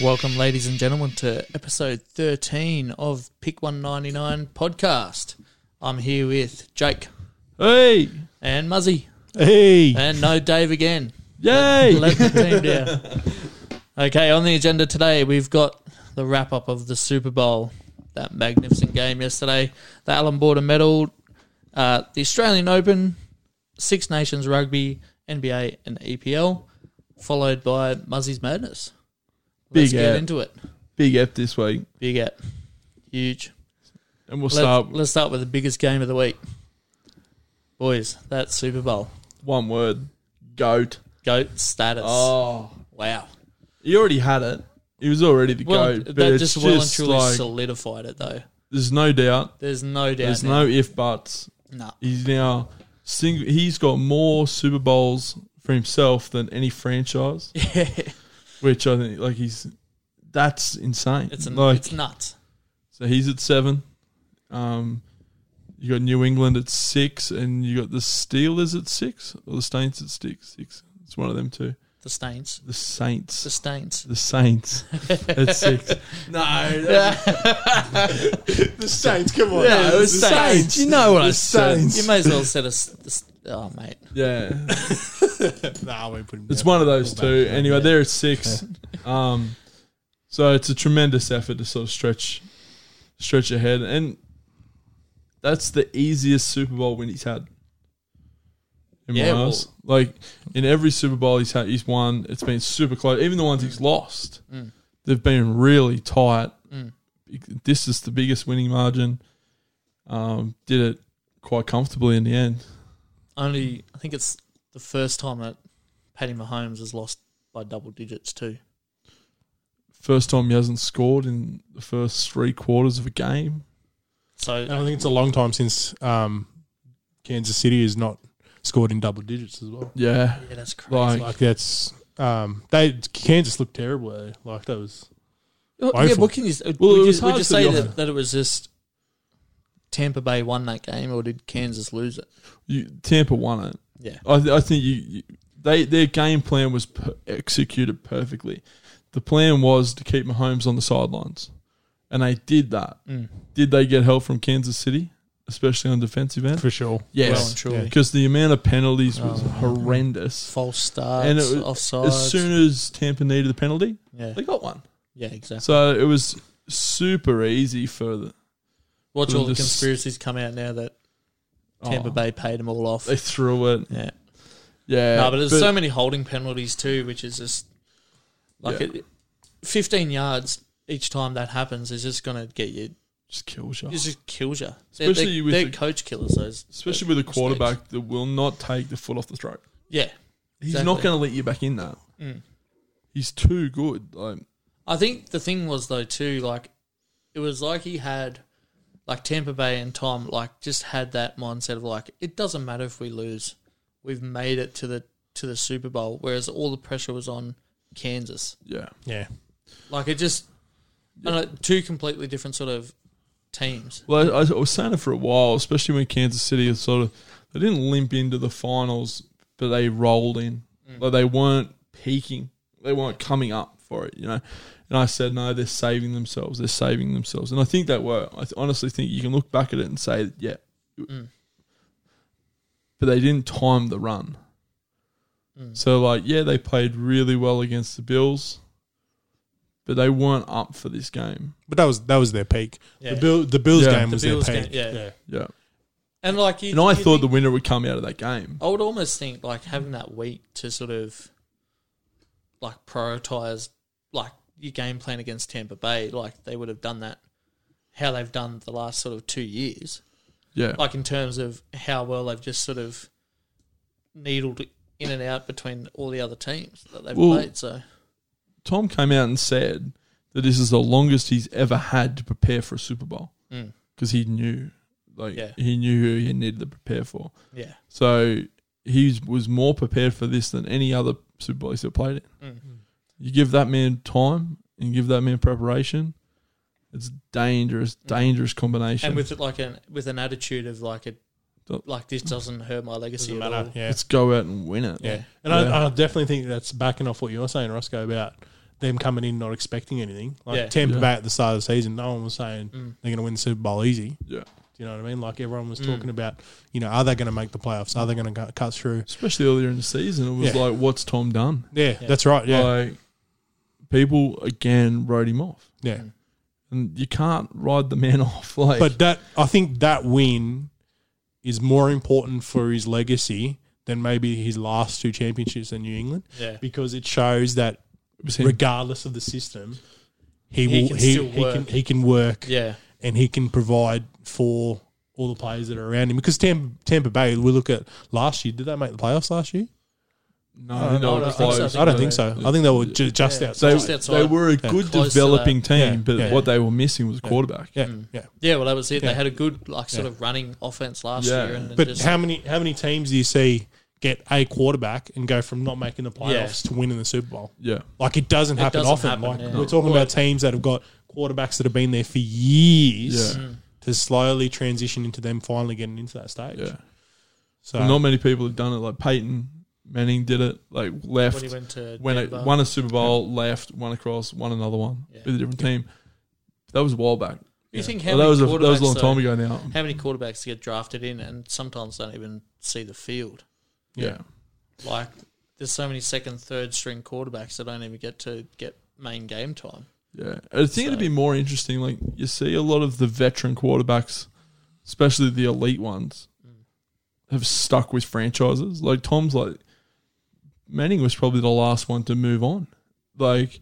Welcome, ladies and gentlemen, to episode 13 of Pick 199 podcast. I'm here with Jake Hey, and Muzzy, hey, and no Dave again. yay! Let the team down. Okay, on the agenda today, we've got the wrap up of the Super Bowl, that magnificent game yesterday, the Allen Border Medal, uh, the Australian Open, Six Nations Rugby, NBA, and EPL, followed by Muzzy's Madness. Let's Big get app. into it. Big F this week, Big app. Huge. and we'll Let's, start with let's start with the biggest game of the week. Boys, that Super Bowl. one word: goat. GOAT status. Oh, Wow. he already had it. He was already the Well, goat. But that it's just just well and truly like solidified it, though. there's no doubt. There's no doubt. there's now. no if buts. Nah. He's now sing- He's got more Super Bowls for himself than any franchise, which I think like he's that's insane. it's, an, like it's nuts. So he's at seven. Um, you got New England at six, and you got the Steelers at six, or the Saints at six. Six. It's one of them two. The stains. The The Saints. stains. The Saints at six. no, The Saints, come on. Yeah, it was the Saints. You know what I the said. Saints. You may as well set us. This, oh, mate. yeah, Nah, I won't put him it's down. one of those Pull back, two. Anyway, they're at six. Um, so it's a tremendous effort to sort of stretch, stretch ahead, and that's the easiest Super Bowl win he's had. In Yeah, my well- eyes. like in every Super Bowl he's had, he's won. It's been super close. Even the ones he's lost, Mm. they've been really tight. Mm. This is the biggest winning margin. Um, did it quite comfortably in the end. Only, I think it's the first time that Patty Mahomes has lost by double digits, too. First time he hasn't scored in the first three quarters of a game. So, And I think it's a long time since um, Kansas City has not scored in double digits as well. Yeah, yeah, that's crazy. like Like that's um, they Kansas looked terrible. eh? Like that was Oh, Woeful. yeah, what can you? s- Well, would it you, was would hard you for the say that, offense. that it was just Tampa Bay won that game, or did Kansas lose it? you, Tampa won it. Yeah, I, th- I think you, you they their game plan was per- executed perfectly. The plan was to keep Mahomes on the sidelines, and they did that. Mm. Did they get help from Kansas City, especially on defensive end? for sure. well and truly. Yeah. because the amount of penalties was Oh. horrendous. False starts, And it was- offside. As soon as Tampa needed the penalty, yeah, they got one. yeah, exactly. So it was super easy for the Watch all the just- conspiracies come out now that Tampa oh, Bay paid them all off. They threw it. yeah, Yeah, no, but there's so many holding penalties too, which is just like it, 15 yards each time that happens is just gonna get you. just kills you. It just kills you. Especially they're, with they're the- coach killers. Those, Especially with a quarterback that will not take the foot off the throat. yeah. He's Exactly. not going to let you back in that. Mm. He's too good. Like, I think the thing was though too, like it was like he had like Tampa Bay and Tom like just had that mindset of like it doesn't matter if we lose, we've made it to the to the Super Bowl. Whereas all the pressure was on Kansas. yeah, Yeah, Like it just, I don't know, two completely different sort of teams. Well, I, I was saying it for a while, especially when Kansas City is sort of they didn't limp into the finals, but they rolled in. Mm. Like they weren't peaking, they weren't coming up for it, you know. And I said, no, they're saving themselves. They're saving themselves, and I think they were. I th- honestly think you can look back at it and say, yeah, Mm. but they didn't time the run. Mm. So, like, yeah, they played really well against the Bills, but they weren't up for this game. but that was that was their peak. Yeah. The, Bill, the Bills Yeah. game The was Bills their game, peak. yeah. Yeah. And like you, And I you thought think- the winner would come out of that game. I would almost think like having that week to sort of like prioritize like your game plan against Tampa Bay, like they would have done that how they've done the last sort of two years, Yeah. like in terms of how well they've just sort of needled in and out between all the other teams that they've Well- played. So Tom came out and said that this is the longest he's ever had to prepare for a Super Bowl mm, because he knew, like, Yeah. he knew who he needed to prepare for. yeah, So he was more prepared for this than any other Super Bowl he's ever played in. mm. You give that man time and give that man preparation. It's dangerous, dangerous combination. Mm. and with it like an with an attitude of like it, Don't- like this doesn't hurt my legacy Doesn't at matter. all. Yeah, let's go out and win it. Yeah. And I, I definitely think that's backing off what you're saying, Roscoe, about them coming in not expecting anything. Like Yeah. Tampa Yeah. Bay at the start of the season, no one was saying Mm. they're going to win the Super Bowl easy. Yeah. Do you know what I mean? Like everyone was Mm. talking about, you know, are they going to make the playoffs? Are they going to cut through? Especially earlier in the season, it was Yeah. like, what's Tom done? Yeah, Yeah. that's right. Yeah, Like, people again wrote him off. yeah. Mm. And you can't ride the man off. Like, But that I think that win is more important for his legacy than maybe his last two championships in New England Yeah. because it shows that it was him. regardless of the system, he, He will can he, still he can work. he can work Yeah. and he can provide for all the players that are around him. Because Tampa, Tampa Bay, we look at last year. Did they make the playoffs last year? no, I don't no, know. it I was don't like- think I don't think so. so. I think they were ju- just Yeah. outside. they, Just outside. they were a Yeah. good Close to developing team, Yeah. but Yeah. what they were missing was a Yeah. quarterback. yeah, Mm. yeah. Yeah, well, that was it. Yeah. They had a good, like, sort Yeah. of running offense last Yeah. year. And then But just, how many how many teams do you see get a quarterback and go from not making the playoffs Yeah. to winning the Super Bowl? Yeah. Like it doesn't It happen doesn't often. happen, like yeah. we're talking about teams that have got quarterbacks that have been there for years Hmm. Yeah. to slowly transition into them finally getting into that stage. Yeah. So Not many people have done it. Like Peyton Manning did it, like left when he went to when it Denver. won a Super Bowl, left, won across, won another one Yeah. with a different team. That was a while back. you think how Well, that many was a, that quarterbacks, was a long time though- ago now. How many quarterbacks get drafted in and sometimes don't even see the field? Yeah, Like, there's so many second, third string quarterbacks that don't even get to get main game time. yeah. I think it'd be more interesting. Like you see a lot of the veteran quarterbacks, especially the elite ones, Mm. have stuck with franchises. Like Tom's like Manning was probably the last one to move on. Like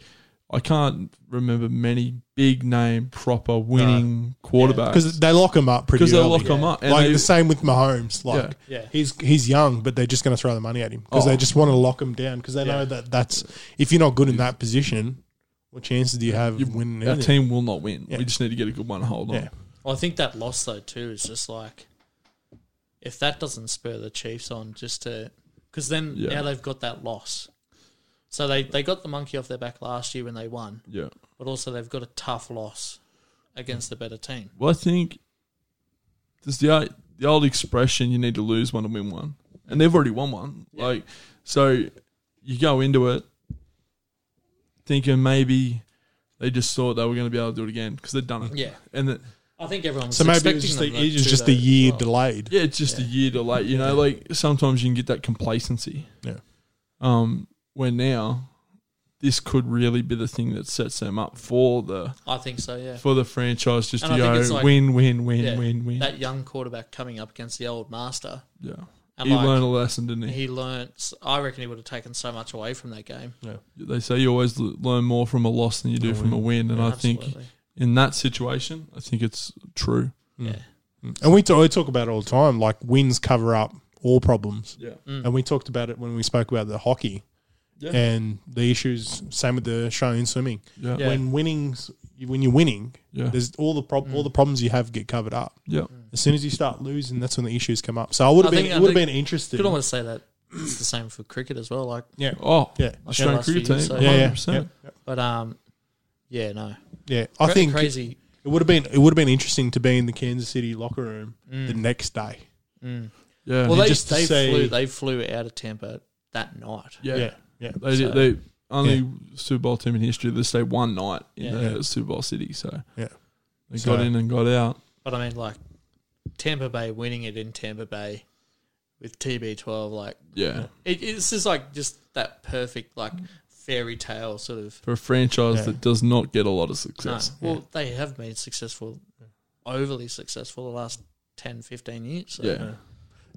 I can't remember many big name proper winning quarterbacks because they lock them up pretty because they early. lock them up and like they, the same with Mahomes. Like Yeah. Yeah. he's he's young, but they're just going to throw the money at him because Oh. they just want to lock him down because they Yeah. know that that's if you're not good in that position, what chances do you have of winning? our anything? team will not win. Yeah. We just need to get a good one. to Hold on. Yeah. Well, I think that loss though too is just like if that doesn't spur the Chiefs on just to because then Yeah. now they've got that loss. So they, they got the monkey off their back last year when they won, Yeah. but also they've got a tough loss against the better team. Well, I think there's the o- the old expression: you need to lose one to win one, and they've already won one. Like so, you go into it thinking maybe they just thought they were going to be able to do it again because they've done it. Yeah. and the, I think everyone was So maybe expecting it was just, them a, it was to just though a year as well. delayed. yeah, it's just a year delay. You know, like sometimes you can get that complacency. Yeah. Um, where now this could really be the thing that sets them up for the I think so, yeah. for the franchise just And to I think it's go like- win, win, win, Yeah. win, win. That young quarterback coming up against the old master. yeah. And He like, learned a lesson, didn't he? he learnt I reckon he would have taken so much away from that game. they say you always l- learn more from a loss than you do A from a win, and I think Absolutely. in that situation, I think it's true. hmm. Yeah. And we talk, we talk about it all the time. Like wins cover up all problems, Yeah, Mm. and we talked about it when we spoke about the hockey Yeah. and the issues. Same with the Australian swimming. yeah, Yeah. yeah, When winnings, when you're winning, yeah. there's all the prob- Mm. all the problems you have get covered up. As soon as you start losing, that's when the issues come up. So I I would have been think- it I would have think- been interesting. You could almost say that it's the same for cricket as well. Like, yeah, Oh, yeah, Australian last cricket few team, years, so- yeah, yeah, 100%. yeah, but um, yeah, no, yeah. I Cra- think crazy. it would have been it would have been interesting to be in the Kansas City locker room the next day. Mm. yeah. Well, they, just to they say- flew they flew out of Tampa that night. yeah. Yeah, yeah. They So- they only Super Bowl team in history that stayed one night in Yeah. the Super Bowl city, so Yeah. they So- got in and got out. But I mean, like Tampa Bay winning it in Tampa Bay with TB12, like Yeah, it, it's just like just that perfect like fairy tale sort of. for a franchise Yeah. that does not get a lot of No, success. well, they have been successful, overly successful the last 10, 15 years. So. Yeah,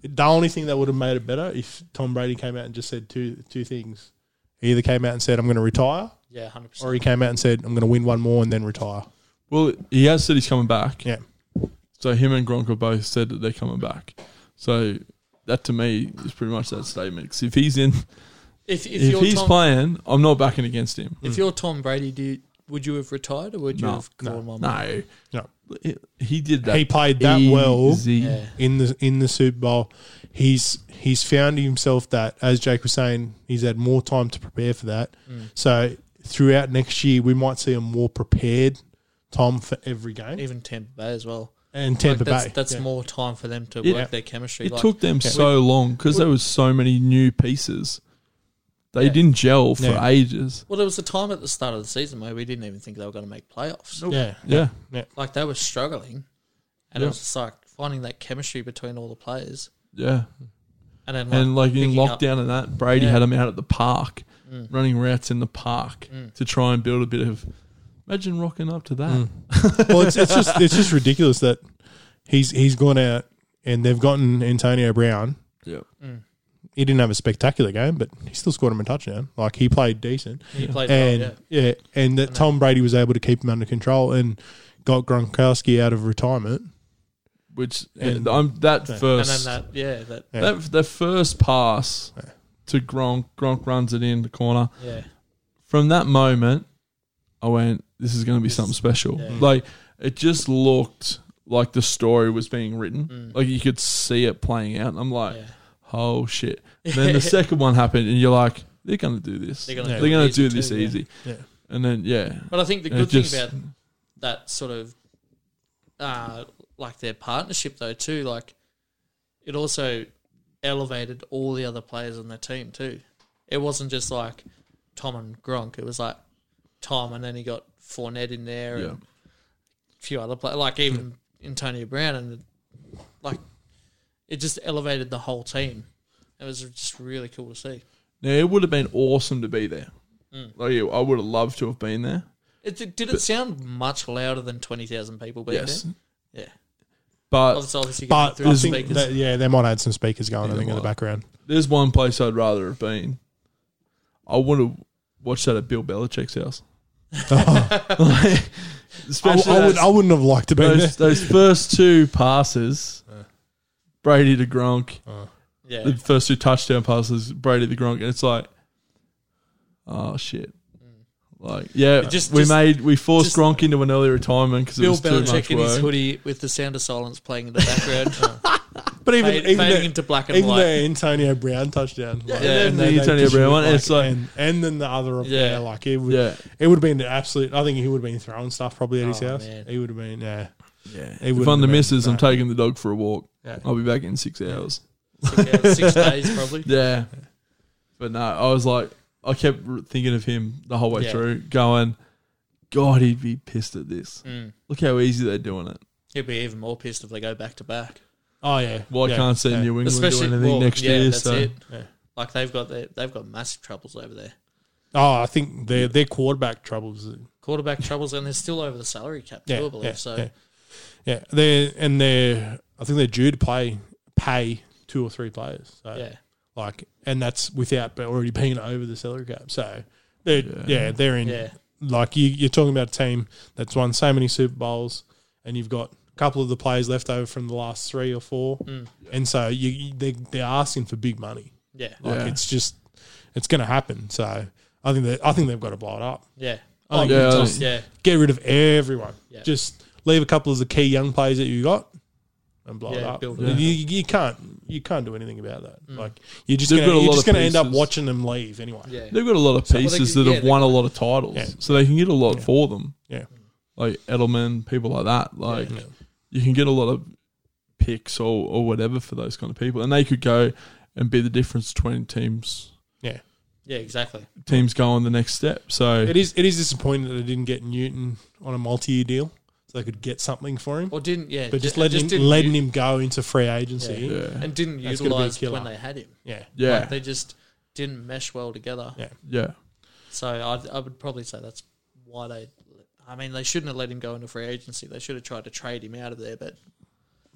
The only thing that would have made it better if Tom Brady came out and just said two two things. He either came out and said I'm going to retire, yeah, hundred or percent. he came out and said I'm going to win one more and then retire. well, he has said he's coming back. Yeah. So him and Gronk have both said that they're coming back. So that to me is pretty much that statement. 'Cause if he's in, If, if, if, you're he's Tom, playing, I'm not backing against him. if you're Tom Brady, do you, would you have retired or would you No, have gone one more? No, No. He- he did that. he played that well easy. Yeah. in the in the Super Bowl. He's he's found himself that as Jake was saying, he's had more time to prepare for that. Mm. So throughout next year, we might see a more prepared Tom for every game even Tampa Bay as well. and Tampa like that's, Bay. That's yeah. more time for them to It- work their chemistry. It like, took them so long because there was so many new pieces They Yeah. didn't gel for Yeah. ages. Well, there was a time at the start of the season where we didn't even think they were going to make playoffs. Yeah. Yeah. Like they were struggling, and it Yeah. was just like finding that chemistry between all the players. Yeah. And then, like, And like in picking up- lockdown and that, Brady Yeah. Mm. had him out at the park, running routes in the park to try and build a bit of. Imagine rocking up to that. Mm. well, it's, it's just it's just ridiculous that he's he's gone out and they've gotten Antonio Brown. Yeah. He didn't have a spectacular game, but he still scored him a touchdown. Like he played decent, he played and well, yeah. yeah. and that Tom Brady was able to keep him under control and got Gronkowski out of retirement. Which and And- I'm that Yeah. And first then that, yeah, that, Yeah. that that first pass Yeah. to Gronk. Gronk runs it in the corner. yeah, from that moment, I went, "This is going to be This- something special." yeah. Like it just looked like the story was being written. Mm. Like you could see it playing out. And I'm like, yeah. "Oh shit!" And then the second one happened, and you're like, "They're going to do this. They're They're gonna going do it to easy do this too, yeah. easy." Yeah. And then yeah, But I think the And it good thing just- about that sort of uh, like their partnership though too, like it also elevated all the other players on their team too. It wasn't just like Tom and Gronk. It was like Tom and then he got Fournette in there yeah, and a few other players, like even Antonio Brown and like it just elevated the whole team. It was just really cool to see. now it would have been awesome to be there. Mm. Like yeah, I would have loved to have been there. It, did did it sound much louder than twenty thousand people being yes, there? Yeah. but Obviously, obviously But through I the think speakers. that- yeah, they might add some speakers going. Yeah, I think in the might. background. there's one place I'd rather have been. I want to watch that at Bill Belichick's house. Oh, Like, I, especially I would, those, I wouldn't have liked to be there. those, those first two passes, Brady to Gronk, yeah. the first two touchdown passes, Brady to Gronk, and it's like, oh shit. Like yeah, It just- we just- made we forced just- Gronk into an early retirement because it Bill was too much Belichick in his work. hoodie with the sound of silence playing in the background, But even fade- even fading the, into black and even white. the Antonio Brown touchdown, like, and then the they Antonio just Brown went one, it's like- and, and then the other Yeah. yeah, like it would, Yeah, It would have been the absolute. I think he would have been throwing stuff probably at his Oh, house. man. He would have been. Yeah, yeah. It If wouldn't I'm the have been- missus, I'm no. taking the dog for a walk. Yeah. I'll be back in six hours. Six, hours, six days probably. Yeah. But no, I was like, I kept r- thinking of him the whole way Yeah. through, going, God, he'd be pissed at this. Mm. Look how easy they're doing it. He'd be even more pissed if they go back to back, Oh yeah. Why yeah. can't see yeah. New England especially do anything well, next yeah, year? That's So it. Yeah. Like they've got their, they've got massive troubles over there. Oh, I think their their quarterback troubles. Quarterback troubles, and they're still over the salary cap too, Yeah, I believe. yeah, so yeah. yeah. They and they're. I think they're due to play pay two or three players. So, yeah, Like, and that's without but already being over the salary cap. So they're yeah, Yeah. they're in. yeah, Like you, you're talking about a team that's won so many Super Bowls, and you've got a couple of the players left over from the last three or four, Mm. and so you, you they they're asking for big money. yeah, Like Yeah. it's just it's going to happen. So I think that I think they've got to blow it up. yeah. I think Oh, yeah, it's I just think- yeah. get rid of everyone. Yeah. Just leave a couple of the key young players that you got and blow it Yeah, up. build it You, up. you you can't you can't do anything about that. Mm. Like you're just They've gonna, got a you're lot just of going to end up pieces. watching them leave anyway. yeah. they've got a lot of So, well, they pieces can- that yeah, have they won a lot of titles. Yeah. So they can get a lot Yeah. for them. Yeah. Like Edelman, people like that. Like Yeah. you can get a lot of picks or, or whatever for those kind of people. And they could go and be the difference between teams Yeah, exactly. teams going the next step. So It is it is disappointing that they didn't get Newton on a multi year deal so they could get something for him. Or didn't yeah, But ju- just letting didn't him, letting u- him go into free agency. yeah. and didn't That's gonna be a utilize killer. when they had him. Yeah. Yeah. Like, they just didn't mesh well together. Yeah. yeah. So I, I would probably say that's why they. I mean, they shouldn't have let him go into free agency. They should have tried to trade him out of there. But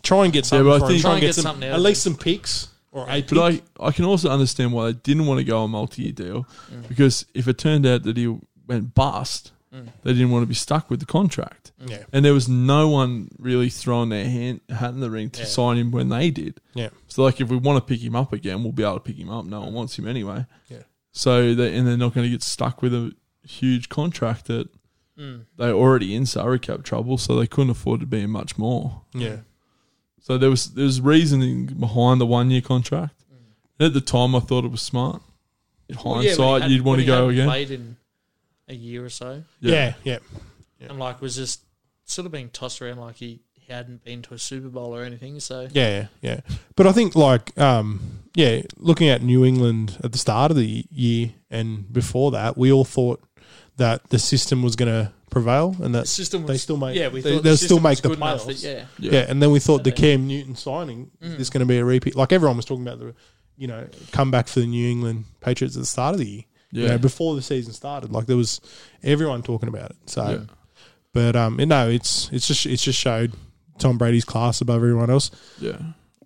Try and get something. but I for him. think- Try and Try get, some, something out at of least some picks or a pick. But I, I can also understand why they didn't want to go a multi year deal because if it turned out that he went bust, Mm. they didn't want to be stuck with the contract. yeah. And there was no one really throwing their hand, hat in the ring to Yeah. sign him when they did. Yeah. So, like, if we want to pick him up again, we'll be able to pick him up. No one wants him anyway. Yeah. So, they, and they're not going to get stuck with a huge contract that mm, they're already in salary cap trouble, so they couldn't afford to be in much more. Yeah. So there was there was reasoning behind the one year contract. And at the time, I thought it was smart. In Mm. Well, hindsight, yeah, when he hadn't- you'd want when to he hadn't go again. Played in a year or so, Yeah. Yeah. and like was just sort of being tossed around like he, he hadn't been to a Super Bowl or anything. So Yeah, yeah. But I think like um, yeah, looking at New England at the start of the year and before that, we all thought that the system was going to prevail and The that system was, they still make yeah, we they, thought they'll the still system make was the good enough playoffs. that- yeah, Yeah. yeah. and then we thought the Yeah. Cam Newton signing Mm. is going to be a repeat. Like everyone was talking about the you know comeback for the New England Patriots at the start of the year. you know, Yeah. before the season started. Like there was everyone talking about it. So, Yeah. but um, you know, it's it's just it's just showed Tom Brady's class above everyone else. Yeah.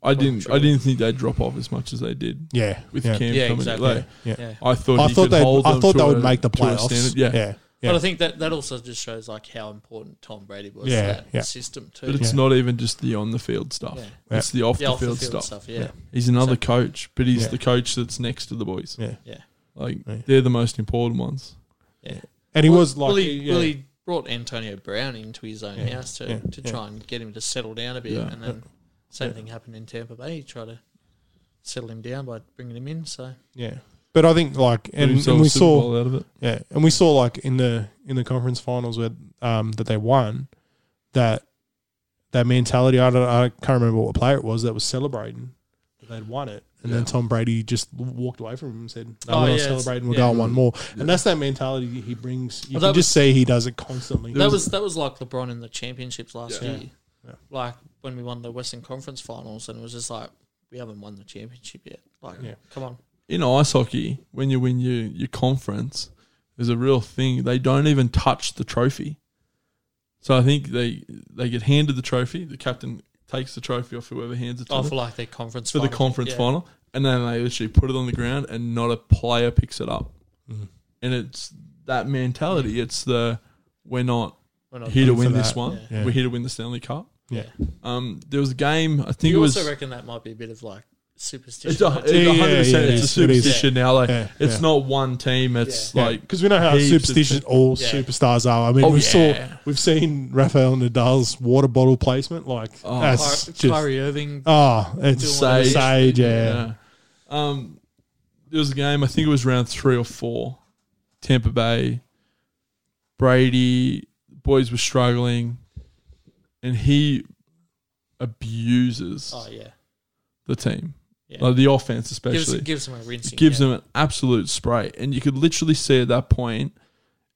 I didn't. I didn't think they'd drop off as much as they did Yeah, with yeah. Cam Yeah, coming. exactly. Like, Yeah. yeah. I thought. I he thought could they hold I them thought to they would a- make the to a playoffs. standard. Yeah. yeah, yeah. But I think that that also just shows like how important Tom Brady was Yeah, to that yeah. system too. But it's Yeah. not even just the on the field stuff. yeah. Yeah. It's the off The the off field stuff. yeah. Yeah. He's another Exactly. coach, but he's Yeah. the coach that's next to the boys. Yeah. Yeah. Like Yeah. they're the most important ones. and he Well, was like well, he, yeah. well, he brought Antonio Brown into his own Yeah, house to, yeah, to yeah. try and get him to settle down a bit, Yeah. and then same Yeah. thing happened in Tampa Bay. He tried to settle him down by bringing him in. So yeah. But I think like Put and, himself and a we Super saw Bowl out of it. yeah and we saw like in the in the conference finals where um that they won that that mentality I don't I can't remember what player it was that was celebrating that they'd won it. And Yeah. then Tom Brady just walked away from him and said, "No, Oh, we're yeah, not it's- celebrating. We'll yeah. go on one more." Yeah. And that's that mentality he brings. You Well, can that just see he does it constantly. that was that was like LeBron in the championships last Yeah. year, Yeah. like when we won the Western Conference Finals, and it was just like we haven't won the championship yet. Like, Yeah. come on, in ice hockey, when you win your, your conference, there's a real thing. They don't even touch the trophy. So I think they they get handed the trophy. The captain takes the trophy off whoever hands it to oh, them for like their conference for the finals. conference Yeah. final, and then they literally put it on the ground, and not a player picks it up. Mhm. And it's that mentality. It's the we're not We're not here to in for win this that. one. Yeah. We're here to win the Stanley Cup. Yeah. Um, there was a game. I Do think you it was. also reckon that might be a bit of like It's superstition? a, though, it's too? a Yeah, yeah, hundred percent. yeah, It's a it is. superstition now. Like Yeah, it's yeah. not one team. It's Yeah. like because we know how heaps of superstitious all Yeah. superstars are. I mean, Oh, we yeah. saw we've seen Rafael Nadal's water bottle placement. Like Oh. that's Ky- just Kyrie Irving. ah, it's Doing sage. Sage. yeah. Um, there was a game. I think it was round three or four. Tampa Bay, Brady boys were struggling, and he abuses Oh yeah, the team, yeah. like the offense gives, especially. gives him a rinsing. gives yeah. them an absolute spray. And you could literally see at that point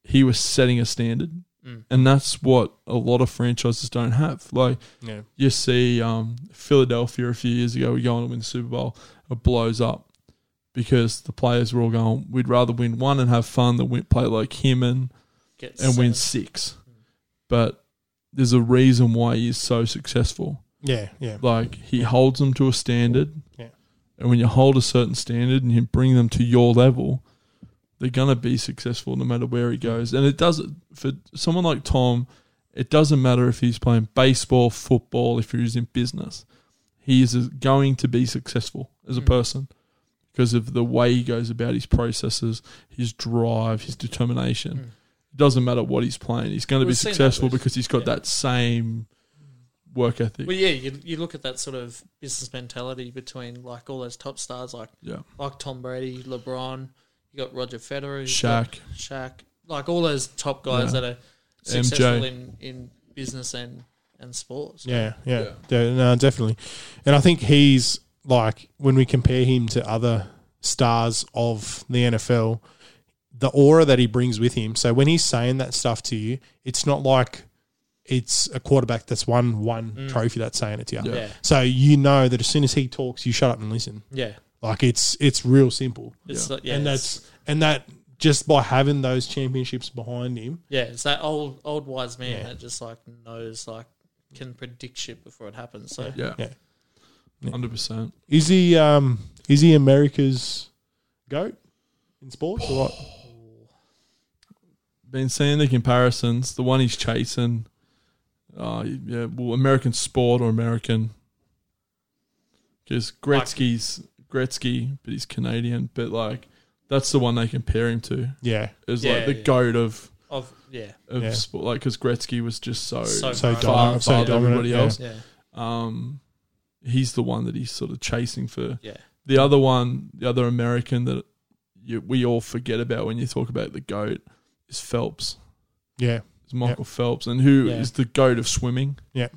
he was setting a standard. Mm. And that's what a lot of franchises don't have. Like yeah. you see um, Philadelphia a few years ago, we go on to win the Super Bowl, it blows up because the players were all going, we'd rather win one and have fun than win, play like him and, Gets and win seven. six. But there's a reason why he's so successful. Yeah, yeah, Like he holds them to a standard. Yeah. And when you hold a certain standard and you bring them to your level, they're gonna be successful no matter where he goes. And it does for someone like Tom, it doesn't matter if he's playing baseball, football, if he's in business. He is going to be successful as a Mm. person because of the way he goes about his processes, his drive, his determination. Mm. It doesn't matter what he's playing, he's going to be We've seen that successful with- because he's got yeah. that same work ethic. Well, yeah, you, you look at that sort of business mentality between like all those top stars, like yeah. like Tom Brady, LeBron. You got Roger Federer, you've got Shaq. Shaq, like all those top guys Yeah. that are MJ. successful in, in business and and sports. yeah, yeah, Yeah. Yeah, No, definitely. And I think he's like when we compare him to other stars of the NFL, the aura that he brings with him. So when he's saying that stuff to you, it's not like it's a quarterback that's won one Mm. trophy that's saying it to you. Yeah. yeah, So you know that as soon as he talks, you shut up and listen. yeah. Like it's it's real simple. It's Yeah. like yeah, and it's- that's and that just by having those championships behind him. yeah, it's that old old wise man Yeah. that just like knows like can predict shit before it happens. So Yeah. Yeah. Yeah. Hundred percent. Is he um is he America's goat in sports or what? Been seeing the comparisons. The one he's chasing, uh, yeah, well, American sport or American, because Gretzky's Gretzky, but he's Canadian. But like, that's the one they compare him to. Yeah. Is Yeah, like the yeah. goat of of yeah, of Yeah. sport, like because Gretzky was just so, So So Right. far dominant, so above dominant. everybody Yeah. else. yeah, Um, he's the one that he's sort of chasing for. yeah. The other one, the other American that you, we all forget about when you talk about the goat is Phelps. Yeah. It's Michael Phelps, and who is Yeah. the goat of swimming, Mm.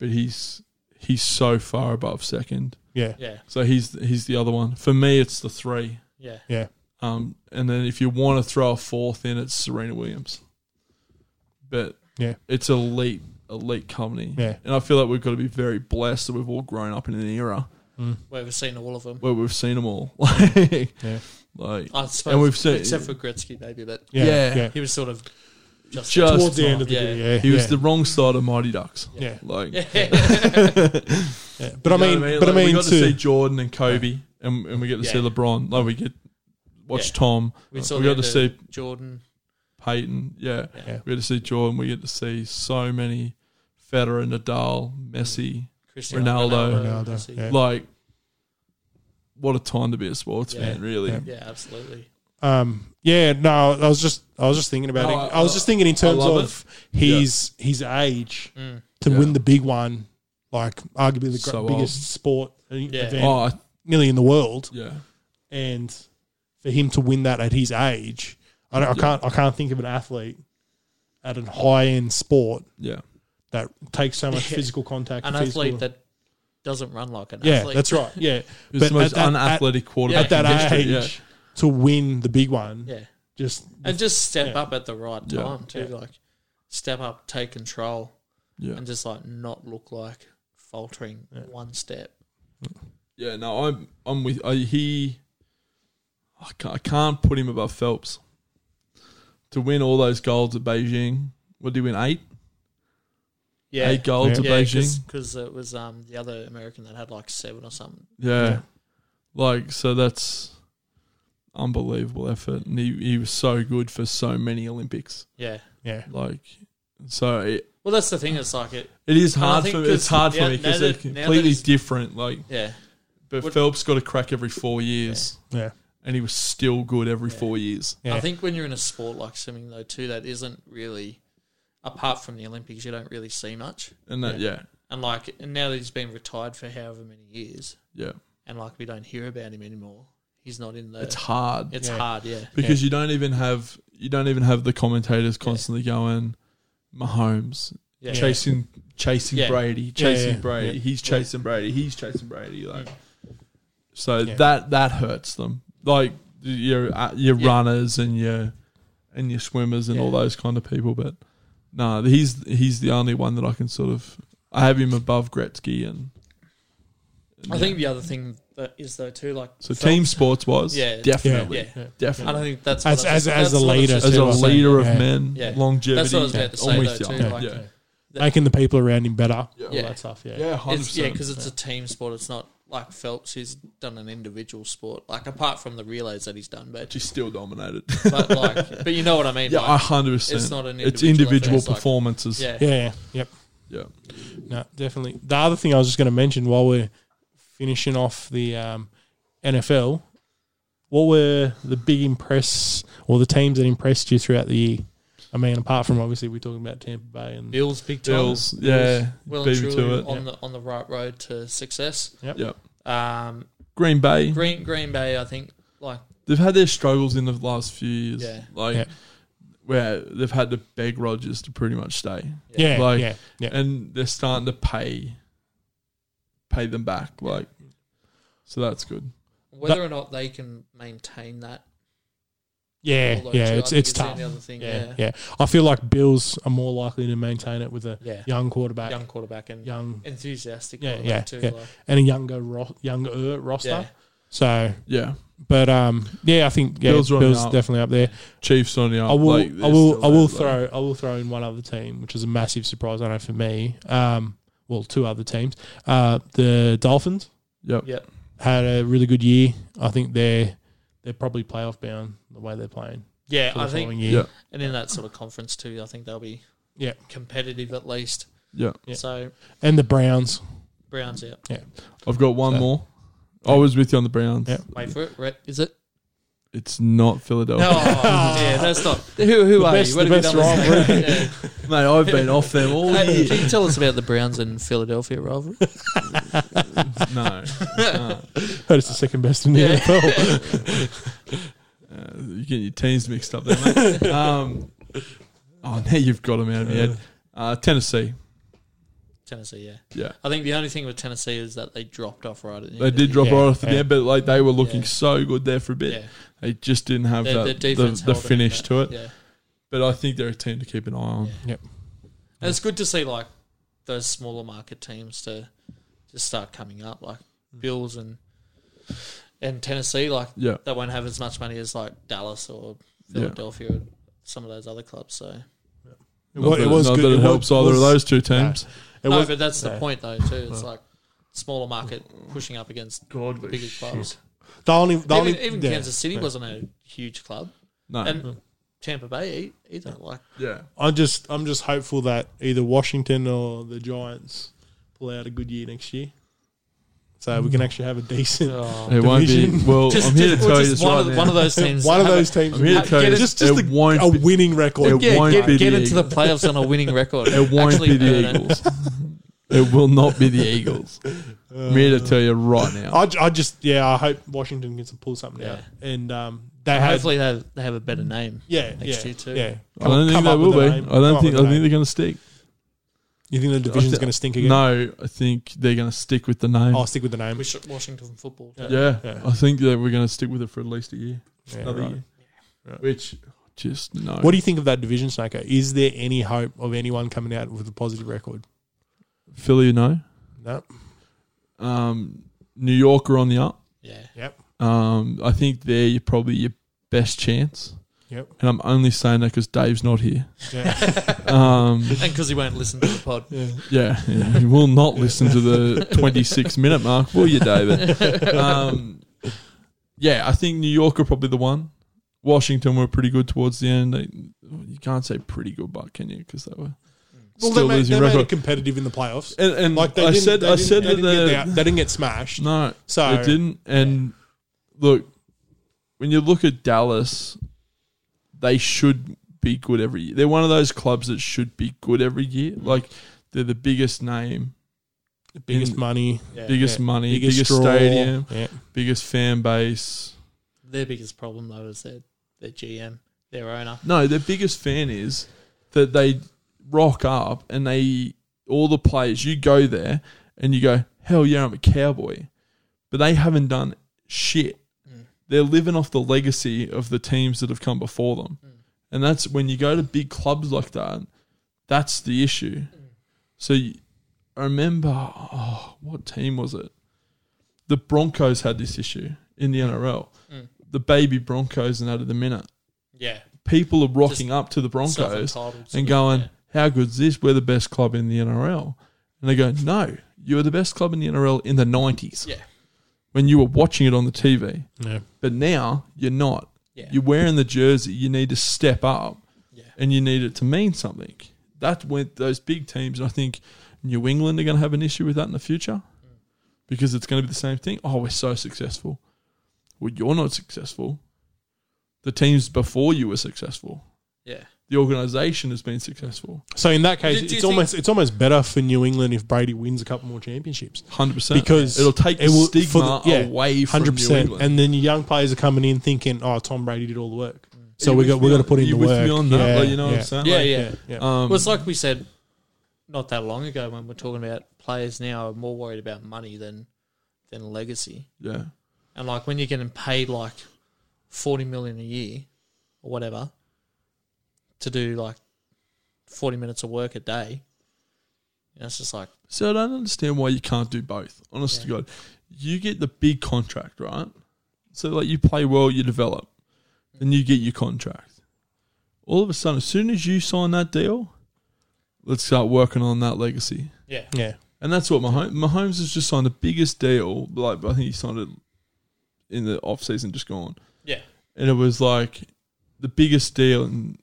but he's he's so far above second. Yeah. Yeah, So he's he's the other one. For me, it's the three. yeah. Yeah. Um, and then if you want to throw a fourth in, it's Serena Williams. But Yeah. it's elite, elite company. Yeah. And I feel like we've got to be very blessed that we've all grown up in an era Mm. Where we've seen all of them. where we've seen them all. like, Yeah. like I suppose, And we've seen- except for Gretzky, maybe, but Yeah. Yeah. yeah. he was sort of just. Just- Towards the end of the Yeah. day, yeah. he was yeah. the wrong side of Mighty Ducks. yeah. Like, yeah. But I You know mean, what but Like, I mean, we got to too- see Jordan and Kobe, and, and we get to see Yeah. LeBron. Like we get watch Yeah. Tom. we Like, saw we the got to end see of Jordan. Peyton. Yeah. Yeah. we get to see Jordan. We get to see so many Federer, Nadal, Messi. Cristiano Ronaldo. Ronaldo, Messi. yeah. Like, what a time to be a sports Yeah. fan, really. Yeah. Yeah, absolutely. Um. Yeah. No. I was just. I was just thinking about No, it. I- I was just thinking in terms love of his his age Mm. to Yeah. win the big one, like arguably the gr- So biggest sport e-, Yeah. event Oh, I- nearly in the world, yeah. and for him to win that at his age, I, don't, I can't. I can't think of an athlete at a high end sport Yeah. that takes so much Yeah. physical contact. An and physical- athlete that doesn't run like an Yeah, athlete. that's right. Yeah, He was But the most at that- unathletic quarterback at that in history. age to win the big one, Yeah. just And just step Yeah. up at the right Yeah. time, too. Yeah. Like, step up, take control, Yeah. yeah. and just, like, not look like faltering one step. Yeah, no, I'm I'm with I, he. I can't, I can't put him above Phelps. To win all those golds at Beijing, what did he win? Eight, Yeah. eight golds Yeah. at Beijing. because it was um, the other American that had like seven or something. Yeah. Yeah. like so that's unbelievable effort, and he, he was so good for so many Olympics. Yeah. yeah, Like, so it, Well, that's the thing. It's like it. it is And I hard think for me. It's 'cause hard for now- me now because that- they're now that completely he's- different. Like, Yeah. but What- Phelps got a crack every four years, yeah, and he was still good every Yeah. four years. yeah. I think when you're in a sport like swimming, though, too, that isn't really, apart from the Olympics, you don't really see much. And that, yeah, And like, and now that he's been retired for however many years, yeah, and like we don't hear about him anymore, he's not in the. it's It's, hard. Yeah. hard, yeah. because you don't even have you don't even have the commentators constantly going Mahomes Yeah. chasing chasing Yeah. Brady chasing yeah, Brady yeah. he's chasing Brady he's chasing Brady like so Yeah. that that hurts them like your uh, your Yeah. runners and your and your swimmers and all Yeah. those kind of people but no he's he's the only one that I can sort of I have him above Gretzky and, and I yeah. think the other thing that is though too, like so Phelps- team sports wise Yeah. definitely yeah. Yeah. definitely And I think that's As- what I was- as- as that's the what I was leader just as a too, I saying. think. leader of Yeah. men, Yeah. longevity. That's what I was about to say, I'm with though, you. too, Yeah. like- yeah, making the people around him better, all Yeah. that stuff. Yeah, yeah, hundred It's, yeah, percent. because it's a team sport. It's not like Phelps, who's done an individual sport. Like apart from the relays that he's done, but, She's still dominated. but like, but you know what I mean. yeah, like, hundred percent. it's not an It's individual individual effort, it's like- performances. yeah, yeah, yeah. yep. yeah, No, definitely. The other thing I was just going to mention while we're finishing off the um, NFL, what were the big impress or the teams that impressed you throughout the year? I mean, apart from obviously we're talking about Tampa Bay and Bills, big time, Bills. Yeah, well and beat me truly to it. on the on the right road to success. Yeah, Um, Green Bay. Green Green Bay, I think, like They've had their struggles in the last few years. Yeah. like Yeah. where they've had to beg Rogers to pretty much stay, yeah, Like- yeah, yeah, and they're starting to pay pay them back. Like, so that's good. whether or not they can maintain that. yeah, although, yeah. too, I It's think it's is the tough. only other thing, Yeah, yeah, yeah, I feel like Bills are more likely to maintain it with a yeah, young quarterback, young quarterback and young- enthusiastic. Yeah, quarterback yeah, too, yeah. Like, and a younger ro- younger uh, roster. yeah. So, Yeah, but um, yeah, I think yeah, Bills Bills, running up. definitely up there. Chiefs on the up. I will, like, I they're will, still I will there, throw, I will throw in one other team, which is a massive surprise. I know for me, um, well, two other teams. Uh, the Dolphins Like, yep. Yep. had a really good year. I think they're they're probably playoff bound the way they're playing. Yeah, for the I think, following year. Yeah. and in that sort of conference too, I think they'll be Yeah. competitive at least. Yeah. Yeah. So and the Browns. Browns out. I've got one So- more. I was with you on the Browns. Yeah. Wait for it. Re- Is it? It's not Philadelphia. No, yeah, that's not. Who, who The are best- you? What the have you done best this year? Mate, I've been off them all Yeah. Hey, year. can you tell us about the Browns and Philadelphia rivalry? no. no. That is the second best in the Yeah. NFL. Uh, you're getting your teams mixed up there, mate. Um, oh, now you've got them out of your head. Uh, Tennessee. Tennessee, yeah. Yeah. I think the only thing with Tennessee is that they dropped off right at the end. They of did the- drop Yeah, off at the yeah. end, but like they were looking Yeah. so good there for a bit. Yeah. They just didn't have Their- their that, the, defense the held finish back. to it. Yeah. But I think they're a team to keep an eye on. Yeah. Yep. And it's good to see like those smaller market teams to just start coming up, like Hmm. Bills and and Tennessee. Like Yeah. they won't have as much money as like Dallas or Philadelphia or some of those other clubs. So It Not wa- that- it was not good. that it, It wa- helps either was- of those two teams. It no, was but that's the yeah. point though too. It's like smaller market pushing up against God, the bigger clubs. the only. The Even, only even yeah. Kansas City yeah. wasn't a huge club, No. and Tampa Bay e- either. Like yeah. I'm just I'm just hopeful that either Washington or the Giants pull out a good year next year, so we can Hmm. actually have a decent. Oh, It won't be. Division. Well, Just, I'm here to just- or tell you just this one, right of, the- now. one of those teams. One of Have a- those teams, I'm here to tell you Get this. it- just just it a, won't a be- winning record. It won't get, be get the into the playoffs on a winning record. It won't Actually be the earn it. Eagles. it will not be the Eagles. I'm here to tell you right now. I, ju- I just yeah, I hope Washington gets to pull something out, and um, they had- Hopefully, they have, they have a better name. yeah, next yeah, year too. Yeah, I don't think Come they up will with be. a name. I Come don't up think. I with think a name. they're going to stick. you think the division's think- going to stink again? No, I think they're going to stick with the name. I'll stick with the name. We should Washington football. Yeah. yeah, Yeah. I think that we're going to stick with it for at least a year, Yeah, another right. year. Right. Which just no. What do you think of that division, Snaker? Is there any hope of anyone coming out with a positive record? Philly, you know, No. um, New York are on the up. Yeah. Yep. Um, I think they're your, probably your best chance. Yep. And I'm only saying that because Dave's not here. Yeah. Um, And because he won't listen to the pod. Yeah, yeah. you will not listen to the 26 minute mark, will you, David? Um, yeah, I think New York are probably the one. Washington were pretty good towards the end. They, you can't say pretty good, but can you? Because they were well, still they, made, losing they made it record. competitive in the playoffs. And, and Like they I didn't, said, they I didn't- said they that didn't, get, the- out- they didn't get smashed. no, So- it didn't. And look, when you look at Dallas, they should be good every year. They're one of those clubs that should be good every year. Mm. Like they're the biggest name, The biggest In- money, biggest yeah. money, biggest, biggest draw. stadium. Yeah. biggest fan base. Their biggest problem though is their their GM, their owner. No, their biggest fan is that they rock up and they all the players. You go there and you go, hell yeah, I'm a cowboy, but they haven't done shit. Mm. They're living off the legacy of the teams that have come before them, Mm. and that's when you go to big clubs like that. That's the issue. Mm. So you, I remember, oh, what team was it? The Broncos had this issue in the NRL. Mm. The baby Broncos and out of the minute. Yeah. people are rocking up to the Broncos Self-entitled sort and of- going, yeah. "How good's this? We're the best club in the NRL." And they go, "No, you were the best club in the NRL in the '90s Yeah. when you were watching it on the TV, Yeah. but now you're not. Yeah. You're wearing the jersey. You need to step up, Yeah. and you need it to mean something." That went those big teams. and I think New England are going to have an issue with that in the future because it's going to be the same thing. Oh, we're so successful. Well, you're not successful. The teams before you were successful Yeah. the organization has been successful. So in that case, Do- do you it's think- almost it's almost better for New England if Brady wins a couple more championships. 100%. Because it'll take it will- the for stigma the- yeah, away from 100%. 100%. And then your young players are coming in thinking, oh, Tom Brady did all the work. So we got, we got to put in the with work. Mm. Me on that, Yeah, like, you know yeah. what I'm saying? Yeah, Like, yeah. yeah. Um, Well, it's like we said not that long ago when we're talking about players now are more worried about money than than legacy. yeah. And like when you're getting paid like forty million a year or whatever to do like forty minutes of work a day, you know, it's just like So I don't understand why you can't do both. Honest to Yeah. God, you get the big contract, right? So like you play well, you develop, then you get your contract. All of a sudden, as soon as you sign that deal, let's start working on that legacy. yeah, yeah. And that's what Mahomes, Mahomes has just signed the biggest deal. Like I think he signed it in the off season, just gone. yeah, and it was like the biggest deal in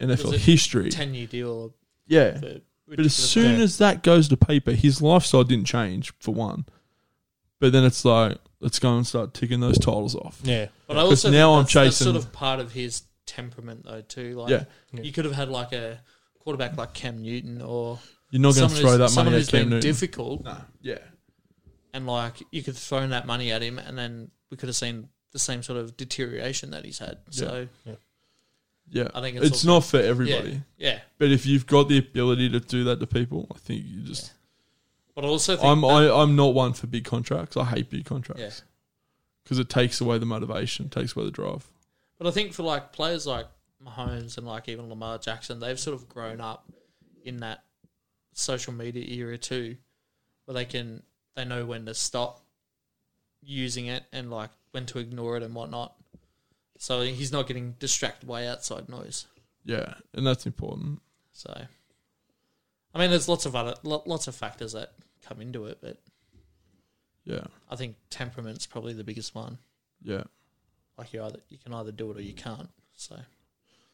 Was NFL it history. ten year deal. yeah. For But as soon Yeah. as that goes to paper, his lifestyle didn't change for one. But then it's like, let's go and start ticking those titles off. Yeah. but I also now now I'm I'm chasing. That's chasing- sort of part of his temperament though too. Like Yeah. Yeah. you could have had like a quarterback like Cam Newton or You're not going to someone who's- throw that someone money at who's Cam been Newton. difficult no, yeah. and like you could have thrown that money at him, and then we could have seen the same sort of deterioration that he's had. So Yeah. I think it's it's, also- not for everybody. yeah, But if you've got the ability to do that to people, I think you just But I also think I'm that- I, I'm not one for big contracts. I hate big Yeah. contracts because it takes away the motivation, takes away the drive. But I think for like players like Mahomes and like even Lamar Jackson, they've sort of grown up in that social media era too, where they can they know when to stop using it and like when to ignore it and whatnot. So he's not getting distracted by outside noise. Yeah, and that's important. So, I mean, there's lots of other lo- lots of factors that come into it, but Yeah, I think temperament's probably the biggest one. yeah. Like you either you can either do it or you can't. So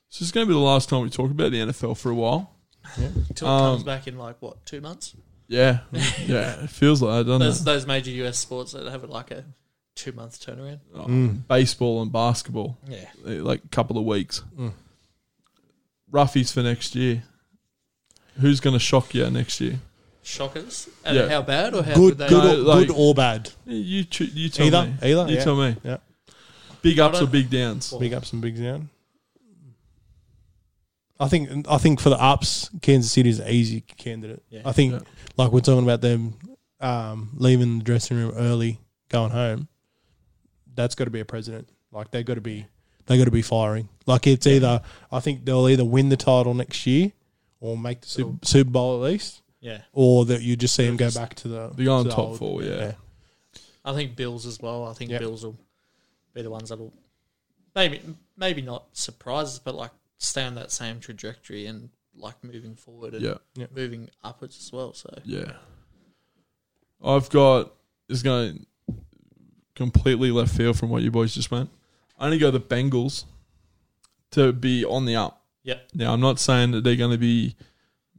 So this is going to be the last time we talk about the NFL for a while. until it comes Um, back in like what two months. Yeah, yeah. It feels like that, doesn't those, it? those major US sports that have like a two month turnaround. Oh, Mm. Baseball and basketball, Yeah. eh, like a couple of weeks. Mm. Roughies for next year. Who's going to shock you next year? Shockers. And Yeah. how bad or how Good, good, good, they No, or, like- good or bad. Eh, You cho- you tell Either, me. either. you yeah. tell me. Yeah. Big ups or Righto. big downs? Well, Big ups and big down. I think I think for the ups, Kansas City is an easy candidate. Yeah. I think Yeah. like we're talking about them um, leaving the dressing room early, going home. That's got to be a president. Like they got to be they got to be firing. Like it's either I think they'll either win the title next year or make the Super, Super Bowl at least, Yeah. or that you just see them go Just- back to the They're going to the top old- four, yeah. I think Bills as well. I think Yeah. Bills will be the ones that'll maybe maybe not surprises, but like stay on that same trajectory and like moving forward and Yeah, moving upwards as well. So yeah. I've got is going completely left field from what you boys just went. I only go the Bengals to be on the up. Yep. Now I'm not saying that they're going to be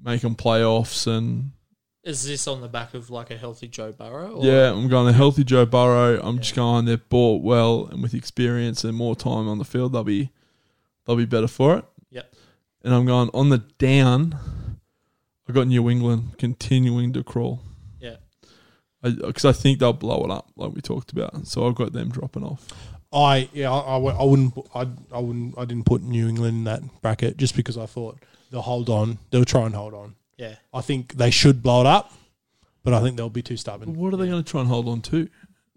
making playoffs and is this on the back of like a healthy Joe Burrow? Or yeah, I'm going a healthy Joe Burrow. I'm just Yeah. going they're bought well and with experience and more time on the field, they'll be they'll be better for it. Yep. And I'm going on the down. I got New England continuing to crawl. Yeah. because I, think they'll blow it up like we talked about. So I've got them dropping off. I yeah I, I w- I wouldn't I, I wouldn't I didn't put New England in that bracket just because I thought they'll hold on they'll try and hold on Yeah. I think they should blow it up but I think they'll be too stubborn What are they going to try and hold on to?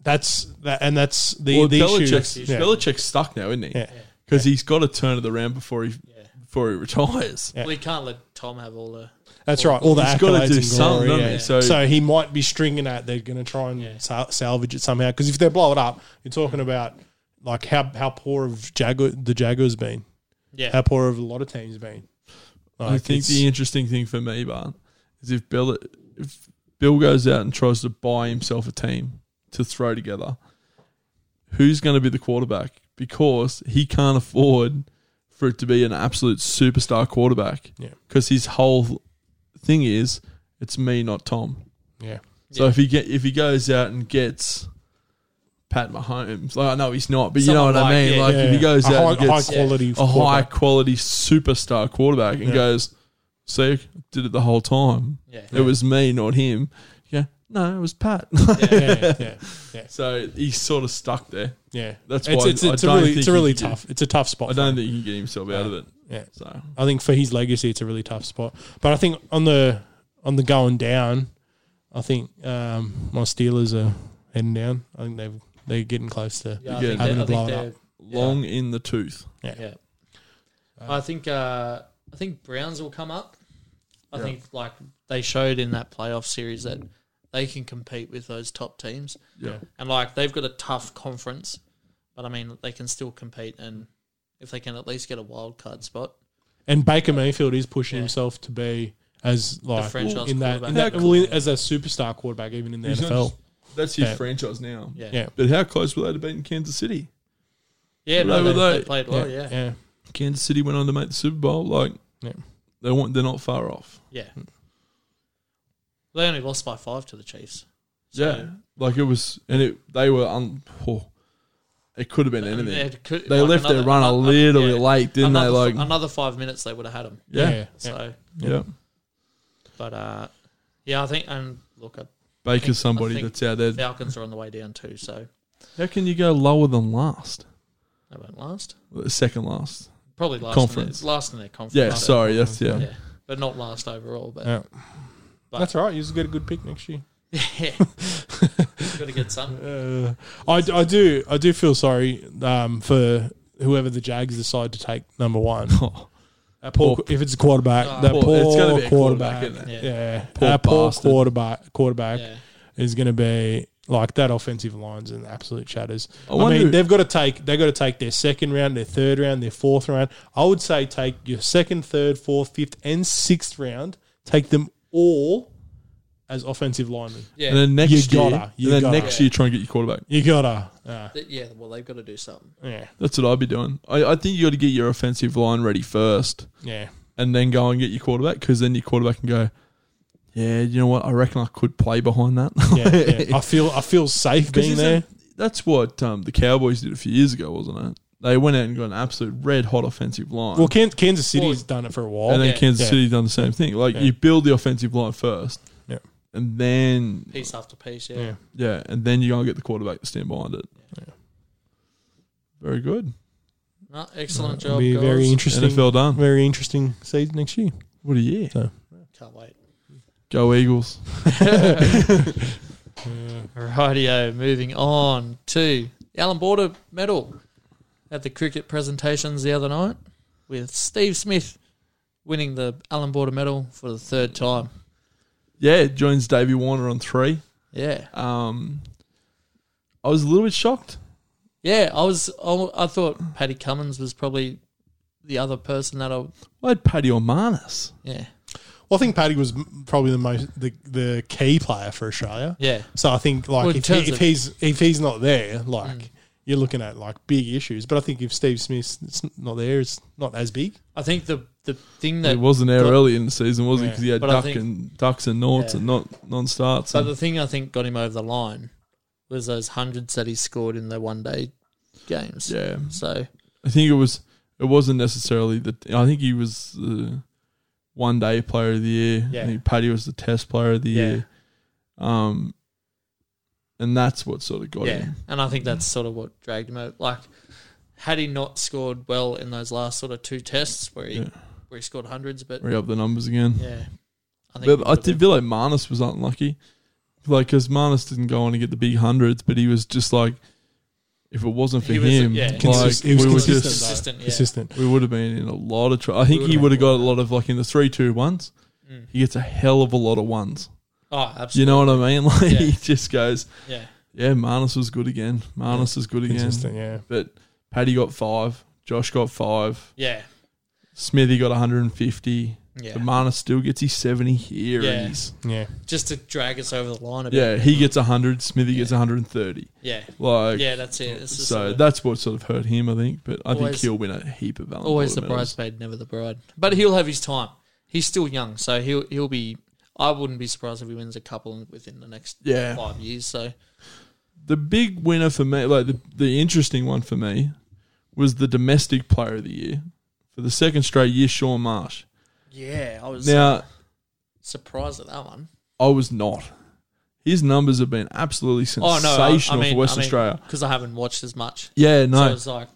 that's that and that's the, well, the issue Belichick's, yeah. Belichick's stuck now, isn't he? Yeah. Yeah. Because he's got to turn it around before he Yeah. before he retires. Yeah. Well, you can't let Tom have all the. that's right all the He's got to accolades do and glory something, doesn't yeah. he? so, So, he might be stringing that they're going to try and Yeah. sal- salvage it somehow because if they blow it up you're talking about like how how poor of Jaguar the Jaguars been Yeah. how poor of a lot of teams been I Like, think it's- the interesting thing for me, Bart, is if Bill if Bill goes out and tries to buy himself a team to throw together, who's going to be the quarterback? Because he can't afford for it to be an absolute superstar quarterback. Yeah. Because his whole thing is it's me, not Tom. yeah So Yeah. if he get if he goes out and gets Pat Mahomes, like I know he's not, but you Someone know what I like- mean. yeah, like if he yeah. goes A out high- and gets high quality a high quarterback. quality superstar quarterback and Yeah. goes, "See, I did it the whole time. Yeah. It was me, not him." Yeah, no, it was Pat. yeah yeah, yeah. yeah. so he's sort of stuck there. Yeah, That's it's, why it's, I it's a don't really think it's a really he can- tough it's a tough spot. I don't think he can get himself out Yeah. of it. Yeah. So I think for his legacy, it's a really tough spot. But I think on the on the going down, I think um, my Steelers are heading down. I think they've they're getting close to. Yeah, I Again, think they're- having I to blow think it they're long in the tooth. Yeah. Uh, I think uh, I think Browns will come up. I Yeah. think like they showed in that playoff series that they can compete with those top teams. Yeah. And like they've got a tough conference, but I mean they can still compete and if they can at least get a wild card spot. And Baker Mayfield is pushing Yeah. himself to be as like franchise in that, in quarterback. that well, in- as a superstar quarterback, even in the He's not NFL. just- that's his Yeah. franchise now. Yeah. Yeah. But how close were they to beating Kansas City? Yeah, Well, no, they they, were they like- played well, yeah. yeah, Yeah. yeah. Kansas City went on to make the Super Bowl. Like Yeah. they want, they're not far off. They only lost by five to the Chiefs. yeah, like it was, and it they were. Un, oh, it could have been anything. They, They, could- like, left their another- run a another- little yeah. bit late, didn't another, they? Like, another five minutes they would have had them. yeah, yeah. yeah. So, yeah. but uh, yeah, I think and look, I Baker's think- I somebody think that's out there. Falcons are on the way down too, so How can you go lower than last? they won't last. Well, Second last. Probably last Conference. In their, last in their conference. Yeah, but- sorry. That's yeah. yeah, but not last overall. But Yeah. but- That's all right. You just get a good pick next year. Yeah. Got to get something. Uh, I, I do I do feel sorry um, for whoever the Jags decide to take number one. That poor, Poor- if it's a quarterback, Oh, that poor- poor, it's gotta be a quarterback, quarterback, isn't it? yeah, Poor that poor bastard. quarterback quarterback Yeah. is going to be like that offensive line's in absolute shatters. I I, wonder- mean, they've got to take they have got to take their second round, their third round, their fourth round. I would say take your second, third, fourth, fifth, and sixth round. Take them all as offensive linemen. Yeah. And then next You year, gotta, you and then gotta. next year, try and get your quarterback. You gotta, uh, Th- yeah, well, they've got to do something. yeah, That's what I'd be doing. I, I think you got to get your offensive line ready first, yeah. and then go and get your quarterback because then your quarterback can go. Yeah, you know what? I reckon I could play behind that. yeah, yeah. I feel I feel 'Cause safe being isn't- there. That's what um, the Cowboys did a few years ago, wasn't it? They went out and got an absolute red hot offensive line. Well, Kan- Kansas City's Well, done it for a and while. then yeah. Kansas Yeah. City done the same thing. Like Yeah. you build the offensive line first, Yeah. and then Piece after piece, yeah. Yeah. yeah, and then you go and get the quarterback to stand behind it. Yeah. Very good. No, excellent It'll job, be guys. very interesting. NFL done. Very interesting season next year. What a year. Can't wait. Go Eagles. Rightio, moving on to the Alan Border Medal at the cricket presentations the other night with Steve Smith winning the Alan Border Medal for the third time. Yeah, it joins Davey Warner on three. Yeah. Um, I was a little bit shocked. Yeah, I was. I, I thought Paddy Cummins was probably the other person that I. I had Paddy Ormanis. Yeah. Well, I think Paddy was m- probably the most the, the key player for Australia. Yeah. So I think like Well, in if, he, terms of- Mm. if he's if he's not there, like you're looking at like big issues. But I think if Steve Smith's it's not there, it's not as big. I think the the thing He that wasn't there But- early in the season, was he? Because he had But I duck think- and ducks and noughts Yeah. and not non-starts. But and- the thing I think got him over the line was those hundreds that he scored in the one day games. yeah, So I think it was. It wasn't necessarily the. I think he was the one day player of the year. Yeah. I think Paddy was the test player of the Yeah. year. Um, and that's what sort of got yeah, him. and I think that's sort of what dragged him out. Like, had he not scored well in those last sort of two tests where he Yeah. where he scored hundreds, but Re up the numbers again. yeah, I But I it would've been- did feel like Marnus was unlucky. Like, because Marnus didn't go on and get the big hundreds, but he was just like, if it wasn't for He was- him, yeah. like, Consist- he was we, were consistent, just, consistent, yeah. Consistent. we would have been in a lot of trouble. I think We he would've would have been- got a lot of, like, in the three, two, ones, Mm. he gets a hell of a lot of ones. Oh, You absolutely. know what I mean? Like, he Yeah. just goes, Yeah, yeah, Marnus was good again. Marnus is good again. Consistent, yeah. But Paddy got five. Josh got five. yeah, Smithy got 150. yeah. But Marnus still gets his 70 here. Yeah. And he's, Yeah. Just to drag us over the line a bit. Yeah, he gets 100, Smithy gets Yeah. 130. yeah, Like, yeah. That's it. It's just so sort of- that's what sort of hurt him, I think. But I think Always- he'll win a heap of Alan Always the Border medals. bridesmaid, never the bride. But he'll have his time. He's still young, so he'll he'll be. I wouldn't be surprised if he wins a couple within the next Yeah. five years. So The big winner for me, like the, the interesting one for me, was the domestic player of the year. For the second straight year, Sean Marsh. yeah, I was Now, surprised at that one I was not. His numbers have been absolutely Oh, no, I- I sensational mean- for West I mean- Australia. because I haven't watched as much. Yeah, So no. it's like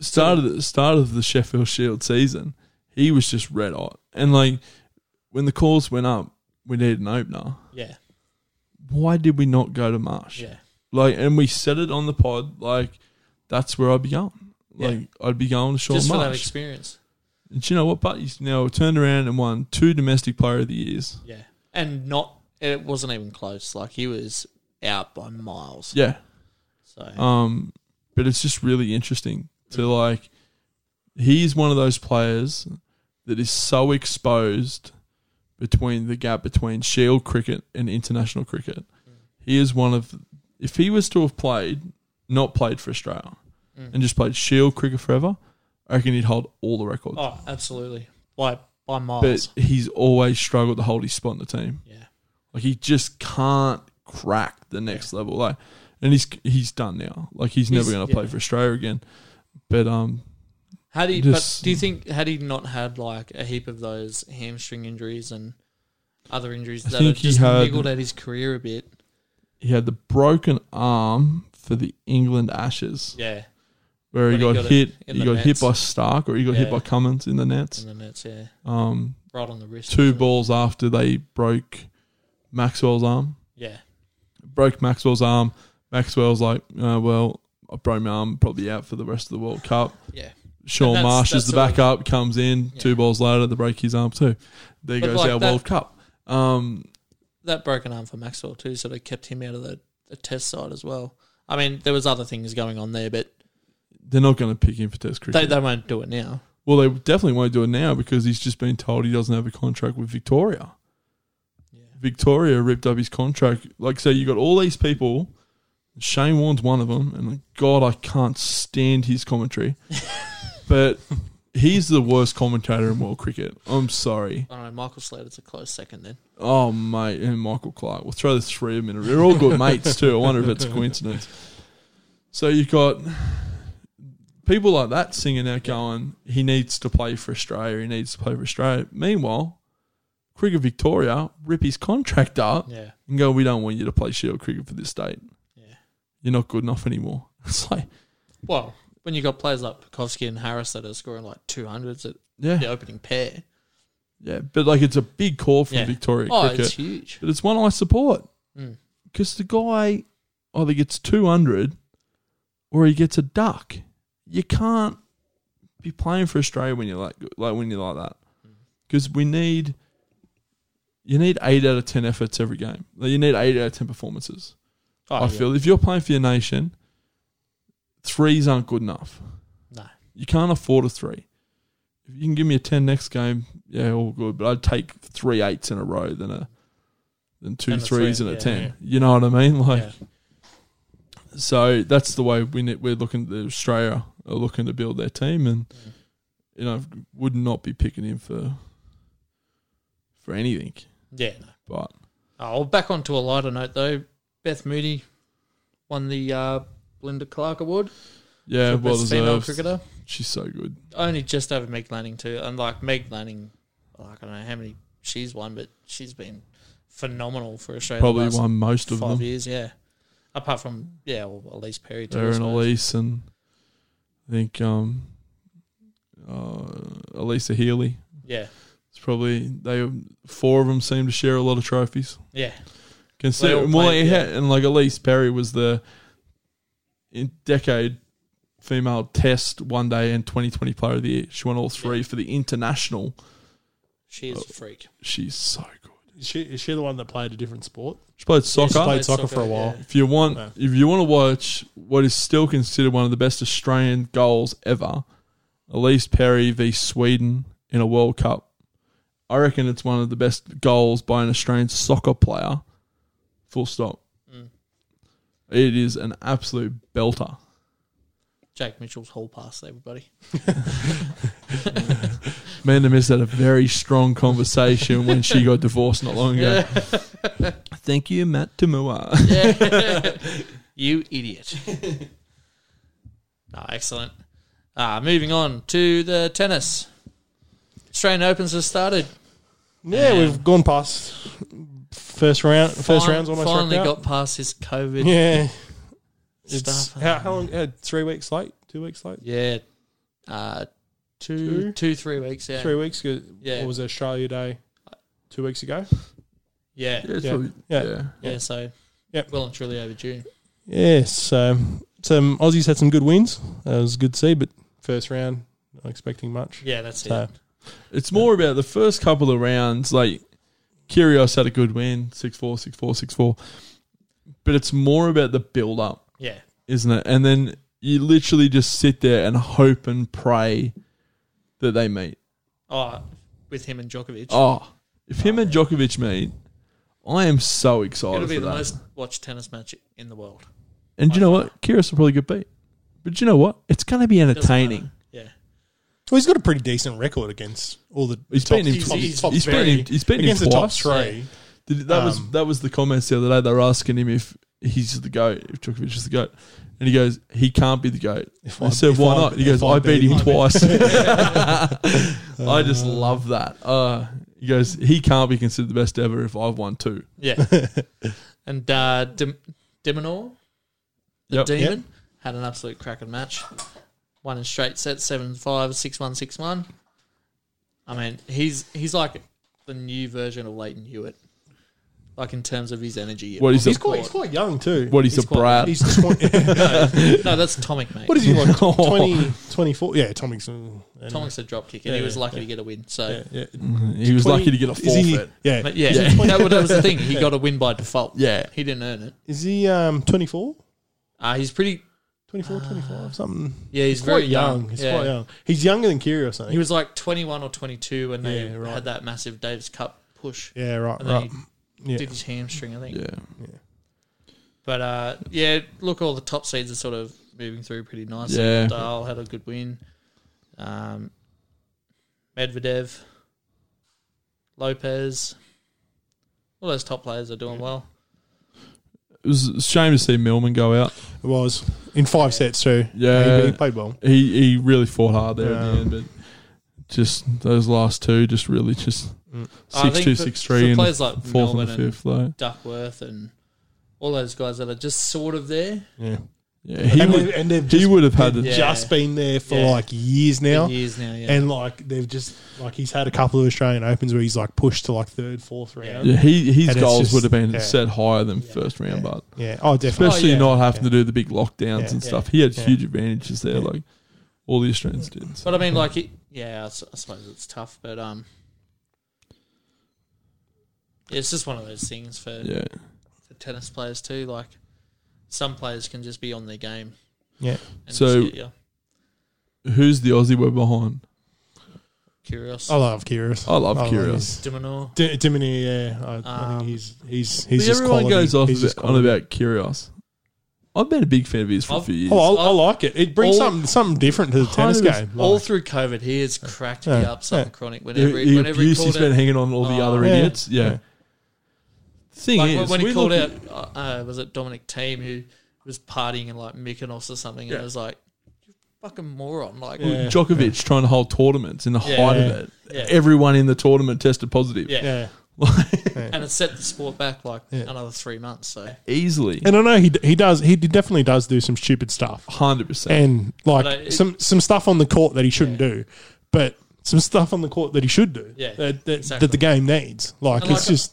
start of the start of the Sheffield Shield season, he was just red hot. And like when the calls went up, we needed an opener. yeah, Why did we not go to Marsh? yeah, Like, and we said it on the pod. Like, that's where I'd be going. Like, I'd be going to Sean just for that Marsh. experience. and do you know what? But he's now turned around and won two domestic player of the years. Yeah, and not it wasn't even close. Like he was out by miles. Yeah. So Um, but it's just really interesting to like. He's one of those players that is so exposed between the gap between Shield cricket and international cricket. He is one of, if he was to have played, not played for Australia, and just played Shield cricket forever, I reckon he'd hold all the records. oh, absolutely, by by miles. but he's always struggled to hold his spot in the team. yeah, Like he just can't crack the next level. Like, and he's he's done now. Like he's, never He's- going to yeah. play for Australia again. But um, Had he, Just- but do you think had he not had like a heap of those hamstring injuries and other injuries I that think have he just had- niggled at his career a bit? he had the broken arm for the England Ashes, Yeah, where he When he got, got hit. it in He the got hit nets. by Stark, or he got hit Yeah. by Cummins in the nets. and then it's yeah, Um, right on the wrist. two wasn't it? balls after they broke Maxwell's arm. Yeah. broke Maxwell's arm. Maxwell's like, uh, well, I broke my arm, probably out for the rest of the World Cup. Yeah. Sean that's- Marsh that's is the all- backup, comes in, Yeah. two balls later, they break his arm too. There But goes like our that- World Cup. Um, That broken arm for Maxwell too sort of kept him out of the, the test side as well. I mean, there was other things going on there, but they're not going to pick him for Test cricket. they, they won't do it now. well, they definitely won't do it now because he's just been told he doesn't have a contract with Victoria. Yeah. Victoria ripped up his contract. Like, so you got all these people. Shane Warne's one of them, and God, I can't stand his commentary. but he's the worst commentator in world cricket. I'm sorry. I don't know. Michael Slater's a close second then. Oh, mate, and Michael Clark. We'll throw the three of them in. They're all good mates, too. I wonder if it's a coincidence. So you've got people like that singing out going, he needs to play for Australia, he needs to play for Australia. Meanwhile, Cricket Victoria rip his contract up Yeah. and go, we don't want you to play shield cricket for this state. Yeah. You're not good enough anymore. It's like, Well, when you got players like Pekowski and Harris that are scoring like 200s at yeah, the yeah. opening pair. But like, it's a big call from Yeah. Victoria Oh, cricket. it's huge. but it's one I support Mm. because the guy either gets 200 or he gets a duck. You can't be playing for Australia when you're like, like when you're like that Mm-hmm. because we need you need eight out of ten efforts every game. Like, You need eight out of ten performances. Oh, I yeah. feel if you're playing for your nation, threes aren't good enough. No. You can't afford a three. If you can give me a ten next game, yeah, all good. But I'd take three eights in a row than a than two Than a threes three, and yeah, a ten. yeah. You know what I mean? Like, Yeah. so that's the way we need, we're looking. The Australia are looking to build their team, and you know, would not be picking him for for anything. Yeah. No. But Oh, well, back onto a lighter note though. Beth Moody won the uh, Belinda Clark Award yeah, for well best female deserved. cricketer. She's so good. Only just over Meg Lanning too. And like Meg Lanning, like I don't know how many she's won, but she's been phenomenal for Australia. the Probably last won most of five them. years. Yeah. Apart from yeah, well, Elise Perry too. I Her and suppose. Elise, and I think um, uh, Elisa Healy. Yeah. It's probably they four of them seem to share a lot of trophies. Yeah. Consider all well, played, yeah, and like Elise Perry was the in decade female test one day and 2020 player of the year. She won all three for the international. She is a freak. She's so good. Is she, is she the one that played a different sport? She played soccer. She played soccer, for a while. yeah. If you want, No. if you want to watch what is still considered one of the best Australian goals ever, Elise Perry v Sweden in a World Cup. I reckon it's one of the best goals by an Australian soccer player. Full stop. Mm. It is an absolute belter. Jake Mitchell's hall pass, everybody. Amanda Miss had a very strong conversation when she got divorced not long ago. Thank you, Matt Tamua. you idiot. no, excellent. Ah, moving on to the tennis. Australian Opens has started. Yeah, Yeah. we've gone past first round. First Fin- round's almost finally wrapped got up. past this COVID Yeah, it's stuff. how, how long? Uh, three weeks late. Two weeks late. yeah, uh, two, Two? two, three weeks. Yeah, Three weeks ago. Yeah. What was it, Australia Day? Two weeks ago. yeah, Yeah, it's Yeah. probably- Yeah. yeah. yeah. So, Yep. well and truly overdue. Yeah, so some Aussies had some good wins. That was good to see, but first round, not expecting much. Yeah, that's So- it. It's more about the first couple of rounds. Like Kyrgios had a good win, 6-4, 6-4, 6-4. But it's more about the build up, Yeah, isn't it? And then you literally just sit there and hope and pray that they meet. oh, with him and Djokovic, Oh, if him and Djokovic meet, I am so excited it'll be for the that. most watched tennis match in the world. and do you know what? Kyrgios will probably get beat. But do you know what? It's going to be Doesn't matter. entertaining. Yeah, Well, he's got a pretty decent record against all the. He's top- beaten him top- twice. top He's beaten three. him- he's beaten him against twice. the top three. Did- That was Um, that was the comments the other day. They were asking him if he's the goat, if Djokovic is the goat, and he goes, "He can't be the goat." If I I- said, if "Why I- not?" He if goes, I "I beat beat him him." twice." I just love that. Uh, he goes, "He can't be considered the best ever if I've won two. yeah. and uh, Dim- Dimonor, the Yep. demon, had an absolute cracking match. One in straight sets, seven five, six one, six one. I mean, he's he's like the new version of Leighton Hewitt. like in terms of his energy. What is He's He's quite, he's quite young too. What he's, He's a quite- brat. He's 20, No, that's Tomic, mate. what is he like? Oh. 20, 24? Yeah, Tomic's. Tomic's a drop kick, and Yeah, he was yeah, lucky yeah. to get a win. So, Yeah, yeah. he was 20 lucky to get a is he- forfeit. yeah. but yeah, Is he 20? that, that was the thing. He got a win by default. Yeah. he didn't earn it. Is he um 24? Uh, he's pretty. 24, 25, something. Yeah, he's, He's very quite young. He's yeah. quite young. He's younger than Kiri or something. He was like 21 or 22 when they Yeah, right. had that massive Davis Cup push, yeah, right, and then right. he Yeah. did his hamstring, I think. Yeah. But uh, yeah, look, all the top seeds are sort of moving through pretty nicely. Yeah. Dahl had a good win. Um, Medvedev, Lopez, all those top players are doing well. It was a shame to see Millman go out. It was in five sets too. Yeah. he, he played well. He he really fought hard there Yeah. at the end, but just those last two just really just Mm. I six think two for- six for three and players like fourth Melbourne and the fifth though. Duckworth and all those guys that are just sort of there Yeah, Yeah, he and, would they've, and they've he just, would have had the Yeah. just been there for Yeah. like years now, for years now. Yeah, and like they've just like he's had a couple of Australian Opens where he's like pushed to like third, fourth Yeah. round. yeah, he his And it's goals just- would have been yeah. set higher than first round, but Yeah. Oh, definitely. especially yeah. not having to Yeah. do the big lockdowns Yeah. and Yeah. stuff. He had Yeah. huge advantages there, Yeah. like all the Australians did. So. but I mean, like, it, yeah, I, s- I suppose it's tough, but um, yeah, it's just one of those things for Yeah, for tennis players too. Like some players can just be on their game. Yeah. And So- just get you who's the Aussie we're behind? curious. I love Kyrgios. I love Kyrgios. his- Dimonor. Di- Diminy, yeah, I, I Um, think he's he's he's But just everyone quality. goes off He's just about, on quality. about Kyrgios. I've been a big fan of his for a I've- few years. Oh, I, I like it. It brings All- something something different to the tennis Hundred- game. All Like, through COVID, he has cracked me Yeah. up something Yeah. chronic. the, Whenever, he the whenever he abuse called he's been it, hanging on to all the Oh, other yeah. idiots. Yeah. Yeah. Thing like, is, when he we called look out, at- uh, uh, was it Dominic Team who was partying in like Mykonos or something, and Yeah. it was like, "You fucking moron!" Like, Yeah. Djokovic trying to hold tournaments in the Yeah. height Yeah. of it. Yeah. Everyone in the tournament tested positive. Yeah. yeah. and it set the sport back like Yeah. another three months. So, Easily. And I know he d- he does he d- definitely does do some stupid stuff 100%. and like But I- it- some some stuff on the court that he shouldn't do, but some stuff on the court that he should do. Yeah, that, that, exactly. that the game needs. Like And, it's like, just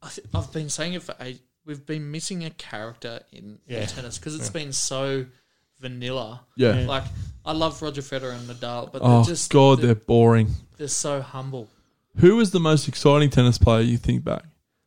I th- I've been saying it for eight. We've been missing a character in, Yeah. in tennis because it's been so vanilla. yeah. Yeah. Like I love Roger Federer and Nadal, but Oh, they're just God, they're, they're boring. they're so humble. Who was the most exciting tennis player you think back?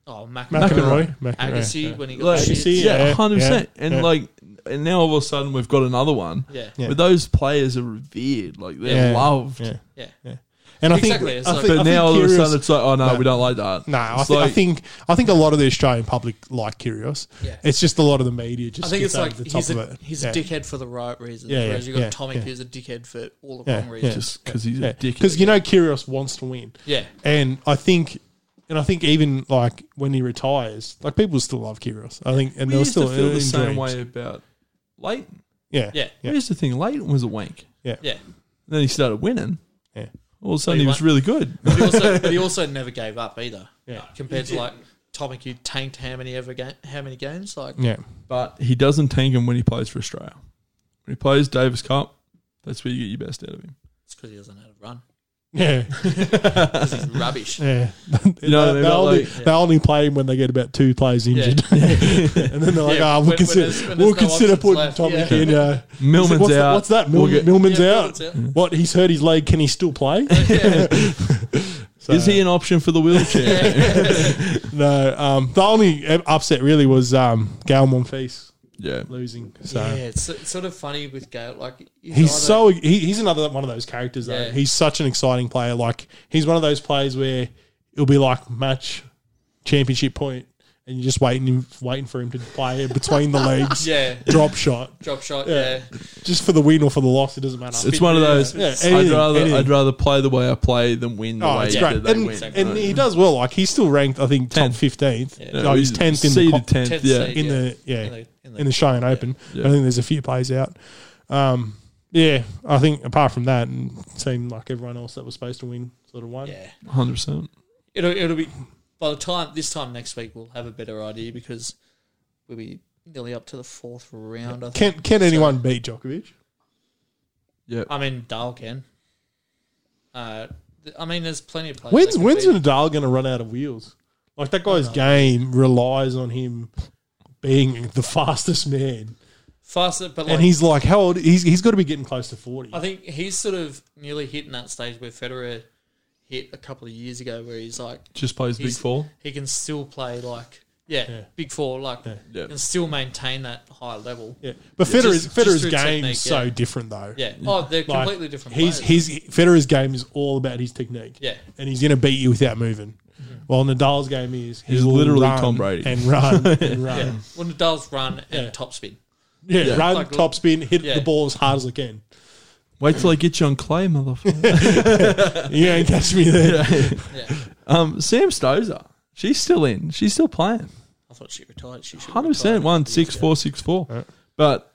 Oh, Mac- McEnroy, Agassi when he got Like, the shits. Agassi, Yeah, Yeah, 100%. And yeah. like, and now all of a sudden we've got another one. yeah, Yeah. But those players are revered. Like, they're Yeah. loved. Yeah. yeah, And I Exactly, think, it's I like- think But I now all think of a Kyrgios- sudden it's like, oh no, No. we don't like that. No, I, It's thi- I like- think I think a lot of the Australian public like Kyrgios. Yeah. It's just a lot of the media just I think gets it's over like the top he's of a it. he's yeah. a dickhead for the right reasons. Yeah, yeah, whereas you've got yeah, Tomic yeah. who's a dickhead for all the Yeah, wrong yeah. reasons. just because he's a dickhead. Because you know Kyrgios wants to win. Yeah, And I think and I think even like when he retires, like people still love Kyrgios. I think and we they'll used still to feel in the same dreams. way about Leighton. Yeah. yeah, yeah. Yeah. We used to think Leighton was a wank. yeah. Then he started winning. Yeah. All of a sudden He he was won. really good. But he also, but he also never gave up either. Yeah. compared to like Tomic, who tanked how many ever ga- how many games? Like Yeah. But he doesn't tank him when he plays for Australia. When he plays Davis Cup, that's where you get your best out of him. it's because he doesn't know how to run. Yeah. 'Cause he's rubbish. Yeah. You know what I they, mean? But only, like- they only play him when they get about two players injured. and then they're like, Yeah, ah, when- we'll when consider, there's- when we'll there's no consider options putting left, Tomic yeah. in. Uh, Millman's what's, out. That, what's that? Mil- We'll get- Millman's Yeah, out. Millman's out. What? He's hurt his leg. Can he still play? So- Is he an option for the wheelchair? No. Um, the only upset really was um, Gael Monfils yeah. losing. So. Yeah, it's, it's sort of funny with Gale. Like he's, He's either- so e, he, he's another one of those characters though. Yeah. He's such an exciting player. Like he's one of those players where it'll be like match championship point, and you're just waiting waiting for him to play in between the legs, yeah drop shot, drop shot. Yeah. Yeah, just for the win or for the loss. It doesn't matter. It's one of those. Yeah, I'd anything, rather anything. I'd rather play the way I play than win the Oh, way it's that great, they and, win. and he does well. Like he's still ranked, I think, top Tenth. fifteenth. Yeah. Yeah, Like, he's tenth in the, seeded co- tenth, Tenth yeah. seed. in the yeah In the- in in the- the, Australian Open. Yeah. I think there's a few plays out. Um, yeah, I think apart from that, it seemed like everyone else that was supposed to win sort of won. yeah. Hundred percent. It'll it'll be by the time this time next week we'll have a better idea because we'll be nearly up to the fourth round. I think. Can can anyone beat Djokovic? Yeah. I mean, Dale can. Uh, th- I mean, there's plenty of players. When's that can when's beat- Nadal going to run out of wheels? Like that guy's game relies on him being the fastest man, Faster, but like, and he's like, how old? He's he's got to be getting close to forty. I think he's sort of nearly hitting that stage where Federer hit a couple of years ago, where he's like Just plays big He's- four. he can still play like yeah, Yeah. big four, like Yeah. Yeah. and still maintain that high level. Yeah, but Yeah. Federer's Just- just Federer's through game technique, is so yeah. different though. Yeah. Oh, they're Like, completely different. He's players. his Federer's game is all about his technique. Yeah. Mm-hmm. and he's going to beat you without moving. Well, Nadal's game is He's he'll literally run Tom Brady. and run and run. yeah. Well, Nadal's run and Yeah. top spin. Yeah, Yeah. run, Like- top spin, hit Yeah. the ball as hard as I can. Wait till I get you on clay, motherfucker. You ain't catch me there. Yeah. um, Sam Stosur, she's still in. She's still playing. I thought she retired. She should. Hundred percent. One six four six four. Yeah. But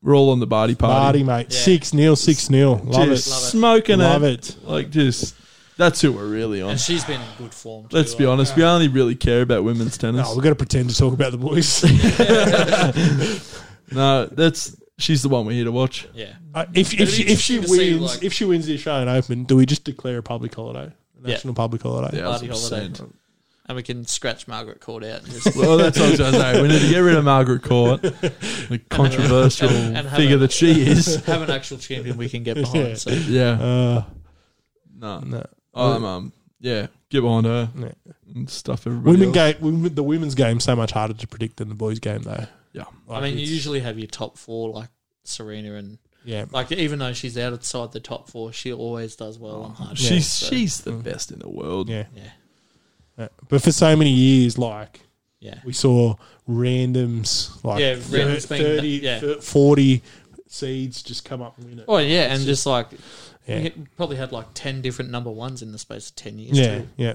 we're all on the Barty party. Party, mate. Yeah. Six 0 six 0 Love just it. Love it. smoking Love it. it. Like just that's who we're really on. And she's been in good form. Too, Let's be like- honest. We only really care about women's tennis. No, we're going to pretend to talk about the boys. Uh, No, that's she's the one we're here to watch. Yeah. Uh, if It'd if she, be if she interesting to see, wins, like- if she wins the Australian Open, do we just declare a public holiday, a Yeah. national public holiday? Yeah, I was Bloody holiday. saying. And we can scratch Margaret Court out. And just, Well, that's what I was going to say. We need to get rid of Margaret Court, the controversial And- and have figure a- that she is. have an actual champion we can get behind. Yeah. So Yeah. Uh, No. no. Um, um, yeah. Get behind her Yeah. and stuff everybody. Women else. game, women, the women's game, so much harder to predict than the boys' game, though. Yeah. I mean, you it's- usually have your top four like Serena and yeah, like even though she's outside the top four, she always does well on hard. She's court, so- she's the best in the world. mm. yeah, yeah, yeah. But for so many years, like yeah. we saw randoms, like Yeah, thir- randoms being- 30, yeah. thir- 40 seeds just come up and win it. Oh yeah, and just like yeah. we probably had like ten different number ones in the space of ten years. yeah, too. yeah.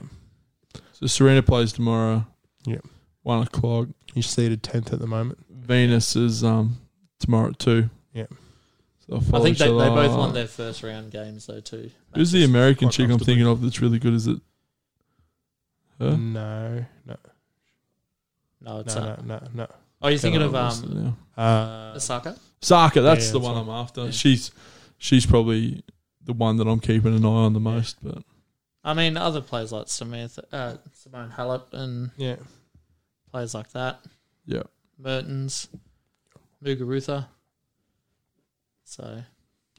So Serena plays tomorrow. Yeah. One o'clock. He's seated tenth at the moment. Venus is um tomorrow at two. Yeah. So I think they, they both won their. their first round games though too. Who's the American quite chick I'm comfortably. thinking of that's really good? Is it? Huh? No, no, No, it's no, uh, no, no, no. Oh, you're thinking of Can't um remember what's Uh, Osaka? Osaka. That's yeah, the that's one right. I'm after. Yeah. She's she's probably the one that I'm keeping an eye on the most. But I mean, other players like Samantha, uh, Simone Halep, and yeah, players like that. Yeah. Mertens, Muguruza. So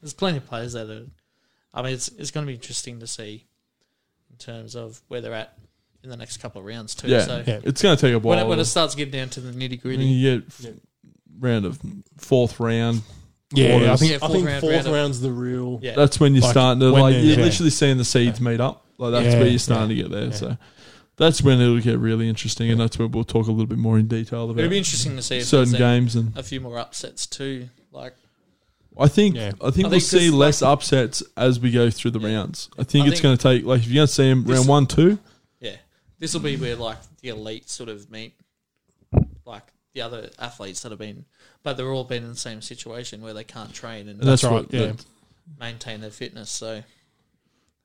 there's plenty of players there. That, I mean, it's it's going to be interesting to see in terms of where they're at in the next couple of rounds too. Yeah. mm, So Yeah. it's going to take a when while. it, when it starts getting down to the nitty When gritty, you get f- Yeah. round of fourth round, yeah. I Quarters. think Yeah, I fourth think round, fourth round of- round's the real. yeah, that's when you're Like, starting to when like they're- you're yeah. literally seeing the seeds meet up. Like that's Yeah, where you're starting yeah, to get there. yeah. So that's when it'll get really interesting, and that's where we'll talk a little bit more in detail it'll be about interesting to see if certain there's a- games and a few more upsets too. Like I think Yeah. I think I we'll think see this- less upsets as we go through the Yeah. rounds. I think I it's think- going to take like if you're going to see them This- round one, two. yeah, this will be where like the elite sort of meet like the other athletes that have been, but they're all been in the same situation where they can't train and And that's, That's right, What, yeah. that- maintain their fitness. So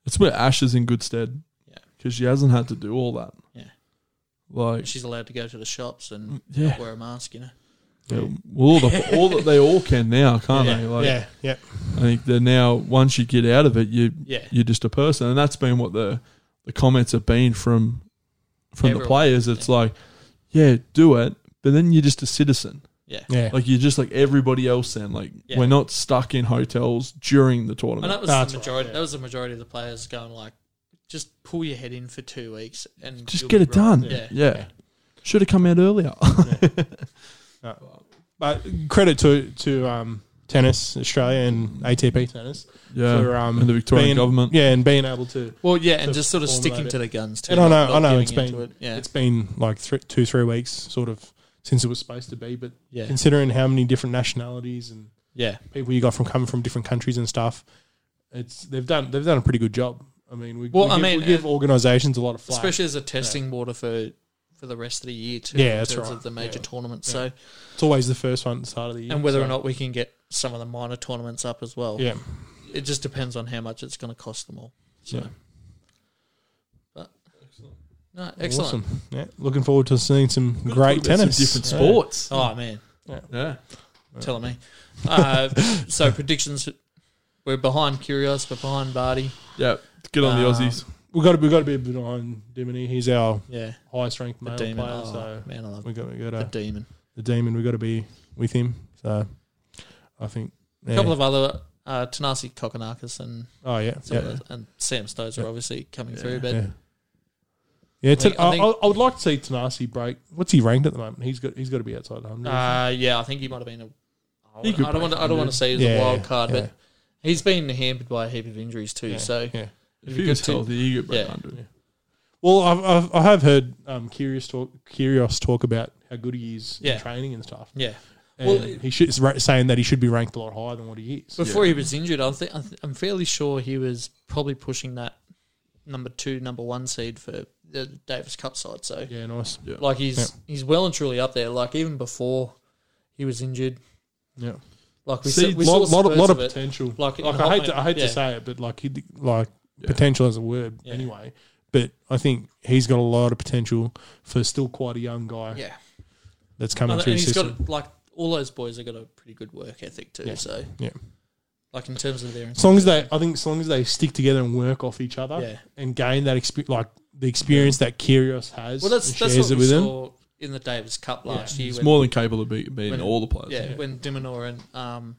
that's where Ash is in good stead. Yeah. because she hasn't had to do all that. Yeah. like she's allowed to go to the shops Mm, and yeah, wear a mask, you know. yeah. Well, all, the, all that they all can now, can't they? Like, yeah, yeah, I think they're now once you get out of it, you Yeah. you're just a person, and that's been what the the comments have been from from the Everyone. players. It's like, yeah, do it, but then you're just a citizen. Yeah. yeah. Like you're just like everybody else. Then like Yeah. we're not stuck in hotels during the And tournament. that was That's the right, majority yeah. that was the majority of the players going like just pull your head in for two weeks and Just you'll get be it right. done. Yeah. Yeah, should have come out earlier. Uh, But credit to to um, tennis Australia and ATP tennis yeah, for um, and the Victorian being- government. Yeah, and being able to. Well, yeah, To and just sort of formulate sticking it. to the guns too. And I like, know, not I know, giving it's been into it. yeah, it's been like thr two three weeks sort of since it was supposed to be, but yeah, considering how many different nationalities and yeah, people you got from coming from different countries and stuff, it's they've done they've done a pretty good job. I mean, we, Well, we I give, mean, we give uh, organisations a lot of flack. especially as a testing water for for the rest of the year too. Yeah, in that's terms right. of the major Yeah. tournaments. Yeah. So, it's always the first one at the start of the year, and whether or so- not we can get some of the minor tournaments up as well, yeah, it just depends on how much it's going to cost them all. So, Yeah. but no, excellent. awesome. Yeah, looking forward to seeing some Talk great about some tennis, different sports. Oh man, Yeah, telling me. Uh, so predictions, we're behind Curios, but behind Barty. yeah. Get on the Um, Aussies. we got to we got to be behind Dimini. He's our Yeah, highest ranked the male demon. player, Oh, so man, I love we got we got the to, demon. the demon. We got to be with him. So I think A couple of other uh, Tanasi Kokonakis and oh yeah some of yeah. those- and Sam Stones are Yeah. obviously coming Yeah. through, but Yeah, yeah think- I, I think- I, I would like to see Tanasi break. What's he ranked at the moment? He's got he's got to be outside the hundred. Uh, yeah, I think he might have been. A, I, He would, could I don't want. To, I don't want to say he's a wild card, but he's been hampered by a heap of injuries too. yeah, So yeah. If It'd be he was good to- healthy, he could break Yeah. 100. Well, I've, I've, I have heard um, Curious talk Curious talk about how good he is Yeah. in training and stuff. yeah, And Well, he should, is ra- saying that he should be ranked a lot higher than what he is. before he was injured, I think I th- I'm fairly sure he was probably pushing that number two, number one seed for the Davis Cup side. So Yeah, nice. like he's he's well and truly up there. Like even before he was injured, Yeah, like we See, saw, we lot, saw lot, of- spurts lot of of it. potential. Like, Like in I hate Hotman- to, I hate yeah. to say it, but like he like Yeah. potential as a word Yeah. anyway. But I think he's got a lot of potential for still quite a young guy Yeah, that's coming and through and his he's system. got like all those boys have got a pretty good work ethic too. Yeah. So Yeah. like in terms of their As long as they, I think, as long as they stick together and work off each other yeah. and gain that experience, like the experience that Curios has, Well, that's and that's shares what it we with him. saw in the Davis Cup last year. He's when- more than capable of be- beating when- all the players. yeah, Yeah. when Diminor and um,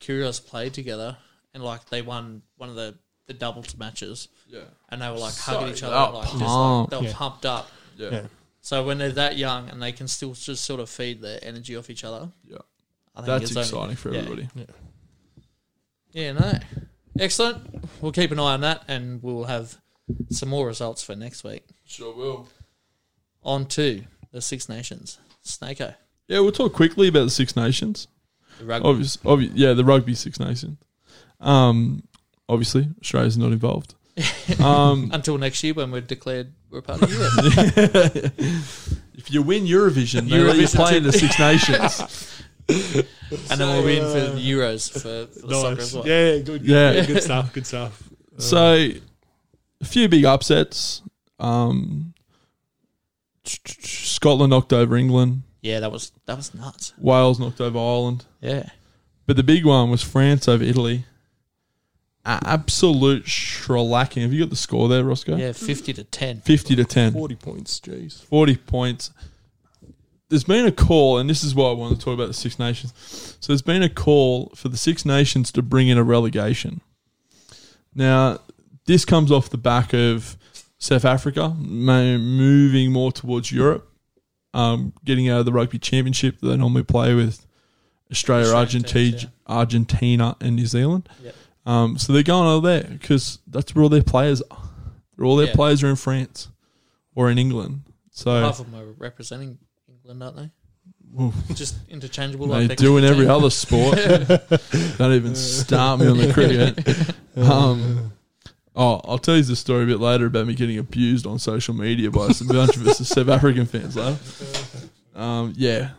Kyrgios played together, and like they won one of the the doubles matches, Yeah. and they were like So hugging each they other, are like, just, like pumped. they were Yeah. pumped up. Yeah. Yeah. So when they're that young and they can still just sort of feed their energy off each other, Yeah. I think That's it's only- exciting for yeah. everybody. Yeah, no, excellent. We'll keep an eye on that, and we'll have some more results for next week. Sure will. On to the Six Nations, Snako, Yeah, we'll talk quickly about the Six Nations. the rugby. Obvious, obvious, yeah, the Rugby Six Nations. Um, obviously, Australia's not involved. Um, Until next year, when we're declared we're part of the US. if you win Eurovision, they let you Eurovision play in the Six Nations. And then we'll be in for the Euros for, for the soccer Nice. as well. Yeah, yeah, good. Yeah. good, good stuff. Good stuff. So, a few big upsets. Um, Scotland knocked over England. Yeah, that was that was nuts. Wales knocked over Ireland. Yeah. But the big one was France over Italy. A- Absolute shellacking. Have you got the score there, Roscoe? Yeah, 50 to 10. 50 to 10. forty points. Jeez. 40 points. There's been a call, and this is why I wanted to talk about the Six Nations. So there's been a call for the Six Nations to bring in a relegation. Now, this comes off the back of South Africa ma- moving more towards Europe, um, getting out of the Rugby Championship that they normally play with Australia, Australian Argentina, teams, yeah. Argentina, and New Zealand. Yep. Um, so they're going over there because that's where all their players are. All their Yeah. players are in France or in England. So Half of them are representing England, aren't Oof. they? Just interchangeable. They like do in every other sport. Don't even start me on the cricket. Um, oh, I'll tell you the story a bit later about me getting abused on social media by some bunch of us South African fans. Later. Um, yeah,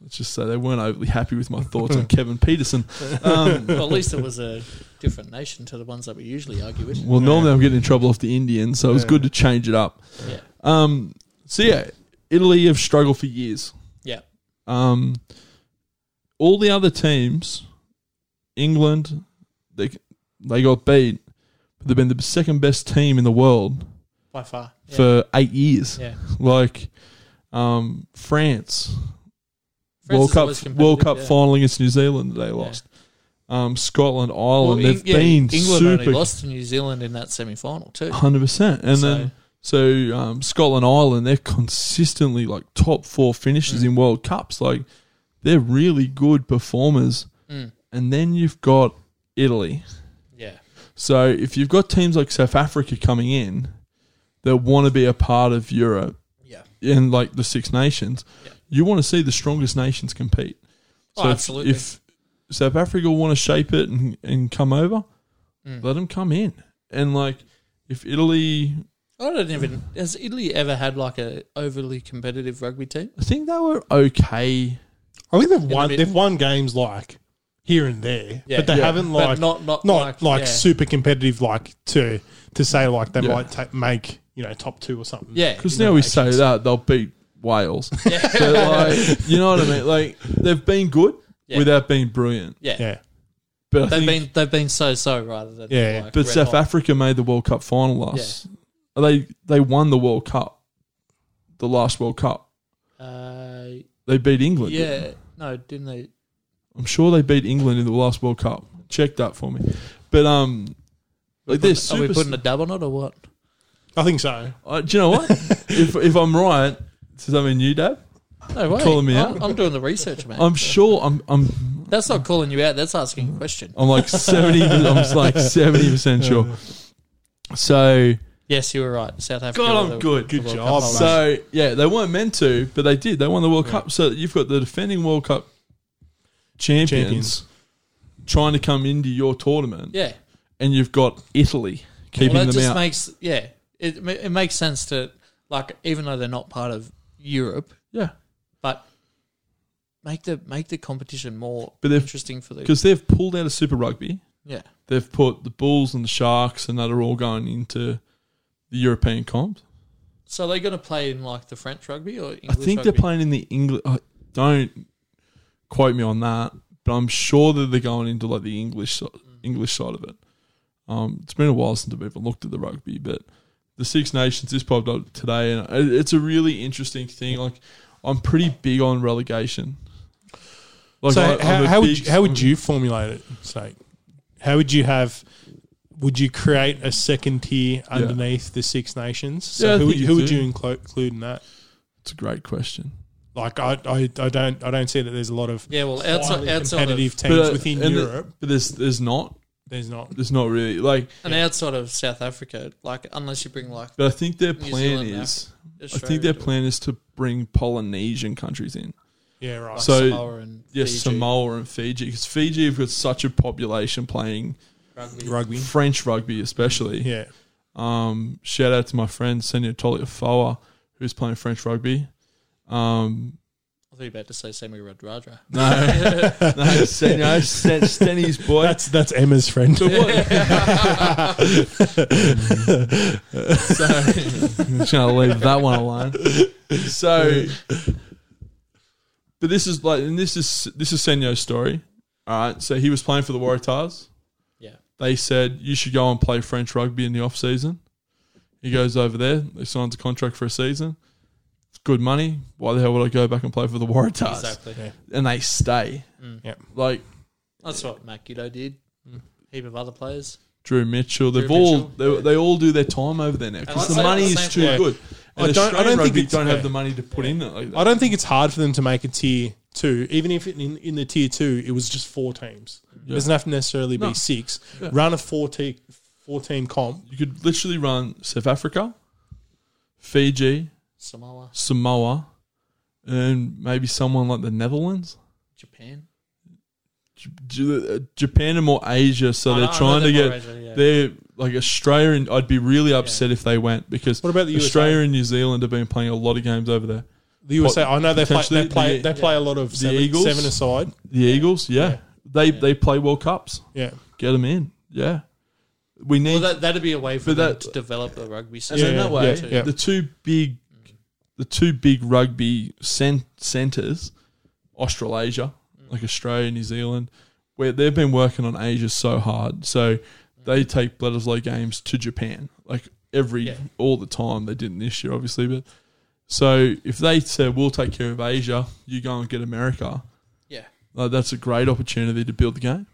let's just say they weren't overly happy with my thoughts on Kevin Peterson. Um, Well, at least it was a different nation to the ones that we usually argue with. well, normally I'm getting in trouble off the Indians, so it was good to change it up. Yeah. Um, so yeah, Italy have struggled for years. Yeah. Um, all the other teams, England, they they got beat, but they've been the second best team in the world By far. Yeah. for eight years. yeah. Like um, France, France is World always Cup competitive, World Cup yeah. final against New Zealand, they lost. Um, Scotland, Ireland, Well, they've Eng- yeah, been England only super Ah. lost to New Zealand in that semi final, too. hundred percent, and So- then. So um, Scotland, Ireland, they're consistently like top four finishes Mm. in World Cups. Like they're really good performers. Mm. And then you've got Italy. Yeah. So if you've got teams like South Africa coming in that want to be a part of Europe Yeah. and like the Six Nations, Yeah. you want to see the strongest nations compete. Oh, if- absolutely. If, South Africa want to shape it and, and come over, Mm. let them come in. And like if Italy, I don't even. Has Italy ever had like a overly competitive rugby team? I think they were okay. I think they've the won. mid- they've won games like here and there, Yeah. but they Yeah. haven't But like not, not not like, yeah. super competitive. Like to to say like they Yeah. might ta- make you know top two or something. Yeah. Because now we say that they'll beat Wales. Yeah. but like, you know what I mean? Like they've been good Yeah. without being brilliant. yeah. yeah, But I They've think, been they've been so so rather than Yeah, like but red South hot. Africa made the World Cup final last. They they won the World Cup, the last World Cup. Uh, They beat England. didn't yeah, they? no, didn't they? I'm sure they beat England in the last World Cup. Check that for me. But um, like Put- they're Are we super. putting a dub on it or what? I think so. Uh, do you know what? if if I'm right, does that mean you, Dad? No way. Calling me I'm, I'm doing the research, man. I'm sure. I'm I'm that's not calling you out. That's asking a question. I'm like seventy. I'm just like seventy percent sure. So Yes, you were right. South Africa. God, were I'm the- good. the Good World job, Cup holders. mate. So yeah, they weren't meant to, but they did. They won the World Yeah. Cup. So you've got the defending World Cup champions, Champions. trying to come into your tournament, Yeah. and you've got Italy keeping well, that them just out. makes yeah. It ma- it makes sense to like even though they're not part of Europe, yeah, but make the make the competition more But they've- interesting for the because they've pulled out of Super Rugby. yeah They've put the Bulls and the Sharks, and that are all going into the European comps. So they're going to play in like the French rugby or English I think rugby? they're playing in the English. Don't quote me on that, but I'm sure that they're going into like the English si- Mm. English side of it. Um, it's been a while since I've even looked at the rugby, but the Six Nations this popped up today, and it- it's a really interesting thing. Like, I'm pretty big on relegation. Like, so I- I'm how, a how would big- you, how would you formulate it, Snake? How would you have? Would you create a second tier underneath the Six Nations? So Yeah, I who, would- think you who would do. you include, include in that? It's a great question. Like I, I, I don't I don't see that there's a lot of yeah, well, outside, highly outside of, competitive But, teams uh, within and the- Europe. but there's there's not there's not. there's not really like. and outside of South Africa, like unless you bring like But I think their New plan Zealand, is. I Australia think their to it, plan is to bring Polynesian countries in. Yeah, right. like so- Samoa and Yes, Fiji, Samoa and Fiji because Fiji have got such a population playing rugby. rugby. French rugby, especially. Yeah, Um, shout out to my friend Senior Toliafoa, who's playing French rugby. Um, I thought you were about to say Samu Radraja. no, no, Senio, Sen- Stenny's boy. that's that's Emma's friend. so what- So- I'm just gonna leave that one alone. So, but this is like, and this is this is Senio's story. All right, so he was playing for the Waratahs. Yeah, they said you should go and play French rugby in the off season. He goes over there. They signs a contract for a season. It's good money. Why the hell would I go back and play for the Waratahs? exactly. Yeah. And they stay. Mm. Yeah. Like That's what Mac Guido did. Hmm. Heap of other players. Drew Mitchell, they've Drew all Mitchell, they, they all do their time over there now because And the I- I- money same- is too yeah. good. And I don't- I Australian don't think rugby it's- don't have yeah. the money to put in it like that. I don't think it's hard for them to make a tier two, even if in, in the tier two it was just four teams. It doesn't have to necessarily No. be six. Yeah. Run a four, te- four team comp. you could literally run South Africa, Fiji, Samoa, Samoa, and maybe someone like the Netherlands. Japan. J- J- uh, Japan and more Asia, so I they're know- I know trying to they're get. more Asia, yeah. They're like Australia, and I'd be really upset if they went because What about the USA? Australia and New Zealand have been playing a lot of games over there. The USA, I know they play. Potentially They play. the- they play a lot of seven, Eagles? seven aside. The Eagles, yeah, Yeah. they they play World Cups. Yeah, Get them in, yeah. We need Well, that that'd be a way for But them that- to develop the rugby and system. in Yeah, that way yeah, yeah. the two big, the two big rugby cent- centers, Australasia, like Australia, New Zealand, where they've been working on Asia so hard. So they take Bledisloe games to Japan, like every Yeah. all the time. They didn't this year, obviously, but so if they said we'll take care of Asia, you go and get America. Yeah. Like, that's a great opportunity to build the game.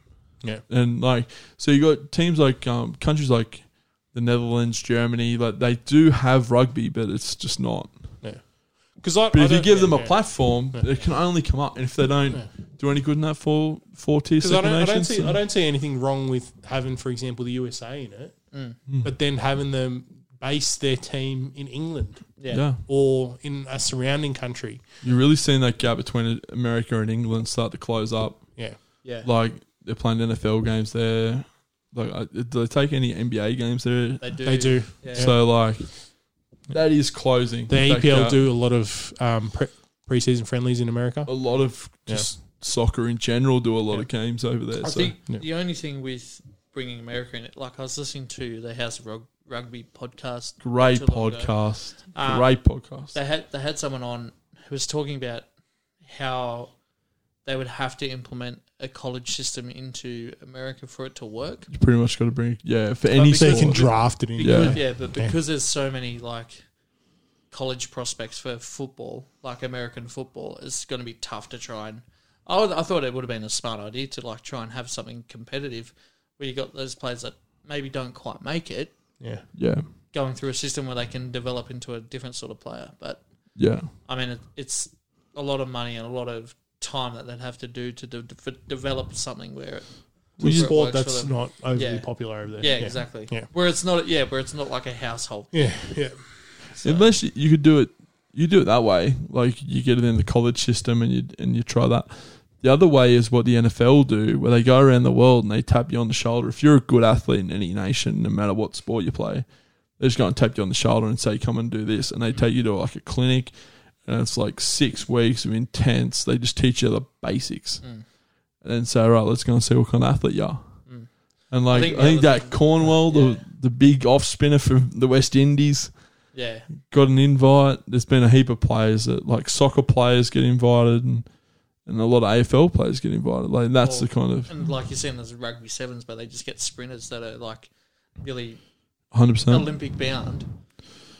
Yeah. and like so you got teams like um, countries like the Netherlands, Germany, like they do have rugby, but it's just not. because I. But I if you don't- give them yeah. a platform, Yeah. it can only come up. And if they don't Yeah. do any good in that four four tier Because I second don't, I don't nations, see, I don't see anything wrong with having, for example, the USA in it, Mm. but then having them base their team in England Yeah. yeah, or in a surrounding country. you're really seeing that gap between America and England start to close up. Yeah, Yeah. Like they're playing NFL games there. Like, I- do they take any NBA games there? They do. they do. Yeah. So like, that is closing The That EPL uh, gap. do a lot of um, pre- preseason friendlies in America. Oh, a lot of just soccer in general do a lot Yeah. of games over there. I so think Yeah. the only thing with bringing America in it, like I was listening to the House of Rug- Rugby podcast. great Too long ago. podcast, Um, Uh, great podcast. They had they had someone on who was talking about how they would have to implement a college system into America for it to work. You pretty much got to bring yeah for any so you can sport. draft it in. Yeah. Because, yeah. but because there's so many like college prospects for football, like American football, it's going to be tough to try and. I, would- I thought it would have been a smart idea to like try and have something competitive, where you got those players that maybe don't quite make it, Yeah. yeah going through a system where they can develop into a different sort of player. But yeah I mean, it, it's a lot of money and a lot of time that they'd have to do to de- de- develop something where it We where it sport works for that's them. not overly Yeah. popular over there. yeah, exactly Yeah. where it's not yeah where it's not like a household Yeah. Yeah. So- Unless you, you could do it, you do it that way. Like you get it in the college system and you and you try that. The other way is what the NFL do, where they go around the world and they tap you on the shoulder. If you're a good athlete in any nation, no matter what sport you play, they just go and tap you on the shoulder and say, "Come and do this," and they take you to like a clinic, and it's like six weeks of intense. They just teach you the basics, Mm. and then say, "Right, let's go and see what kind of athlete you are." Mm. And like I think think, the other that Cornwell, Yeah. the the big off spinner from the West Indies, yeah got an invite. There's been a heap of players that like soccer players get invited, and and a lot of AFL players get invited. Like that's Well, the kind of and like you're seeing there's rugby sevens but they just get sprinters that are like really hundred percent. Olympic bound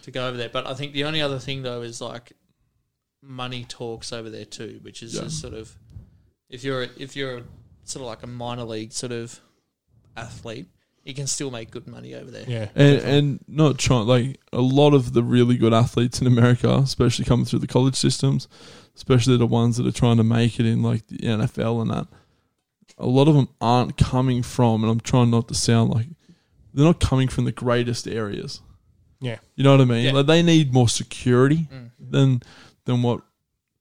to go over there. But I think the only other thing though is like money talks over there too, which is Yeah. just sort of if you're if you're sort of like a minor league sort of athlete, you can still make good money over there. Yeah. And, and not trying like a lot of the really good athletes in America, especially coming through the college systems, especially the ones that are trying to make it in like the NFL and that. A lot of them aren't coming from, and I'm trying not to sound like they're not coming from the greatest areas. Yeah. You know what I mean? Yeah. Like they need more security. Mm. than than what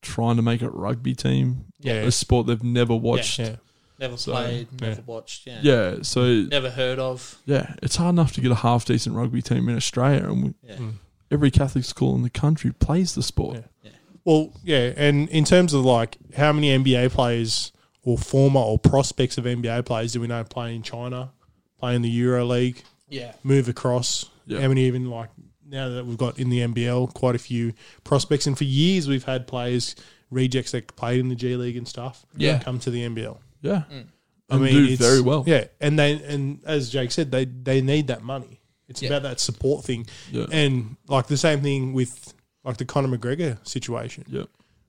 trying to make a rugby team Yeah. a sport they've never watched. Yeah. Never So, played, yeah. never watched, yeah. Yeah, so Never heard of. yeah, it's hard enough to get a half decent rugby team in Australia, and we, Yeah. Mm. every Catholic school in the country plays the sport. Yeah. Well, yeah, and in terms of like how many NBA players or former or prospects of NBA players do we know play in China, play in the Euro League, Yeah. move across? Yeah. How many even like now that we've got in the NBL quite a few prospects, and for years we've had players rejects that played in the G League and stuff, Yeah. come to the NBL. Yeah, Mm. I and mean, do it's- very well. Yeah, and they and as Jake said, they they need that money. It's Yeah. about that support thing, Yeah. and like the same thing with like the Conor McGregor situation yeah.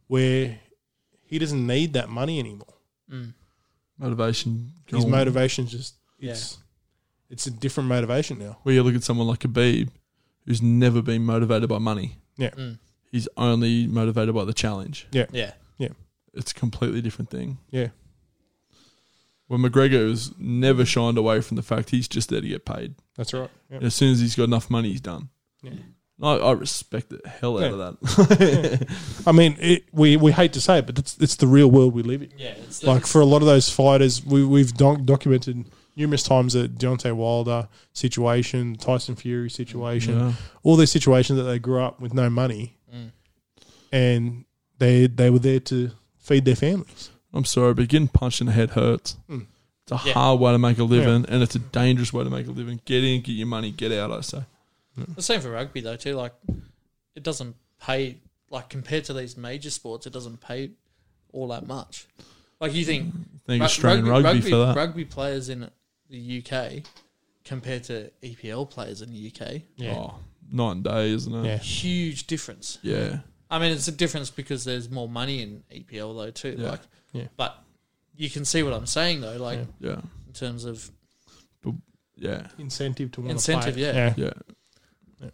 where he doesn't need that money anymore. Mm. Motivation. His gone. motivation's just Yeah. it's it's a different motivation now. Where you look at someone like Khabib, who's never been motivated by money. Mm. He's only motivated by the challenge. Yeah. It's a completely different thing. Yeah. Where McGregor has never shined away from the fact he's just there to get paid. That's right. Yeah. And as soon as he's got enough money, he's done. Yeah. And I, I respect the hell out Yeah. of that. I mean, it, we we hate to say it, but it's it's the real world we live in. Yeah. It's Like for a lot of those fighters, we we've doc- documented numerous times the Deontay Wilder situation, Tyson Fury situation, Yeah. all these situations that they grew up with no money, Mm. and they they were there to feed their families. I'm sorry, but getting punched in the head hurts. Mm. It's a Hmm. Yeah. hard way to make a living, and it's a dangerous way to make a living. Get in, get your money, get out. I say. The same for rugby though too. Like it doesn't pay like compared to these major sports, it doesn't pay all that much. Like you think Thank ru- Australian rugby, for that. rugby players in the UK compared to EPL players in the UK, Oh, night and day, isn't it? Yeah. huge difference. Yeah. I mean, it's a difference because there's more money in EPL though too. Yeah. Like, Yeah. but you can see what I'm saying though, like Yeah. Yeah. in terms of Yeah. Incentive to want Incentive, to play. it. yeah. Yeah. Yeah.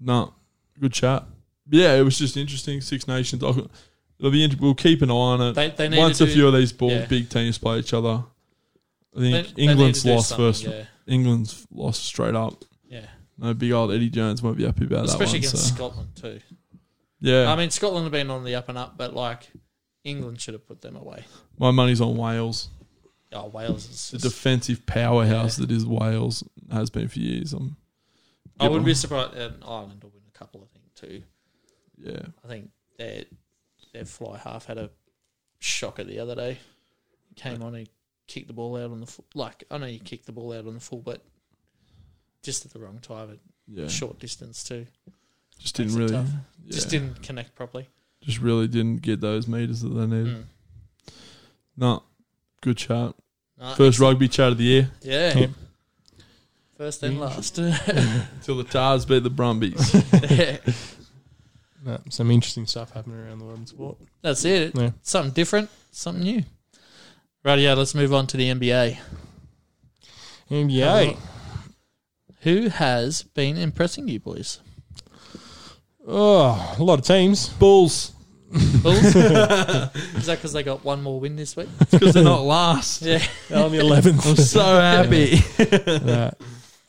No, good chat. Yeah, it was just interesting. Six Nations. I'll- It'll be. int- We'll keep an eye on it. they they need Once to a do, few of these ball, yeah. big teams play each other. I they- think they need England's to do lost something, first. Yeah, England's lost straight up. yeah. No, big old Eddie Jones won't be happy about especially that one. against so- Scotland too. Yeah, I mean, Scotland have been on the up and up, but like England should have put them away. my money's on Wales. Oh, Wales is. The Just, defensive powerhouse that is Wales has been for years. Um, I wouldn't be surprised. And Ireland will win a couple, I think, too. yeah, I think their their fly half had a shocker the other day. Came on and kicked the ball out on the full. Like I know you kicked the ball out on the full, but just at the wrong time, at yeah. short distance too. Just Makes didn't it really, tough. yeah. Just didn't connect properly. just really didn't get those meters that they needed. Mm. No, good chat. No, First rugby chat of the year yeah. Yep. First and last. until the Tars beat the Brumbies. Yeah. No, some interesting stuff happening around the world in sport. That's it. Yeah. Something different, something new. Right, yeah, let's move on to the NBA. NBA. Who has been impressing you boys? Oh, a lot of teams. Bulls Bulls? Is that because they got one more win this week? because they're not last. Yeah. on the eleventh. I'm so happy. Yeah.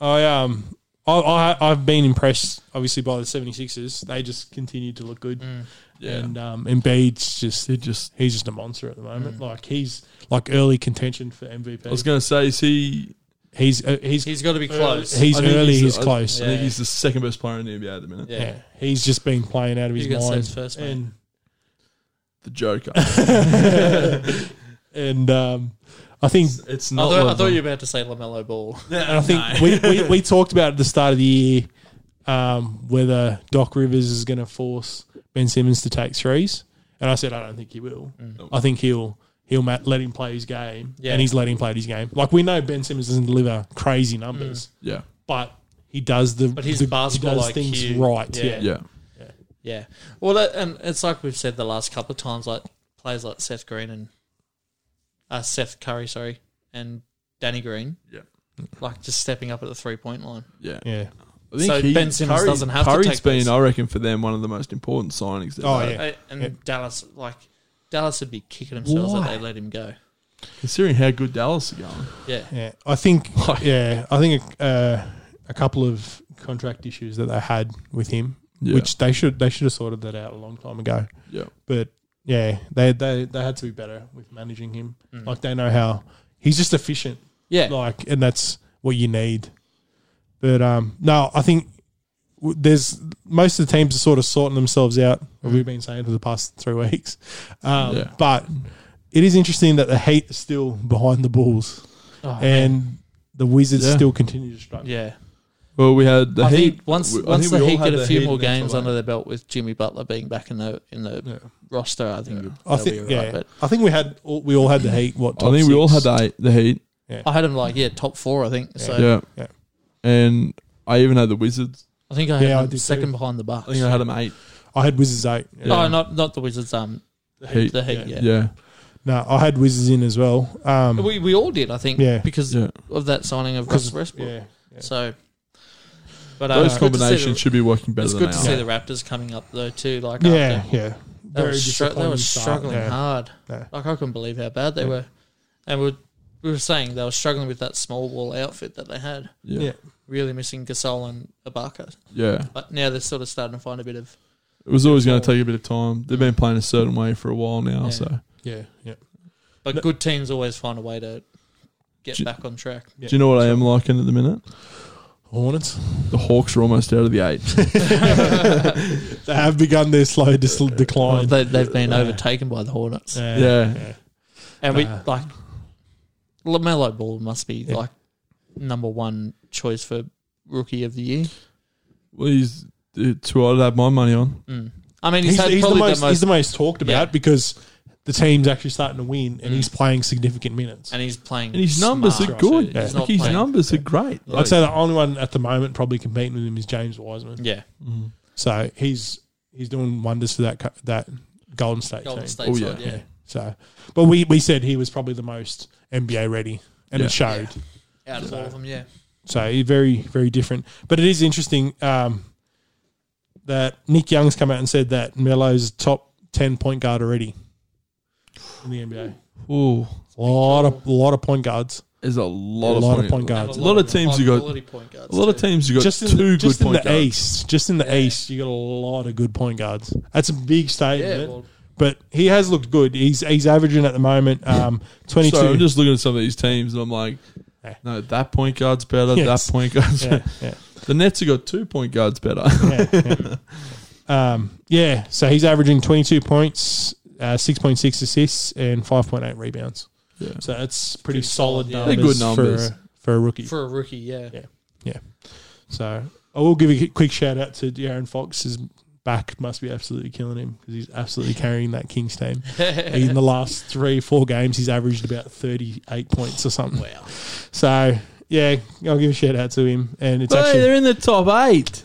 I um I, I I've been impressed obviously by the 76ers. They just continue to look good. Mm. uh, And um Embiid's just It just he's just a monster at the moment. Like he's like early contention for MVP. Mm. I was going to say, is he? he's uh, he's He's got to be close. he's I think early, he's, the- I- close. I Yeah. think he's the second best player in the NBA at the minute. yeah. He's just been playing out of his You can say mind. it's first, mate. and The Joker. and um I think it's I, not. thought, I LeBron. thought you were about to say LaMelo Ball. and I think we, we, we talked about at the start of the year um, whether Doc Rivers is going to force Ben Simmons to take threes, and I said I don't think he will. I think he'll he'll ma- let him play his game, Mm. Yeah. and he's letting him play his game. Like we know Ben Simmons doesn't deliver crazy numbers, Yeah, but he does the Mm. But his the, basketball does IQ, things right. yeah. Yeah, yeah. Yeah. Well, that, and it's like we've said the last couple of times, like players like Seth Green and uh, Seth Curry, sorry, and Danny Green. Yeah. Like just stepping up at the three point line. Yeah, yeah. I So Ben Simmons doesn't have to Curry's take been, those. I reckon, for them one of the most important signings. They've Oh, had. yeah. Uh, And Dallas, like Dallas would be kicking themselves that they Why? let him go. Considering how good Dallas are going, Yeah. Yeah, I think. Yeah, I think uh, a couple of contract issues that they had with him, Yeah. which they should they should have sorted that out a long time ago. yeah, But yeah, they they they had to be better with managing him. Like they know how he's just efficient. Yeah. Like, and that's what you need. But um, no, I think w- there's most of the teams are sort of sorting themselves out. what We've been saying for the past three weeks, um, Mm. Yeah. but it is interesting that the Heat is still behind the Bulls Oh, and the Wizards Yeah. still continue to struggle. yeah. well, we had the I Heat. think once we- I once think we the all Heat had get a the few Heat more in that games side. under their belt with Jimmy Butler being back in the in the Yeah. roster, I think you I they'll think be all yeah. right, But I think we had all, we all had the Heat. What I think we all had that. the the Heat. I had him like yeah top four, I think. So Yeah. Yeah. and I even had the Wizards. I think I had Yeah, I him did second too. behind the Bucks. I think I had them eight. I had Wizards eight. Yeah. Oh, not not the Wizards. Um, Heat. the Heat. Yeah. Yeah. yeah, No, I had Wizards in as well. Um, We we all did, I think. Yeah. Because yeah. of that signing of Russ Because- Westbrook. yeah, yeah. So, but uh, Those it's good to see combinations should be working The, better it's than good to they see the are. Raptors coming up though too. Like yeah, after, yeah. they were, str- they were disappointing start, struggling yeah. hard. Yeah. Like I couldn't believe how bad they were, and we we were saying they were struggling with that small wall outfit that they had. Yeah, Really missing Gasol and Ibaka, yeah. but now they're sort of starting to find a bit of It was always going to take a bit of time. They've been playing a certain way for a while now, Yeah. so Yeah, yeah. But good teams always find a way to get Ju- back on track. Yeah. Do you know what I am liking at the minute? Hornets. The Hawks are almost out of the eight. They have begun their slow dis- decline. they, they've been Yeah. overtaken by the Hornets, yeah, Yeah. and we Uh. Uh-huh. like Lamelo Ball must be Yeah. like number one choice for rookie of the year. Well, he's it's who I'd have my money on. Mm. I mean, he's, He's, had he's the probably most, he's the most talked Yeah. about because the team's actually starting to win and Mm. he's playing significant minutes. and he's playing. And his numbers smart. are good. Yeah. Like, He's not his playing- numbers are great. I'd say the only one at the moment probably competing with him is James Wiseman. Yeah, Mm. So he's he's doing wonders for that co- that Golden State Golden team. State Oh, side. yeah. Yeah. Yeah. So, but we we said he was probably the most NBA ready, and Yeah. it showed. out of all of them. Yeah, So he- very, very different. But it is interesting um, that Nick Young's come out and said that Melo's top ten point guard already in the NBA. Ooh, A lot of lot of point guards. there's a lot, a of, lot point. of point And guards. lot of teams you got- high-quality point guards A lot of too. teams you got Just in two the, good just in point the guards. east, just in the Yeah. east, you got a lot of good point guards. That's a big statement. Yeah, well, But he has looked good. He's he's averaging at the moment um, twenty So two. I'm just looking at some of these teams and I'm like, Yeah. no, that point guard's better. Yes. That point guard's yeah, better. yeah, The Nets have got two point guards better. yeah, yeah. Um, yeah. So he's averaging twenty two points, uh, six point six assists, and five point eight rebounds. yeah. So that's pretty, Pretty solid, solid, yeah. numbers, They're good numbers. For, a, for a rookie. for a rookie, yeah. Yeah. so I will give a quick shout out to Darren Fox. Has back must be absolutely killing him because he's absolutely carrying that Kings team. In the last three, four games, he's averaged about 38 points or something. Wow. So, yeah, I'll give a shout out to him. And it's Hey, actually, they're in the top eight.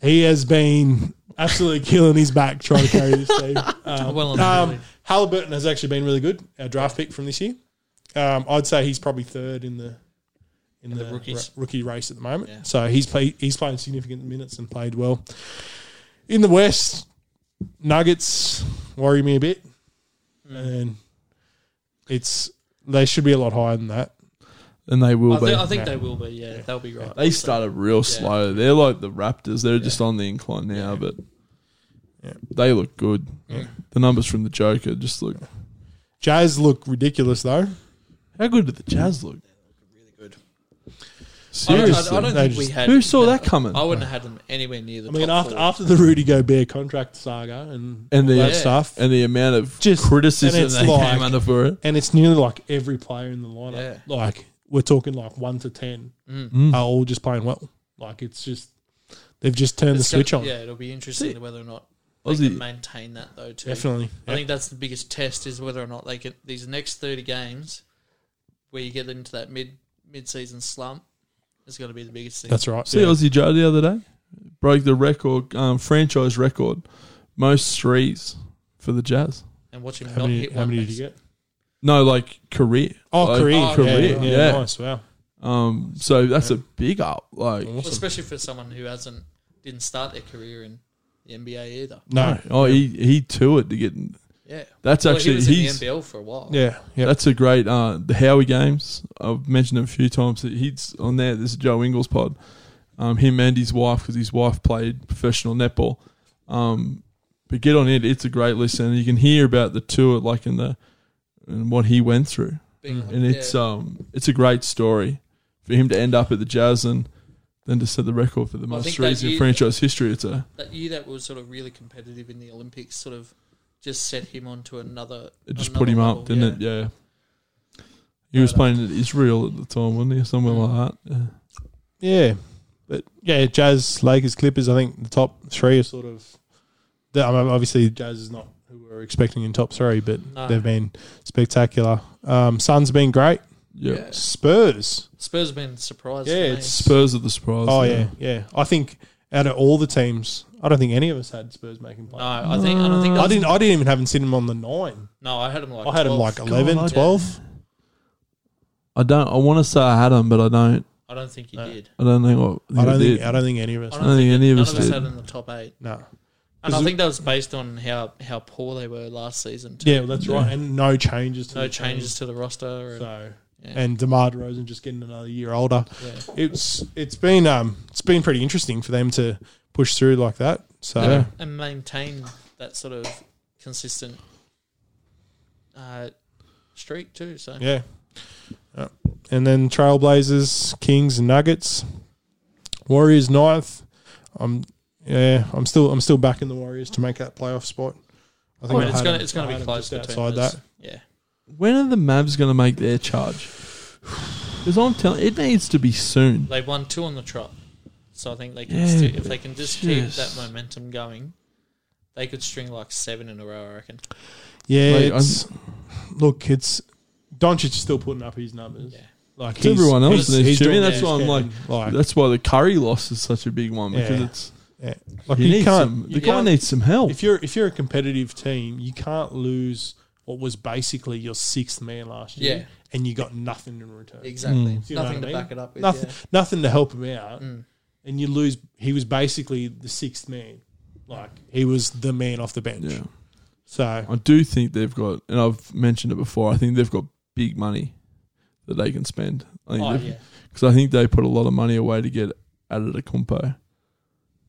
he has been absolutely killing his back trying to carry this team. Um, Well and um, truly. Halliburton has actually been really good, our draft pick from this year. Um, I'd say he's probably third in the. In, the the, rookies. ra- rookie race at the moment, Yeah. so he's play, he's playing significant minutes and played well. In the West, Nuggets worry me a bit, Hmm. and it's they should be a lot higher than that. And they will I, be. thi- I think they will be. Yeah, they'll be right. they started real slow. They're like the Raptors. They're just on the incline now, but Yeah. they look good. Yeah. The numbers from the Joker just look. Jazz look ridiculous though. How good did the Jazz look? really good. I, don't- I Seriously, don't They think we just- had. who saw no, that coming? I wouldn't have had them anywhere near the. I mean, top after four. after the Rudy Gobert contract saga and And all the- that Yeah. stuff, and the amount of Just- criticism and it's they like- came under for it. and it's nearly like every player in the lineup. Yeah. Like we're talking like one to ten Mm. Uh, are all just playing well. Like it's just they've just turned It's the switch gonna- on. Yeah, it'll be interesting See, whether or not they Aussie, can maintain that though. Too. Definitely. I think that's the biggest test is whether or not they can these next thirty games, where you get into that mid mid season slump, is going to be the biggest thing. That's right. see yeah. Aussie Joe the other day broke the record, um, franchise record, most threes for the Jazz. and watch him how not many, hit how one. many did next. you get? No, like career. Oh, Like, career, Oh, career, yeah, yeah. nice, wow, Um, so that's a big up. Like, Well, especially for someone who hasn't didn't start their career in the NBA either. no, oh, he he toured to get. in- Yeah, That's Well, actually he was he's in the NBL for a while. yeah, yeah, That's a great uh, the Howie games. I've mentioned him a few times. He's on there. This is Joe Ingles pod. Um, him and his wife because his wife played professional netball. Um, but get on it. It's a great listen. You can hear about the tour, like in the and what he went through. mm, Being like, And it's uh, yeah. um it's a great story for him to end up at the Jazz and then to set the record for the most think threes that in you- franchise history. It's a that year that was sort of really competitive in the Olympics. Sort of just set him onto another. it just another put him level, up, didn't it? Yeah. He was Right on. playing in Israel at the time, wasn't he? Somewhere like that. Yeah. yeah. But yeah, Jazz, Lakers, Clippers. I think the top three are sort of. the- I mean, obviously, Jazz is not who we we're expecting in top three, but No. they've been spectacular. Um, Suns been great. Yeah. Yeah. Spurs, Spurs have been surprised. Yeah, for me. it's- Spurs are the surprise. Oh yeah, yeah. I think out of all the teams, I don't think any of us had Spurs making no. play. I think I don't think I that's- didn't. I didn't even have him seen him on the nine. No, I had him like I had him 12. like 11, God. 12. I don't. I want to say I had him, but I don't. I don't think he No. did. I don't think. What, I don't did. think. I don't think any of us. I I don't think any of None us of us did. had him in the top eight, No. and Is I it- think that was based on how how poor they were last season. Too. Yeah, well, that's right. And no changes. To no the changes team. to the roster. and- So. Yeah. And Demar Derozan just getting another year older. yeah. It's it's been um it's been pretty interesting for them to push through like that. So Yeah. and maintain that sort of consistent uh, streak too. So Yeah. Yeah. And then Trailblazers, Kings, and Nuggets. Warriors ninth. I'm yeah, I'm still I'm still backing the Warriors to make that playoff spot. I I mean, it's had gonna them- it's gonna I be had them close just between outside those. that. Yeah, When are the Mavs going to make their charge? Because I'm telling, it needs to be soon. they won two on the trot, so I think they can Yeah, still, if but they can just keep just- that momentum going, they could string like seven in a row. I reckon. Yeah, Like, it's, look, it's Doncic is still putting up his numbers. Yeah. Like It's everyone else in this doing gym, what that's why I'm he like- can. like, That's why the Curry loss is such a big one because Yeah. it's like he you needs can't some. The you guy can't- needs some help. if you're if you're a competitive team, you can't lose what was basically your sixth man last year, Yeah. and you got nothing in return. Exactly, You know Mm. nothing what to I mean? back it up. With, Mm. nothing, nothing to help him out, Mm. and you lose. He was basically the sixth man, like he was the man off the bench. yeah, So I do think they've got, and I've mentioned it before. I think they've got big money that they can spend. I Yeah. think Oh they've- yeah, because I think they put a lot of money away to get Adetokumpo.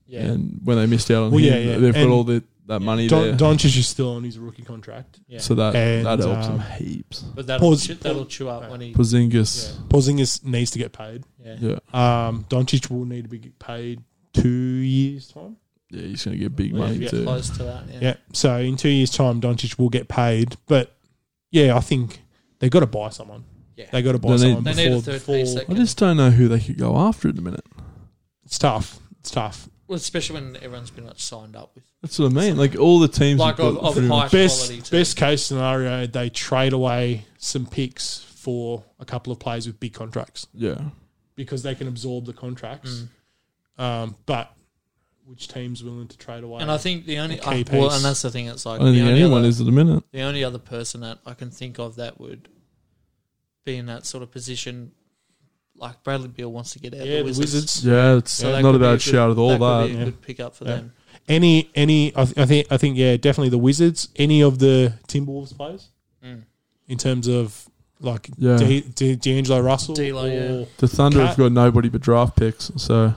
yeah. And when they missed out on Well, him, yeah, yeah. they've And got all the, that money Don, there. Doncic is still on his rookie contract. yeah. So that And, that helps um, them heaps. but that'll Pause- chew, that'll chew up when he. Porzingis, Porzingis needs to get paid. Yeah. yeah, yeah, Um, Doncic will need to be paid two years time. he's going to get big Yeah, money get too. close to that. Yeah. So in two years' time, Doncic will get paid. But yeah, I think they got to buy someone. Yeah. They got to buy They need- someone They before, need a third piece before- that I can- just don't know who they could go after at the minute. it's tough. It's tough. Well, especially when everyone's been like signed up with That's what I mean. Like all the teams like have of, got of pretty high much- quality. Best too. best case scenario, they trade away some picks for a couple of players with big contracts yeah. because they can absorb the contracts. Mm. Um, but which team's willing to trade away? And I think the only A I, key well, piece. and that's the thing. It's I like don't the think only, anyone other, is at the minute. the only other person that I can think of that would be in that sort of position, like Bradley Beal wants to get out. the yeah, the Wizards. Wizards. Yeah, it's So that not could a be bad good- shout at all. That could That, be a Yeah. good pickup for Yeah. them. Any any I, th- I think I think yeah, definitely the Wizards. Any of the Timberwolves players Mm. in terms of like yeah. De- De- D'Angelo Russell D'Lo, yeah. or the Thunder Cat- have got nobody but draft picks, so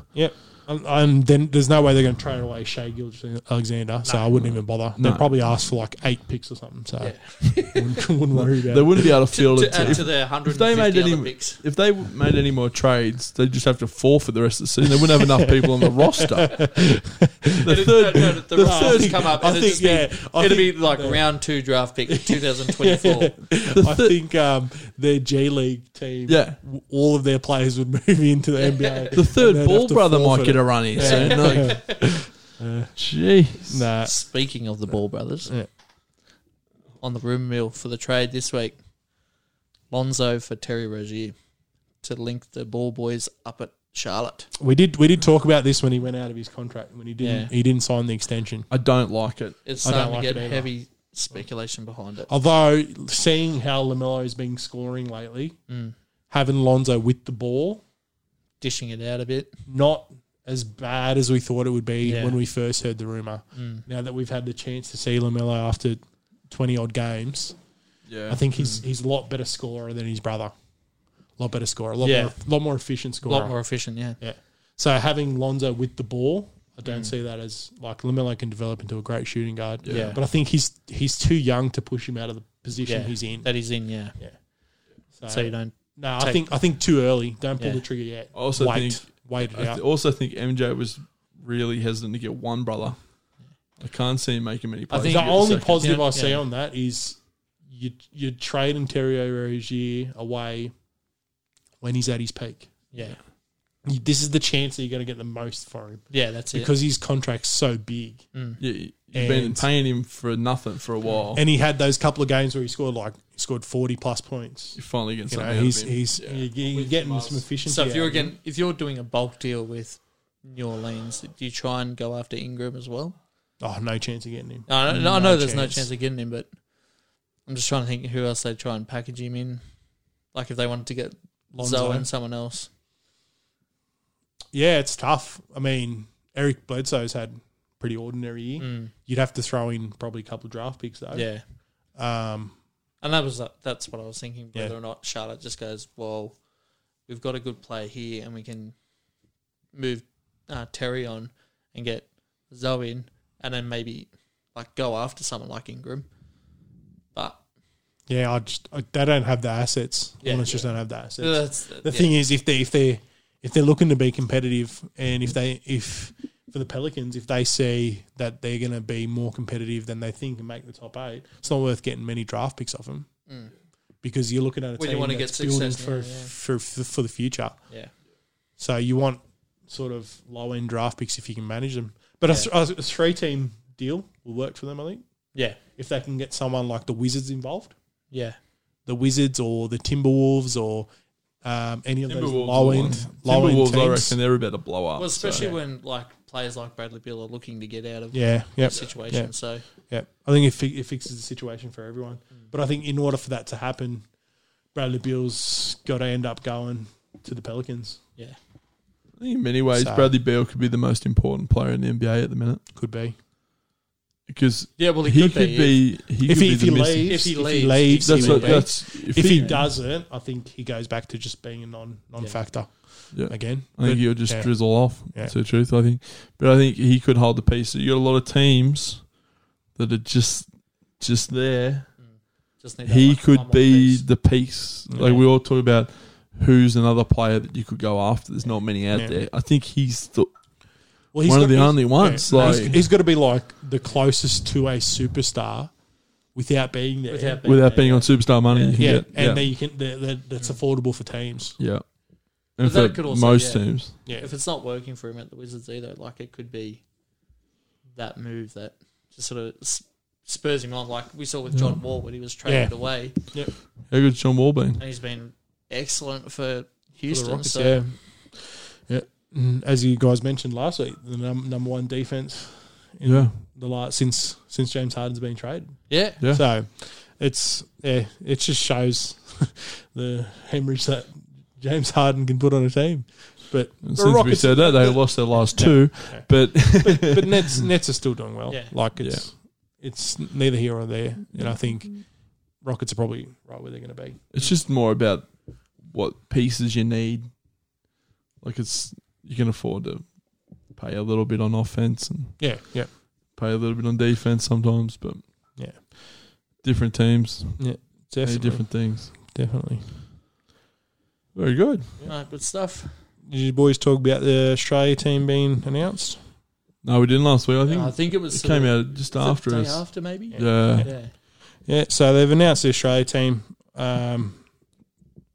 And, and then there's no way they're going to trade away Shea Gilgis Alexander, so I wouldn't even bother. No. They'd probably ask for like eight picks or something, so Yeah. wouldn't, wouldn't worry about they it. wouldn't be able to To, field to it. add If, to their if 150 they made other any- picks. if they made any more trades, they'd just have to forfeit the rest of the season. They wouldn't have enough people on the roster. The It'd- third, no, no, the the roster third- would come up. I and it'd think, just be- yeah, I it'd think- be like round two draft pick, 2024. the I thir- think um, their G League team, yeah, w- all of their players would move into the NBA. the they'd third have ball to brother might forfeit get a run here soon. Like, Yeah. jeez, nah, Speaking of the Ball brothers, Yeah. on the room mill for the trade this week, Lonzo for Terry Rozier to link the Ball boys up at Charlotte. we did we did talk about this when he went out of his contract when he didn't Yeah. he didn't sign the extension. I don't like it. It's I don't starting like to it get either. heavy speculation behind it. Although seeing how Lamelo's been scoring lately, Mm. having Lonzo with the ball Dishing it out a bit. not as bad as we thought it would be Yeah. when we first heard the rumor. Mm. Now that we've had the chance to see Lamelo after twenty odd games, Yeah, I think Mm. he's he's a lot better scorer than his brother. A lot better scorer, a lot, Yeah. more, lot more efficient A scorer. lot more efficient, yeah. So having Lonzo with the ball, I don't Mm. see that as like Lamelo can develop into a great shooting guard. Yeah. Yeah. But I think he's he's too young to push him out of the position Yeah. he's in. That is in, yeah. So, So you don't. no, I take- think I think too early. Don't pull Yeah. the trigger yet. I also wait, think wait I it th- out. also think MJ was really hesitant to get one brother. I can't see him making many I plays. think- to the get only second. positive Yeah, I see yeah. on that is you you trade Ontario Rozier away when he's at his peak. Yeah. You- This is the chance that you're going to get the most for him Yeah, that's it. because his contract's so big, Mm. Yeah, you've been And- paying him for nothing for a while. and he had those couple of games where he scored like he scored forty plus points. You're finally getting You something. know, out he's of him. he's Yeah. you're, getting- you're With getting Musk. some efficiency. So if out you're of him. again, if you're doing a bulk deal with New Orleans, do you try and go after Ingram as well? oh no chance of getting him. I know, I No know there's no chance. chance of getting him, but I'm just trying to think who else they'd try and package him in. Like if they wanted to get Zoe Lonzo. and someone else. Yeah, it's tough. I mean, Eric Bledsoe's had a pretty ordinary year. Mm, You'd have to throw in probably a couple of draft picks though. yeah. Um, And that was uh, that's what I was thinking, whether Yeah. or not Charlotte just goes, well, we've got a good player here and we can move uh, Terry on and get Zoe in and then maybe like go after someone like Ingram. But Yeah, I just I, they don't have the assets. Yeah, Hornets just yeah. don't have the assets. that's uh, the thing is, if they if they if they're looking to be competitive, and if they if for the Pelicans, if they see that they're going to be more competitive than they think and make the top eight, it's not worth getting many draft picks off them Mm. because you're looking at a Well, you team wanna get that's building success for, now, yeah. for, for for the future. yeah. So you want sort of low end draft picks if you can manage them. But a th- a, a three team deal will work for them, I think, Yeah. if they can get someone like the Wizards involved Yeah. the Wizards or the Timberwolves or um, any of those Timberwolves, low are end one. low end Timberwolves, I teams. reckon they're about to blow up. Oh, Well, especially so. when like players like Bradley Beal are looking to get out of yeah, yep, the situation. Yeah. So yep. I think it, fi- it fixes the situation for everyone. But I think in order for that to happen, Bradley Beal's got to end up going to the Pelicans. yeah, I think in many ways, So- Bradley Beal could be the most important player in the NBA at the minute Could be because yeah. Well, he, could, be. He could if he, be if the he missing- leaves. If he he leaves, leaves, That's he what. will be. That's if, if he, he doesn't, I think he goes back to just being a non non factor Yeah. again. I think But- he'll just yeah. drizzle off. Yeah. To the truth, I think, but I think he could hold the piece. You got a lot of teams that are just just there. Mm. Just need that he one- one could more be piece. the piece. Like Yeah. we all talk about, who's another player that you could go after? There's not many out Yeah. there. I think he's the well, he's one of got- the he's- only ones, he's- like- he's got to be like the closest to a superstar without being there. Without being without there, being yeah. on superstar money. you can yeah, get. and that you can that, that, that's affordable for teams. yeah. and But that for could also- most yeah. teams. Yeah. If it's not working for him at the Wizards either, like it could be that move that just sort of s- spurs him on, like we saw with Mm. John Wall when he was traded Yeah. away, How good's John Wall been? and he's been excellent for For the Houston. Rockets, so yeah. yeah. Mm, As you guys mentioned last week, the num- number one defense in Yeah. the last since since James Harden's been traded. yeah, Yeah. So it's yeah, it just shows the hemorrhage that James Harden can put on a team. But And the since we Rockets, said that, they lost their last Yeah. two, Yeah. but but Nets Nets are still doing well. Yeah. Like it's it's neither here or there, and I think Rockets are probably right where they're going to be. it's just more about what pieces you need. Like it's you can afford to pay a little bit on offense and Yeah, yeah, pay a little bit on defense sometimes, but Yeah. different teams definitely, need different things. definitely. Very good. No, good stuff. Did you boys talk about the Australia team being announced? No, we didn't last week. I think Yeah, I think it was it sort came of- out just was it after day us. after maybe. Yeah. yeah. Yeah, so they've announced the Australia team. Um,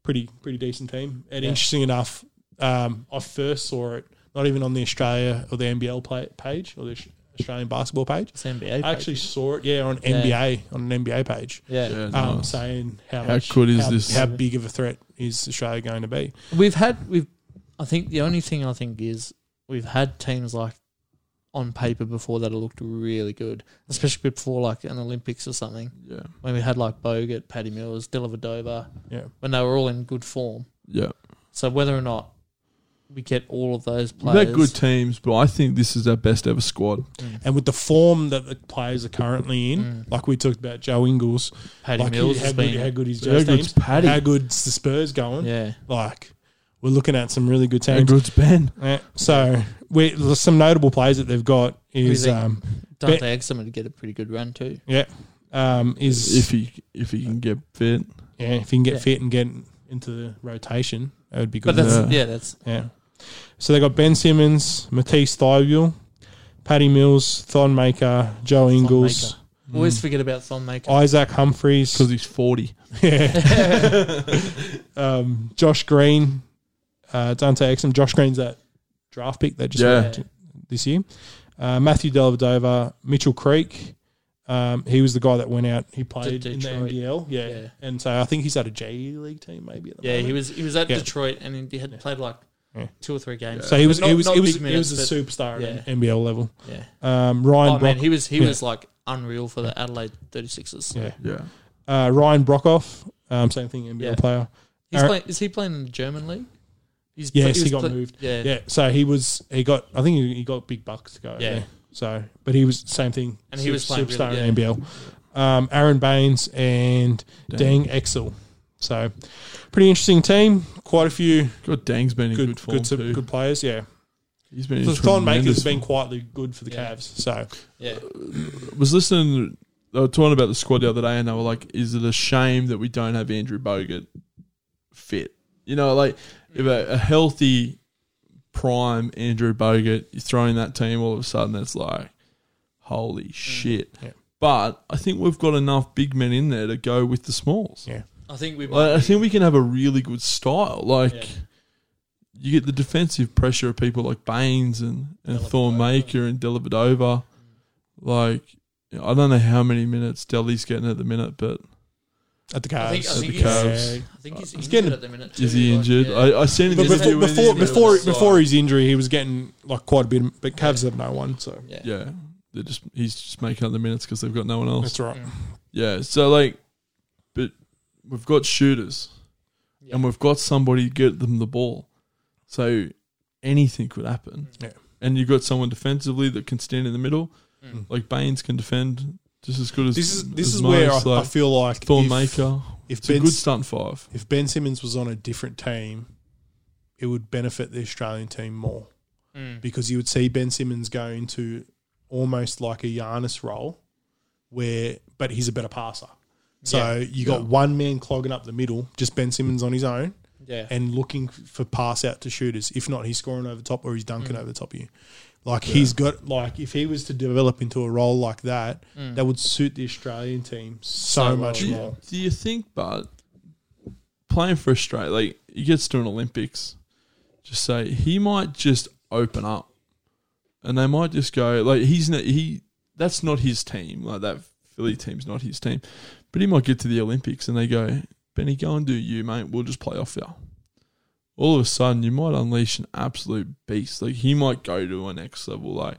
pretty pretty decent team. And Yeah. interesting enough, um, I first saw it not even on the Australia or the NBL play, page or the Aus- Australian basketball page. It's NBA. I actually saw it, yeah, on Yeah. NBA on an NBA page, yeah. Yeah, um, nice. saying how How much, good is how- this? How big of a threat is Australia going to be? We've had we've I think the only thing I think is we've had teams like on paper before that have looked really good, especially before like an Olympics or something yeah, when we had like Bogut, Paddy Mills, Delavadova, Yeah, when they were all in good form. yeah. So whether or not we get all of those They're players, good teams, but I think this is our best ever squad. and with the form that the players are currently in, Mm. like we talked about Joe Ingles, Paddy like Mills how, has good, how been, good is How Joe's good's teams, Paddy? how good's the Spurs going? yeah, Like we're looking at some really good How teams. good's Ben? Yeah, so we there's some notable players that they've got is Who they- um, Dante Exum would get a pretty good run too. um is If he if he can get fit, yeah if you can get Yeah. fit and get into the rotation that would be But good. that's Yeah. yeah, that's yeah. So they got Ben Simmons, Matisse Thibault, Paddy Mills, Thon Maker, Joe Ingles, Thonmaker. mm. Always forget about Thonmaker. Isaac Humphreys, because Mm. he's forty. yeah. um, Josh Green, uh, Dante Exum. Josh Green's that draft pick that just Yeah. went this year. Uh, Matthew Dellavedova, Mitchell Creek. Um, he was the guy that went out. He played in the Detroit. NBL, yeah. Yeah. and so I think he's at a J League team, maybe. At the Yeah, moment. he was he was at Yeah. Detroit and he had played like Yeah. two or three games. So he was, Not- he was, not he was, big he was minutes, a superstar yeah. at NBL level. but- Yeah. Um, Ryan, Oh Brock, man, he was he yeah. was like unreal for the Adelaide 36ers. So. Yeah. Yeah, uh, Ryan Brockoff, um, same thing, NBL Yeah. player. He's Ar- playing, is he playing in the German league? He's Yes, pla- he was got pla- moved. Yeah. Yeah, so he was, he got, I think he he got big bucks to go. over Yeah. there. So, but he was same thing. And he was playing superstar really- in NBL. Um, Aaron Baines and Dang. Dang Exel. So, pretty interesting team. Quite a few God, Dang's been in good, good, good, form good, too. good players. Yeah, He's been. so in Thon Maker's tremendous been quietly good for the Yeah. Cavs. So, Yeah. was listening. They were talking about the squad the other day, and they were like, "Is it a shame that we don't have Andrew Bogut fit? You know, like if a, a healthy prime Andrew Bogut, you throw in that team, all of a sudden it's like, holy shit!" Mm. Yeah. But I think we've got enough big men in there to go with the smalls. Yeah. I think we might Like, I be- think we can have a really good style. Like Yeah. you get the defensive pressure of people like Baines and and Dellavedova. Thorn Maker and Delavadova. Like you know, I don't know how many minutes Delhi's getting at the minute, but at the Cavs. I think, I At think the he's, Cavs. I think he's He's injured getting- at the minute. Too. is he like, injured? yeah. I, I seen an But He's interview before doing before, really before, well. before his injury, he was getting like quite a bit, but Cavs have no one, so yeah. yeah, they're just he's just making up the minutes because they've got no one else. that's right. Mm. Yeah, so like, but we've got shooters, Yeah. and we've got somebody to get them the ball, so anything could happen. Yeah. and you've got someone defensively that can stand in the middle, Mm. like Baines can defend just as good as This is this as is where I, most, like, I feel like Thorn if- Maker. If It's a Ben, good starting five. if Ben Simmons was on a different team, it would benefit the Australian team more Mm. because you would see Ben Simmons go into almost like a Giannis role, where but he's a better passer. So you got Yeah. one man clogging up the middle, just Ben Simmons on his own, Yeah. and looking for pass out to shooters. If not, he's scoring over top or he's dunking over the top of you. Like he's got like if he was to develop into a role like that, Mm. that would suit the Australian team so, So much well, Um, Do yeah. more. you, do you think, but playing for Australia, like you get to an Olympics, just say he might just open up, and they might just go like he's not, he that's not his team like that Philly team's not his team, but he might get to the Olympics and they go Benny go and do you mate we'll just play off you. All of a sudden you might unleash an absolute beast like he might go to a next level like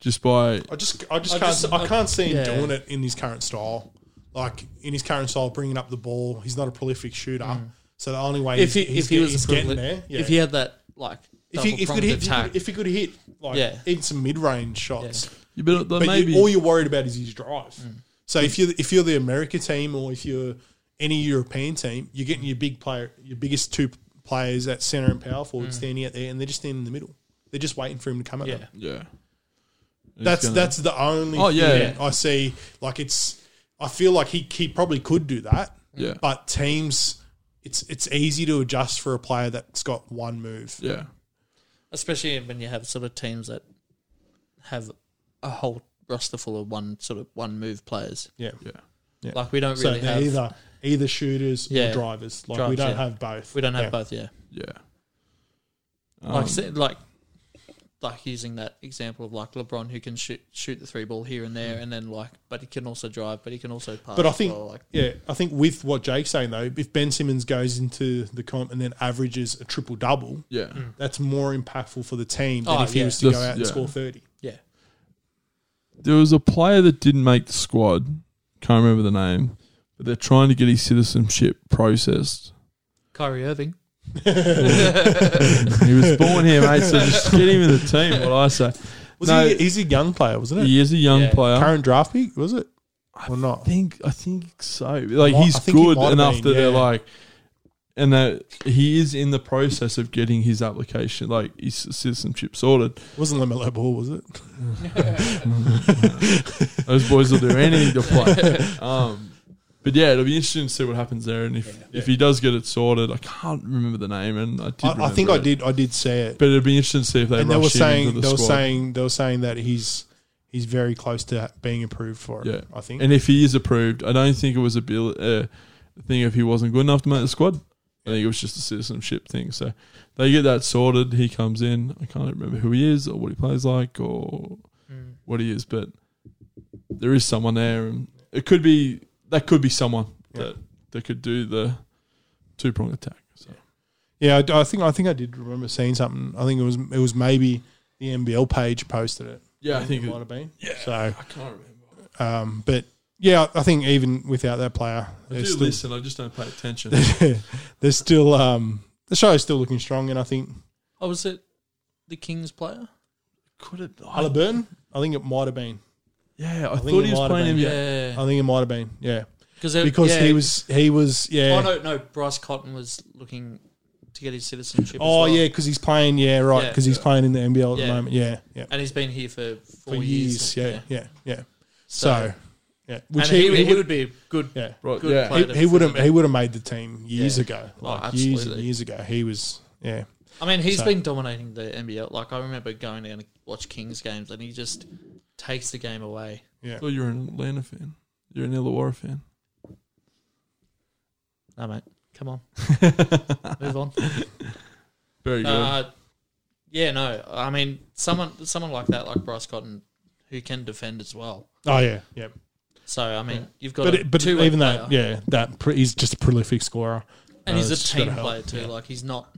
just by I just, I just I can't, just- I can't see him yeah. doing it in his current style. Like in his current style, bringing up the ball, he's not a prolific shooter. So the only way Mm. if he he's, he's if he get- was he's a getting privile- there, yeah. if he had that like if he, if he double-pronged could hit, if he attack, could, if he could hit like Yeah. in some mid range shots, you better but you- maybe all you're worried about is his drive. Mm. So if you if you're the America team or if you're any European team, you're getting your big player, your biggest two players at center and power forward standing out there, and they're just standing in the middle. They're just waiting for him to come at Mm. yeah, them. yeah. He's That's gonna- that's the only Oh, yeah, thing I see. Like it's, I feel like he he probably could do that. Yeah. But teams, it's it's easy to adjust for a player that's got one move. yeah. especially when you have sort of teams that have a whole roster full of one sort of one move players. Yeah. Yeah. Like we don't So really they're have either either shooters Yeah. or drivers. Like we Drivers, don't yeah. have both. we don't have Yeah. Um, both. Yeah, Yeah. Um, like say- like like using that example of like LeBron who can shoot shoot the three ball here and there, and then like but he can also drive, but he can also pass. Mm. But I as think, well, like yeah, I think with what Jake's saying though, if Ben Simmons goes into the comp and then averages a triple double, Yeah. that's more impactful for the team than Oh, if he yeah. was to go That's- out and yeah. score thirty. yeah, There was a player that didn't make the squad. Can't remember the name, but they're trying to get his citizenship processed. Kyrie Irving. he was born here, mate, so just get him in the team, what I say. Was No. he? He's a young player, wasn't it? He is a young Yeah. player. Current draft pick was it? I Or not? think I think so. Like Might- I he's think he good might have enough been, that they're yeah. like and that he is in the process of getting his application, like his citizenship sorted. Wasn't Lamelo Ball, was it? Those boys will do anything to play. Um, but yeah, it'll be interesting to see what happens there. And if, if he does get it sorted, I can't remember the name. And I did. I, I think remember I it. did. I did say it. But it'd be interesting to see if they and rush they were him saying into they the were squad. saying they were saying that he's he's very close to being approved for it. Yeah. I think. and if he is approved, I don't think it was a bill uh, thing if he wasn't good enough to make the squad. I think it was just a citizenship thing. So they get that sorted. He comes in. I can't remember who he is or what he plays like or what he is, but there is someone there, and it could be that could be someone Yeah. that that could do the two prong attack. So yeah, I d- I, think I think I did remember seeing something. I think it was it was maybe the NBL page posted it. yeah, I think it it, might have been. yeah. So, I can't remember. um, but yeah, I think even without that player, I they're do still, listen. I just don't pay attention. they're still um, the show's still looking strong, and I think Oh, was it the Kings player? could it? I, Halliburton. I think it might have been. yeah, I, think thought it he was might have playing been, NBA. Yeah, I think it might have been. Yeah, it- Uh, because yeah, he was he was yeah. Oh no, no, Bryce Cotton was looking to get his citizenship. as Oh well. yeah, because he's playing. Yeah, right. Yeah. uh, Because he's playing in the NBL at Yeah. the moment. Yeah, yeah. and he's been here for For four years. years. Yeah, yeah, yeah. So- So, yeah, which and he, he, he, he would. would be a good. Yeah, Right, Good yeah. player. he, Played it he for would have. them. He would have made the team years Yeah. ago. Oh, Like years and absolutely. years ago, he was. Yeah, I mean, he's So- been dominating the NBL. Like I remember going down to watch Kings games, and he just takes the game away. yeah. I thought you were an Atlanta fan. You're an Illawarra fan. No, mate, come on, move on. Very good. Uh, yeah, no, I mean, someone, someone like that, like Bryce Cotton, who can defend as well. Oh yeah, yeah. So I mean, you've got But a it, but two-way even player, that, yeah, that pr- he's just a prolific scorer, and Uh, he's a it's gotta team help. player too. Yeah. Like he's not,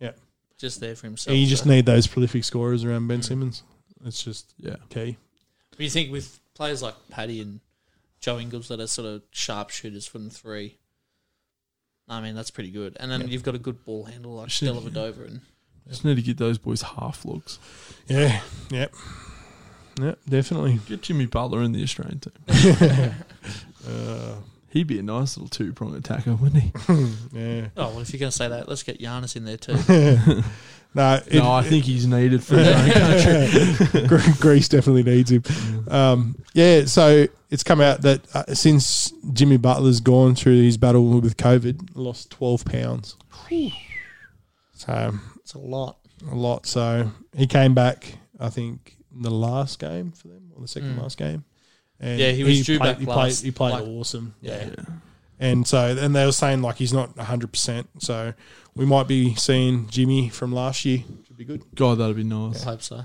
Yeah. just there for himself. and you just so. need those prolific scorers around Ben Simmons. It's just yeah. key. But you think with players like Paddy and Joe Ingles that are sort of sharpshooters from three, I mean that's pretty good. And then you've got a good ball handle like Should- Dellavedova and Just need to get those boys half looks. Yeah, yep, yep, definitely. Get Jimmy Butler in the Australian team. Uh, He'd be a nice little two prong attacker, wouldn't he? yeah. oh well, if you're gonna say that, let's get Giannis in there too. No, it, no, I think he's needed for his own country. Gre- Greece definitely needs him. Um, yeah, so it's come out that uh, since Jimmy Butler's gone through his battle with COVID, lost 12 pounds. So It's a lot. a lot. So he came back, I think, in the last game for them, or the second Mm. last game. And Yeah, he was due back he last, Played, he played like- awesome. Yeah. Yeah. And so, and they were saying like he's not 100%. So we might be seeing Jimmy from last year. Should be good. God, that'd be nice. I hope so.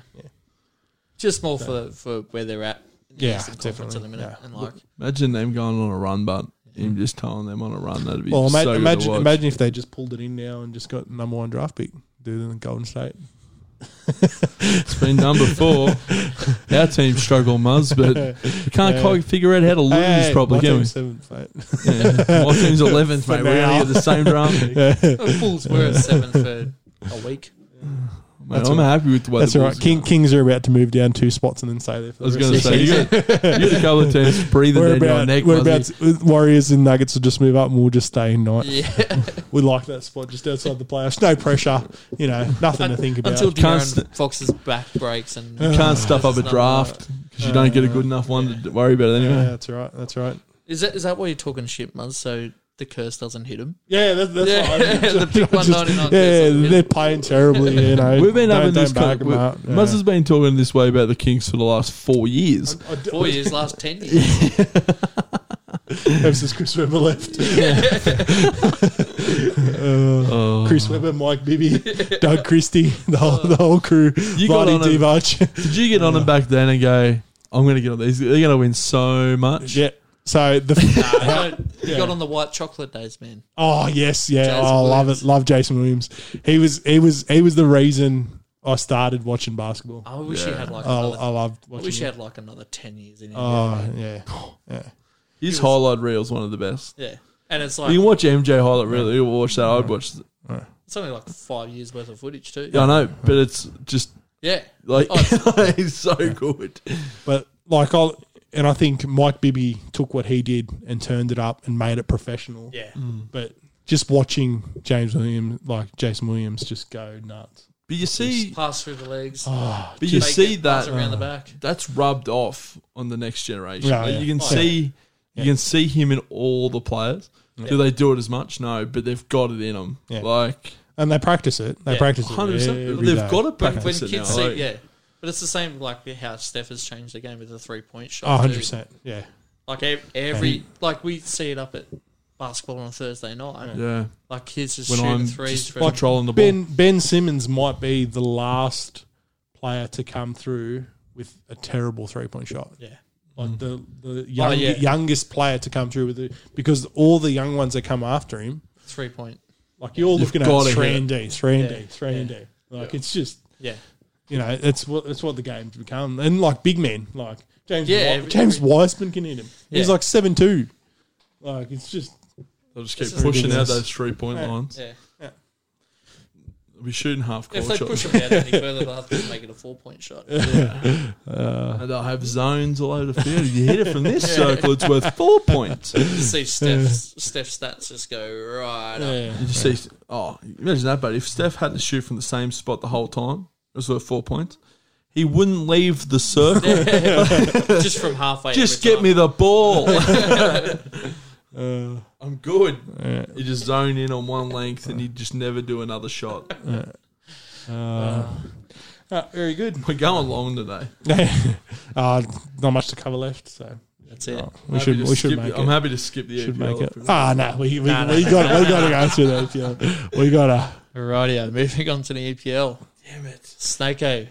Just more for, for where they're at. in the Yeah, Eastern Conference definitely. At the minute, Yeah. and like, Imagine them going on a run, but him just telling them on a run. That'd be Mm. Well, so ima- good to imagine watch. imagine if they just pulled it in now and just got number one draft pick, do it in Golden State. It's been done before. Our team struggle, Muzz, but we can't Yeah. quite figure out how to lose. Hey, probably, my can we? team's seventh, mate. Yeah. My team's eleventh, For mate. We're now. gonna get the same draft. pick. the Bulls were at seven for a week. Mate, That's I'm all right. happy with what That's all right. King, Kings are about to move down two spots and then stay there. For I the was rest going to of the say you season. got, you got a couple of teams breathing we're down your about, neck. we're Muzzy. about uh, Warriors and Nuggets will just move up and we'll just stay in ninth. Yeah, We like that spot just outside the playoffs. No pressure, you know, nothing to think about. until De'Aaron Constant- Fox's back breaks and You can't stuff up a It's not draft because you don't get a good enough one to worry about it yeah, anyway. that's right. That's right. Is that is that why you're talking shit, Muzz? So the curse doesn't hit him. Yeah, that, that's Yeah, right. I the big 199 Yeah, curse. they're playing terribly. You know, We've been Don't- having this. don't Con- back 'em we- up. Yeah. Muzz has been talking this way about the Kings for the last four years. I d- Four years, last ten years. ever since Chris Webber left. Uh, Oh. Chris Webber, Mike Bibby, Doug Christie, the whole, the whole crew, You got Vladi on it. Divac. Did you get on them back then and go, I'm going to get on these? They're going to win so much. yeah. So the No, you Yeah. got on the white chocolate days, man. oh yes yeah Jason oh, I love Williams. it love Jason Williams. He was he was he was the reason I started watching basketball. I wish you Yeah. had like I, another. I loved I watching. wish you him. had like another ten years in. Oh. Oh yeah, yeah. His highlight reel is one of the best. Yeah, and it's You like can watch MJ highlight reel. You watch that. I'd watch. it's only like five years worth of footage too. I know, but it's just Yeah, like Oh, he's so good. But like I and I think Mike Bibby took what he did and turned it up and made it professional. yeah. Mm. But just watching James Williams, like Jason Williams, just go nuts. But you see, Pass through the legs. Oh, but you make see it, pass that uh, around the back. that's rubbed off on the next generation. Yeah, Like, yeah. You can Oh, see Yeah. you can see him in all the players. Do they do it as much? No, but they've got it in them. Yeah. Like and they practice it. They Yeah, practice it. hundred percent, every they've day. got to When, practice when it kids now. see, Like, yeah, but it's the same like how Steph has changed the game with the three point shot. Oh, too. 100%. Yeah. Like ev- every like we see it up at basketball on a Thursday night. yeah. Like kids just When shooting I'm threes just for controlling the ball, Ben Ben Simmons might be the last player to come through with a terrible three point shot. yeah. Like the the young, yeah. youngest player to come through with it because all the young ones that come after him, three point. like you're looking gotta at three hit and D, three and Yeah, D, three and D. Like it's just Yeah, you know, it's what it's what the game's become. And like big men, like James Yeah, Wi- every- James every- Wiseman can hit him. He's Yeah. like seven two. Like it's just they'll just keep This is pushing out ridiculous. those three point lines. yeah. They'll be shooting half court If they shots. push them out any further, they'll have to make it a four point shot. And they'll have zones all over the field. You hit it from this circle, it's worth four points. You You see Steph's Steph's stats just go right up. yeah. just see, oh, imagine that. But if Steph had to shoot from the same spot the whole time, it was worth four points. He wouldn't leave the circle. just from halfway. just every get time. me the ball. Uh, I'm good. yeah. You just zone in on one length and you just never do another shot. Uh, uh, very good. We're going long today. uh, not much to cover left, so That's it. Oh, we I'm should happy to we should skip- make I'm it. happy to skip the E Should APL make it. if we want. Ah, no, we we, Nah, nah. we got we got to go through that. Yeah. We got to. Alrighty, moving on to the E EPL. Damn it, Snakeo.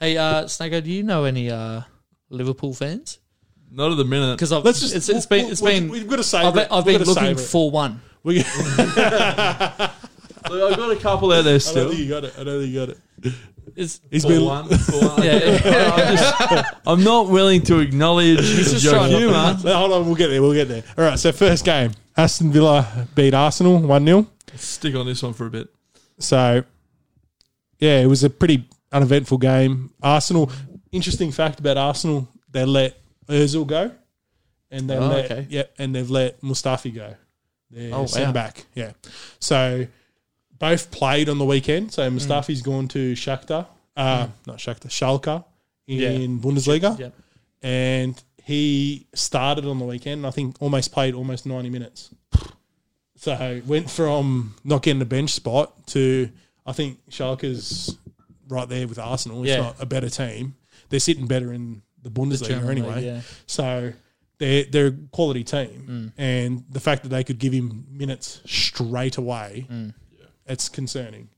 Hey, uh, Snakeo, do you know any uh, Liverpool fans? Not at the minute. Because I've Let's just. it's, it's been it's been We've got to save I've been, it. I've We've been gotta looking save it. for one. We- Look, I've got a couple out there I don't still. think you got it. I don't think you got it. It's He's For been. one, for one. yeah, I'm, just, I'm not willing to acknowledge just your trying to- humour. No, Hold on, we'll get there. We'll get there. All right. So first game, Aston Villa beat Arsenal one 0 Stick on this one for a bit. So yeah, it was a pretty uneventful game. Arsenal. Interesting fact about Arsenal: they let Özil go, and they Oh, let okay. yeah, and they've let Mustafi go. Their Oh, wow. centre back. Yeah. So both played on the weekend. So Mm. Mustafi's gone to Shakhtar, uh, not Shakhtar, Schalke in Yeah. Bundesliga, yeah. and he started on the weekend. And I think almost played almost ninety minutes. So went from not getting a bench spot to I think Schalke's right there with Arsenal. It's Yeah. not a better team. They're sitting better in the Bundesliga German anyway. league, yeah. So they're they're a quality team, and the fact that they could give him minutes straight away, it's concerning.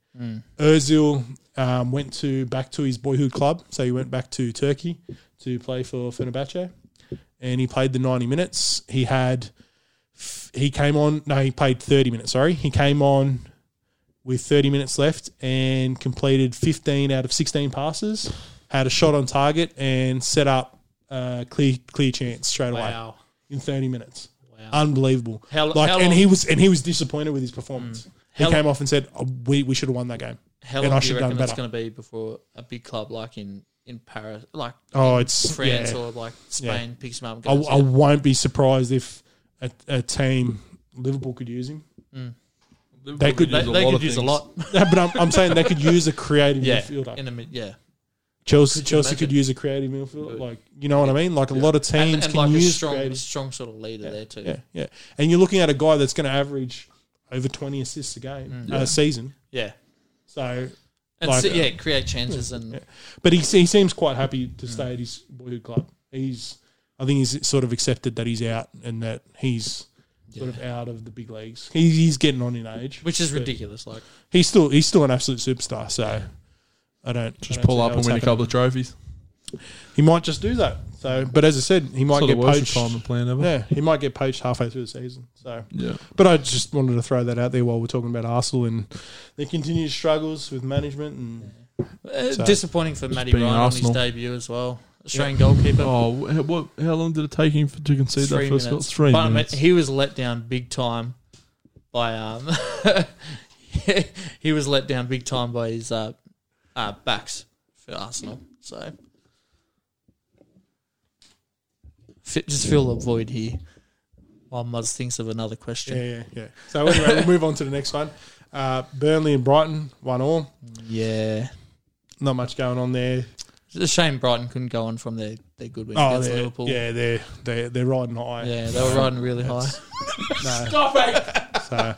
Özil um, went to back to his boyhood club, so he went back to Turkey to play for Fenerbahce, and he played the ninety minutes. He had he came on no he played 30 minutes sorry he came on with 30 minutes left and completed 15 out of 16 passes had a shot on target and set up a clear clear chance straight away Wow. in 30 minutes Wow. unbelievable How- like how and long- Mm. he was and he was disappointed with his performance he How- came off and said oh, we, we should have won that game How and long I do you should have reckon done that's better going to be before a big club like in, in Paris, like oh it's France yeah. or like Spain picks him up and I, goes, I won't be surprised if a, a team Liverpool could use him They could- they, use a they lot could of use a things. lot. but I'm, I'm saying they could use a creative Yeah. midfielder In a mid, yeah. Chelsea, Could you Chelsea imagine? could use a creative midfielder, like you know what I mean. Like a lot of teams And, and can like a use strong, creative. strong sort of leader there too. Yeah, yeah. And you're looking at a guy that's going to average over 20 assists a game a season. Mm. Yeah. So, And Like so- a- yeah, create chances and but he he seems quite happy Mm. to stay at his boyhood club. He's, I think he's sort of accepted that he's out and that he's sort of out of the big leagues. He's he's getting on in age. which is ridiculous. Like He's still he's still an absolute superstar. So. I don't I Just don't pull see up how and it's win a happening. couple of trophies. He might just do that. So, but as I said, he might It's not the get worst poached. retirement plan ever. Yeah, he might get poached halfway through the season. So, Yeah. but I just wanted to throw that out there while we're talking about Arsenal and their continued struggles with management and uh, So- disappointing for Matty being Ryan Arsenal. on his debut as well. Australian goalkeeper. Oh, wh- how, what, how long did it take him for, to concede that first goal? Three but I mean, minutes. he was let down big time by um he was let down big time by his uh, uh backs for Arsenal. So Fi- just fill the void here while Muzz thinks of another yeah, question. yeah, yeah. So anyway, we'll move on to the next one. Uh, Burnley and Brighton one all. Yeah. Not much going on there. It's a shame Brighton couldn't go on from their, their good win Oh, against they're, Liverpool. yeah, they're they're they're riding high. Yeah, they were riding really high. Stop it. So,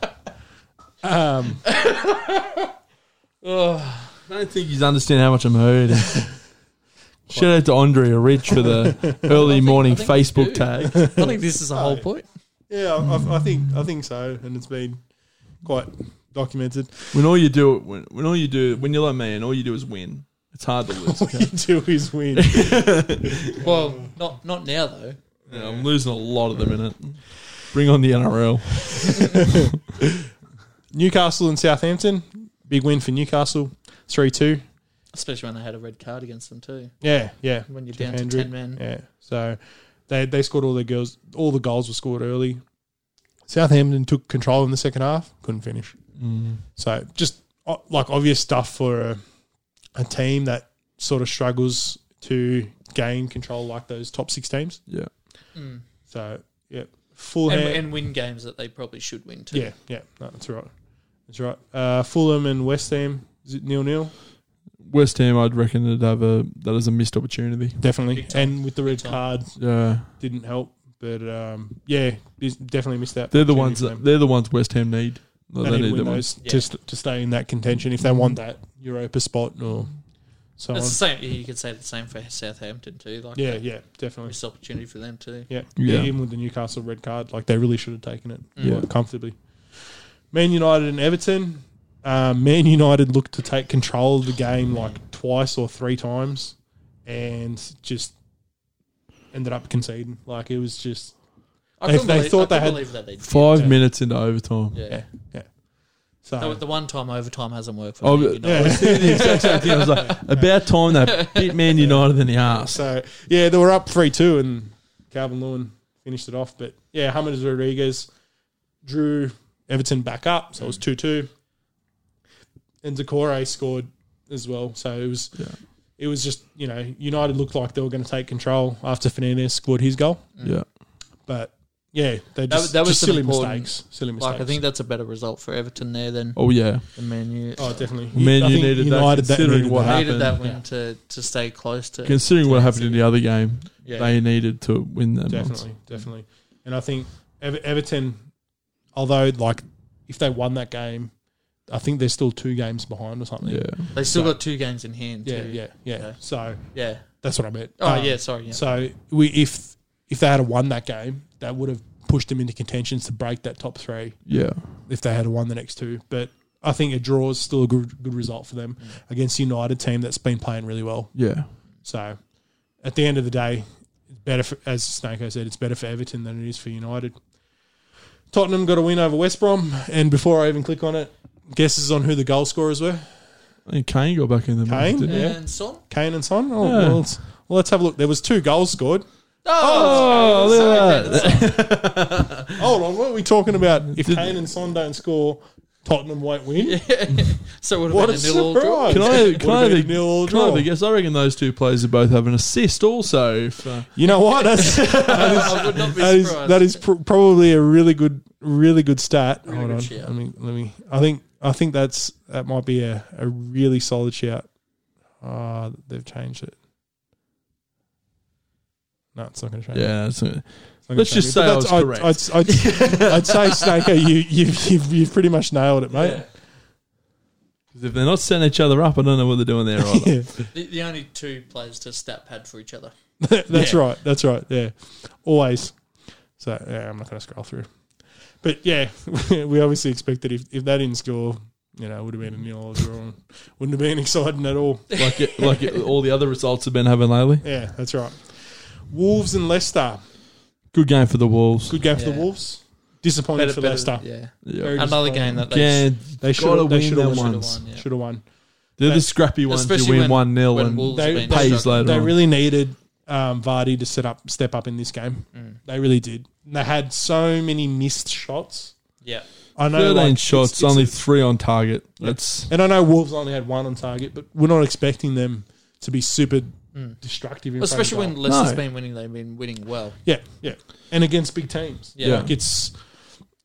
um, I don't think you understand how much I'm hurting. Shout out to Andrea Rich for the early morning I think we Facebook do. tag. I think this is the whole point. yeah, I, I think I think so, and it's been quite documented. When all you do, when, when all you do, when you're like me, and all you do is win, it's hard to lose. All you do is win. Well, not not now though. Yeah, I'm losing a lot at the minute. Bring on the NRL. Newcastle and Southampton, big win for Newcastle, three two. Especially when they had a red card against them too. Yeah, yeah. When you're down to Andrew. ten men. Yeah. So they they scored all their girls all the goals were scored early. Southampton took control in the second half, couldn't finish. Mm. So just o- like obvious stuff for a, a team that sort of struggles to gain control like those top six teams. Yeah. Mm. So yeah, Fulham. And, and win games that they probably should win too. yeah, yeah, no, that's right, that's right. Uh, Fulham and West Ham is it nil nil? West Ham, I'd reckon it'd have a that is a missed opportunity. Definitely, Big time. and with the red time. card Yeah, didn't help, but um, yeah, dis- definitely missed that. they're the opportunity ones for them. that they're the ones West Ham need. Like, they, need to win them. those Yeah. to, st- to stay in that contention if they want that Europa spot Oh. or so on. It's the same you could say the same for Southampton too. Like Yeah, yeah, definitely. missed opportunity for them too. Yeah. Yeah. even with the Newcastle red card, like they really should have taken it Mm. Yeah. like, comfortably. Man United and Everton. Um, Man United looked to take control of the game like twice or three times, and just ended up conceding. Like it was just I They- couldn't they believe, thought I couldn't they had- believe that they did. Five Yeah. minutes into overtime. Yeah. yeah, yeah. So The, the one time overtime hasn't worked for Oh, me. but- You know? I was thinking the exact same thing. I was like, about time they beat Man United in the arse. So yeah, they were up three two, and Calvin Lewin finished it off. But yeah, James Rodriguez drew Everton back up, so it was two two. And Decore scored as well, so it was Yeah. it was just you know United looked like they were going to take control after Fernandez scored his goal, Mm. Yeah. but yeah, they just, that was just some silly important- mistakes, silly mistakes. Like I think that's a better result for Everton there than Oh yeah. the Man U. oh definitely, Man, I you think needed that considering needed what that. needed happened. that win to, to stay close to Considering what happened in the other game, yeah. they needed to win that. definitely, definitely. And I think Ever- Everton, although like if they won that game, I think they're still two games behind or something. Yeah. They still So- got two games in hand. yeah, too. yeah, yeah. Okay. So yeah. that's what I meant. Oh Um, yeah, sorry. Yeah. So we if if they had won that game, that would have pushed them into contentions to break that top three Yeah. if they had won the next two. But I think a draw is still a good good result for them against the United team that's been playing really well. Yeah. So at the end of the day, it's better for, as Snako said, it's better for Everton than it is for United. Tottenham got a win over West Brom, and before I even click on it, guesses on who the goal scorers were? I think Kane got back in the Kane? didn't he? Yeah. And Son? Kane and Son. Oh, Yeah. well, let's, well, let's have a look. There was two goals scored. Oh, look at sorry, sorry, sorry. Hold on, what are we talking about? If Did- Kane and Son don't score, Tottenham won't win. so it would What have a been a nil all draw. surprise! Can I? Can Would've I? been Be, a nil-all can I draw. be guess? I reckon those two players would both have an assist. Also, if, uh, You know what? That's, I would not be that is surprised. that is pr- probably a really good, really good stat. Hold good on, shout. let me let me. I think I think that's that might be a, a really solid shout. Ah, they've changed it. No, it's not going to change. yeah, that's a- It's not gonna Let's just change it. But say that's- I was I'd, I'd, I'd, I'd say Snaker, you you've, you've you've pretty much nailed it, mate. 'cause if they're not setting each other up, I don't know what they're doing there either. Yeah. The, the only two players to stat pad for each other. that's Yeah. right. That's right. Yeah, always. So yeah, I'm not going to scroll through. But yeah, we obviously expected if if they didn't score, you know, it would have been a nil or draw. Wouldn't have been exciting at all. like, it, like it, all the other results have been having lately. Yeah, that's right. Wolves and Leicester. Good game for the Wolves. Good game for Yeah. the Wolves. Disappointing for Leicester. Yeah. Yeah. Very Another disappointing. game that they Yeah, They gotta should they win should them have should won. have ones. won. Yeah. Should have won. They're They- the scrappy ones Especially who win when- one 0 when and Wolves they- have been pays struggling. later. They on. really needed um, Vardy to set up step up in this game. Mm. They really did. They had so many missed shots. Yeah. I know, Thirteen like, it's- shots, it's only a- three on target. That's And I know Wolves only had one on target, but we're not expecting them to be super destructive. In Especially when front of Leicester's No. been winning, they've been winning well. goal. yeah, yeah, and against big teams, Yeah. like it's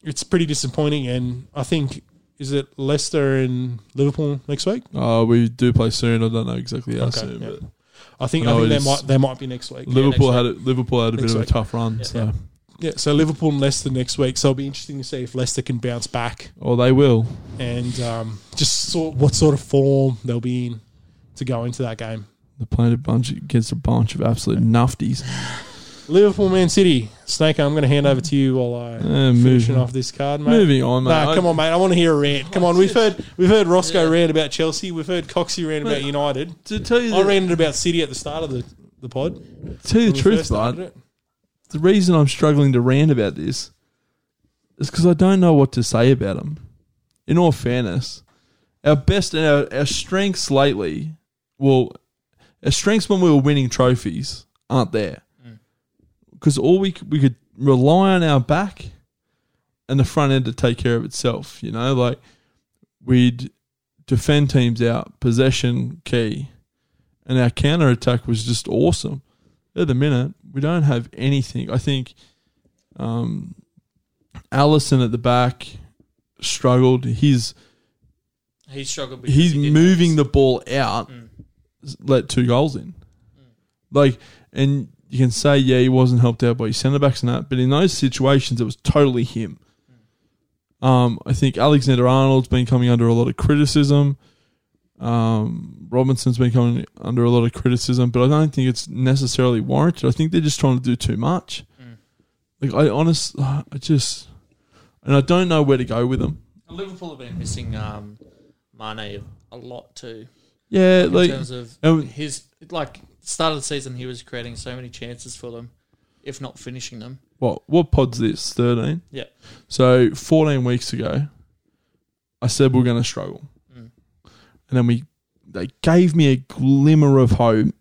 it's pretty disappointing. And I think is it Leicester and Liverpool next week? uh, we do play soon. I don't know exactly how Okay, soon, yeah. but I think No, I think it they is. might they might be next week. Liverpool next had a, Liverpool had a bit Next of a week. tough run. Yeah. so Yeah, so Liverpool and Leicester next week. So it'll be interesting to see if Leicester can bounce back or they will. and um, just sort what sort of form they'll be in to go into that game. They're playing a bunch against a bunch of absolute nufties. Liverpool, Man City, Snake. I'm going to hand over to you while I Uh, finishing moving, off this card, mate. moving on, mate. Nah, come on, mate. I want to hear a rant. Come on, we've heard we've heard Roscoe rant about Chelsea. We've heard Coxie rant about Mate, United. To tell you I the, ranted about City at the start of the, the pod. when tell you the we first truth, started bud, it. the reason I'm struggling to rant about this is because I don't know what to say about them. In all fairness, our best and our, our strengths lately, well, our strengths when we were winning trophies aren't there because all we could, we could rely on our back and the front end to take care of itself. You know, like we'd defend teams out, possession key, and our counter attack was just awesome. At the minute, we don't have anything. I think um, Allison at the back struggled. His He struggled because he's he did moving lose. the ball out, Mm. let two goals in. Like, and you can say, yeah, he wasn't helped out by his centre backs and that, but in those situations, it was totally him. Um, I think Alexander Arnold's been coming under a lot of criticism. Um, Robinson's been coming under a lot of criticism, but I don't think it's necessarily warranted. I think they're just trying to do too much. Like, I honest, I just, and I don't know where to go with them. And Liverpool have been missing um, Mane a lot too. Yeah, In like, terms of and- his like start of the season, he was creating so many chances for them, if not finishing them. what what pod's this? Thirteen. Yeah. So fourteen weeks ago, I said we're going to struggle, Mm. and then we they gave me a glimmer of hope,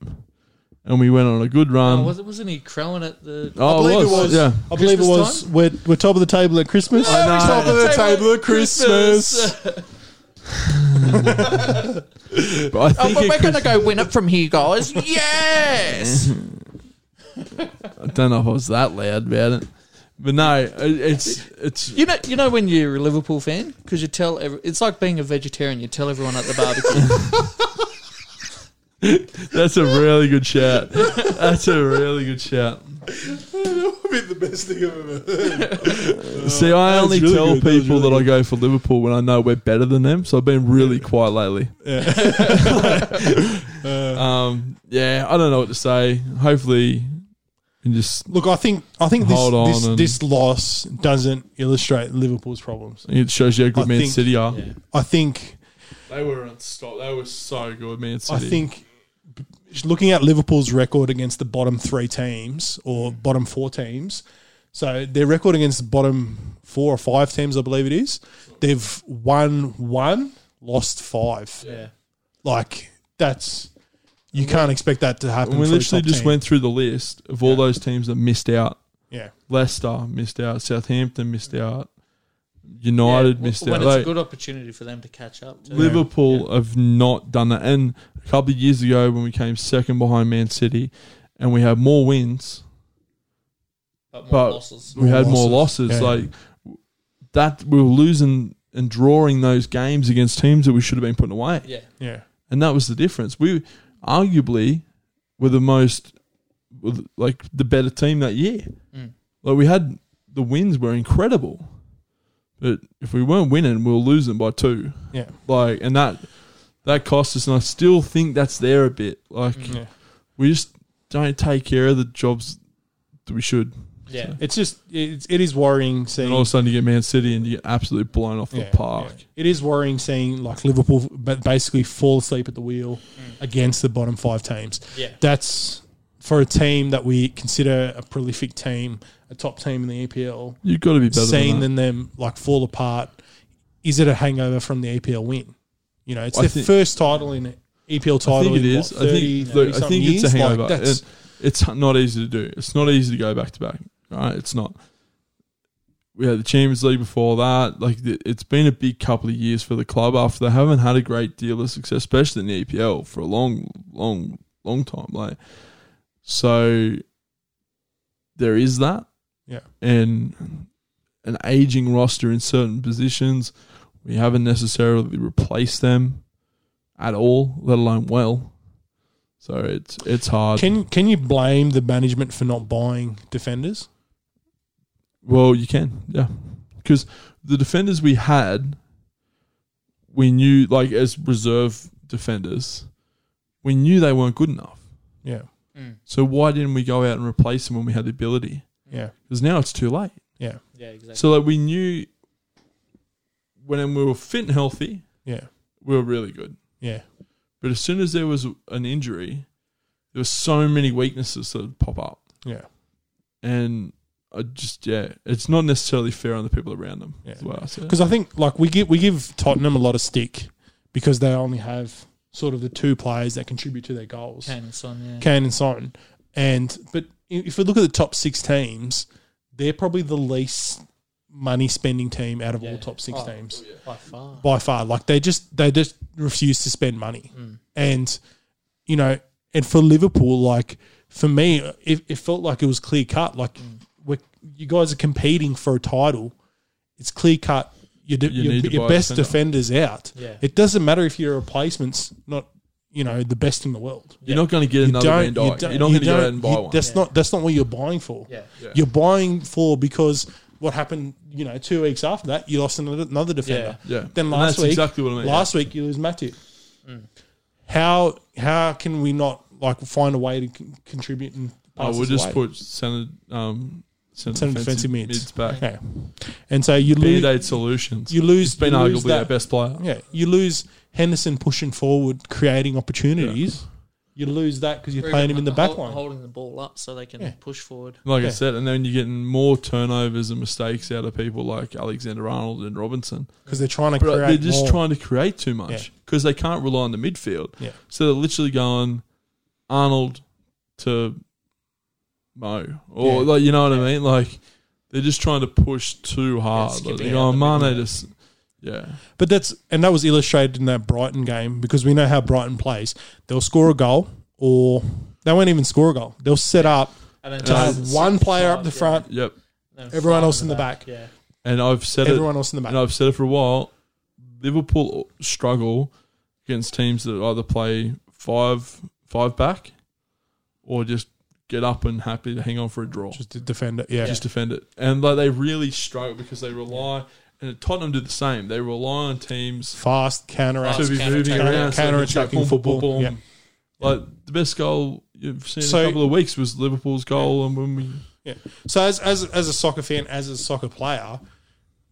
and we went on a good run. Um, oh, was, wasn't he crowing at the? Oh, I believe it was. Yeah. I believe it Christmas was. We're, we're top of the table at Christmas. I know. oh, Top of the table at Christmas. But I Oh, think it could- Oh, go win it from here, guys. Yes. I don't know if I was that loud about it, but no, it- it's it's You know, you know when you're a Liverpool fan because you tell every, it's like being a vegetarian. You tell everyone at the barbecue. that's a really good shout. That's a really good shout. the best thing I've ever heard. See, I that was only really tell good. That was people that, really I go for Liverpool when I know we're better than them. So I've been really quiet lately. Uh. Yeah. um, yeah, I don't know what to say. Hopefully, and just Look, I think I think this Hold on this, and- this loss doesn't illustrate Liverpool's problems. it shows you how good I Man think- City are. Yeah. I think They were unstoppable. They were so good, Man I think looking at Liverpool's record against the bottom three teams or bottom four teams, so their record against the bottom four or five teams, I believe it is, they've won one, lost five. Yeah. Like that's you can't expect that to happen. And we for a literally top just team. went through the list of all those teams that missed out. yeah. Leicester missed out. Southampton missed out. United Yeah, missed when out. it's a Like, good opportunity for them to catch up. Too. Liverpool have not done that. And a couple of years ago, when we came second behind Man City, and we had more wins, but more but- losses. we More had more losses. losses. Yeah. Like that, we were losing and drawing those games against teams that we should have been putting away. Yeah, Yeah. and that was the difference. We arguably were the most were the- like the better team that year. Mm. Like we had the wins were incredible, but if we weren't winning, we were losing by two. Yeah. Like and that that cost us, and I still think that's there a bit. Like Mm. Yeah. we just don't take care of the jobs that we should. yeah. It's just it's, it is worrying seeing And all of a sudden, you get Man City and you get absolutely blown off Yeah, the park. yeah. It is worrying seeing like Liverpool ba- basically fall asleep at the wheel against the bottom five teams. Yeah. That's for a team that we consider a prolific team, a top team in the EPL. You've got to be better. seeing than that. them, them like fall apart, is it a hangover from the EPL win? You know, it's I their think- first title in EPL title. I think it in, what, is. 30, I think look, I 30-something think it's a years? Like, hangover. that's- It- it's not easy to do. It's not easy to go back to back. Right? It's not. We had the Champions League before that. Like the- it's been a big couple of years for the club after they haven't had a great deal of success, especially in the EPL for a long, long, long time. Like so, there is that. Yeah. and an aging roster in certain positions. We haven't necessarily replaced them at all, let alone well. So it's it's hard. can can you blame the management for not buying defenders? well, you can, yeah, because the defenders we had, we knew like as reserve defenders, we knew they weren't good enough. Yeah, Mm. So why didn't we go out and replace them when we had the ability? yeah, Because now it's too late. yeah, yeah, exactly. So like we knew when we were fit and healthy, yeah, we were really good. yeah, But as soon as there was an injury, there were so many weaknesses that would pop up. yeah. and I just yeah, it's not necessarily fair on the people around them. Yeah. is what I said. Because I think like we give we give Tottenham a lot of stick because they only have sort of the two players that contribute to their goals, Kane and Son, yeah. Kane and Son. And but i- if we look at the top six teams, they're probably the least money spending team out of all Yeah. top six Oh, teams by far. by far. Like they just they just refuse to spend money, Mm. and you know, and for Liverpool, like for me, it, it felt like it was clear cut. Like Mm. we're, you guys are competing for a title. It's clear cut. Your, de- You your, need to your buy a best defender. defenders out. Yeah. It doesn't matter if your replacement's not, you know, the best in the world. You're not going to get another Van Dyke. You're not you going to go don't- out and buy you- one. That's Yeah. not that's not what you're buying for. Yeah. Yeah. You're buying for because what happened, you know, two weeks after that, you lost another, another defender. Yeah. Yeah. Then And last that's week, exactly what I mean, last week you lose Matip. How how can we not like find a way to con- contribute and I pass would this Oh, just away? put center, um, center, Centre defensive defensive mids, mids. back. yeah. And so you lose. Band aid solutions. You lose. it's been you lose arguably our that- best player. Yeah, you lose Henderson pushing forward, creating opportunities. You lose that because you're playing him in the back Hold- line. holding the ball up so they can Yeah. push forward. Like I Yeah. said, and then you're getting more turnovers and mistakes out of people like Alexander Arnold and Robinson. because they're trying to But create. they're just more. trying to create too much because they can't rely on the midfield. Yeah. So they're literally going Arnold to Mo, or Yeah. like you know what I mean. Like they're just trying to push too hard. skipping Like, they're out going the Mane just yeah. But that's and that was illustrated in that Brighton game because we know how Brighton plays. They'll score a goal, or they won't even score a goal. They'll set up And then to have one player up the yeah. front, Yep. And then everyone five else in the back. Yeah. And I've said everyone else in it, the and back. I've said it for a while. Liverpool struggle against teams that either play five five back, or just get up and happy to hang on for a draw. Just a defender, yeah, just defend it. And like they really struggle because they rely and Tottenham do the same. They rely on teams fast counter Fast to be counter-attack. moving around, Counter-attacking so they just go boom, boom, football, boom, yeah. Like the best goal you've seen in So- a couple of weeks was Liverpool's goal, and when we Yeah. So as as as a soccer fan, as a soccer player,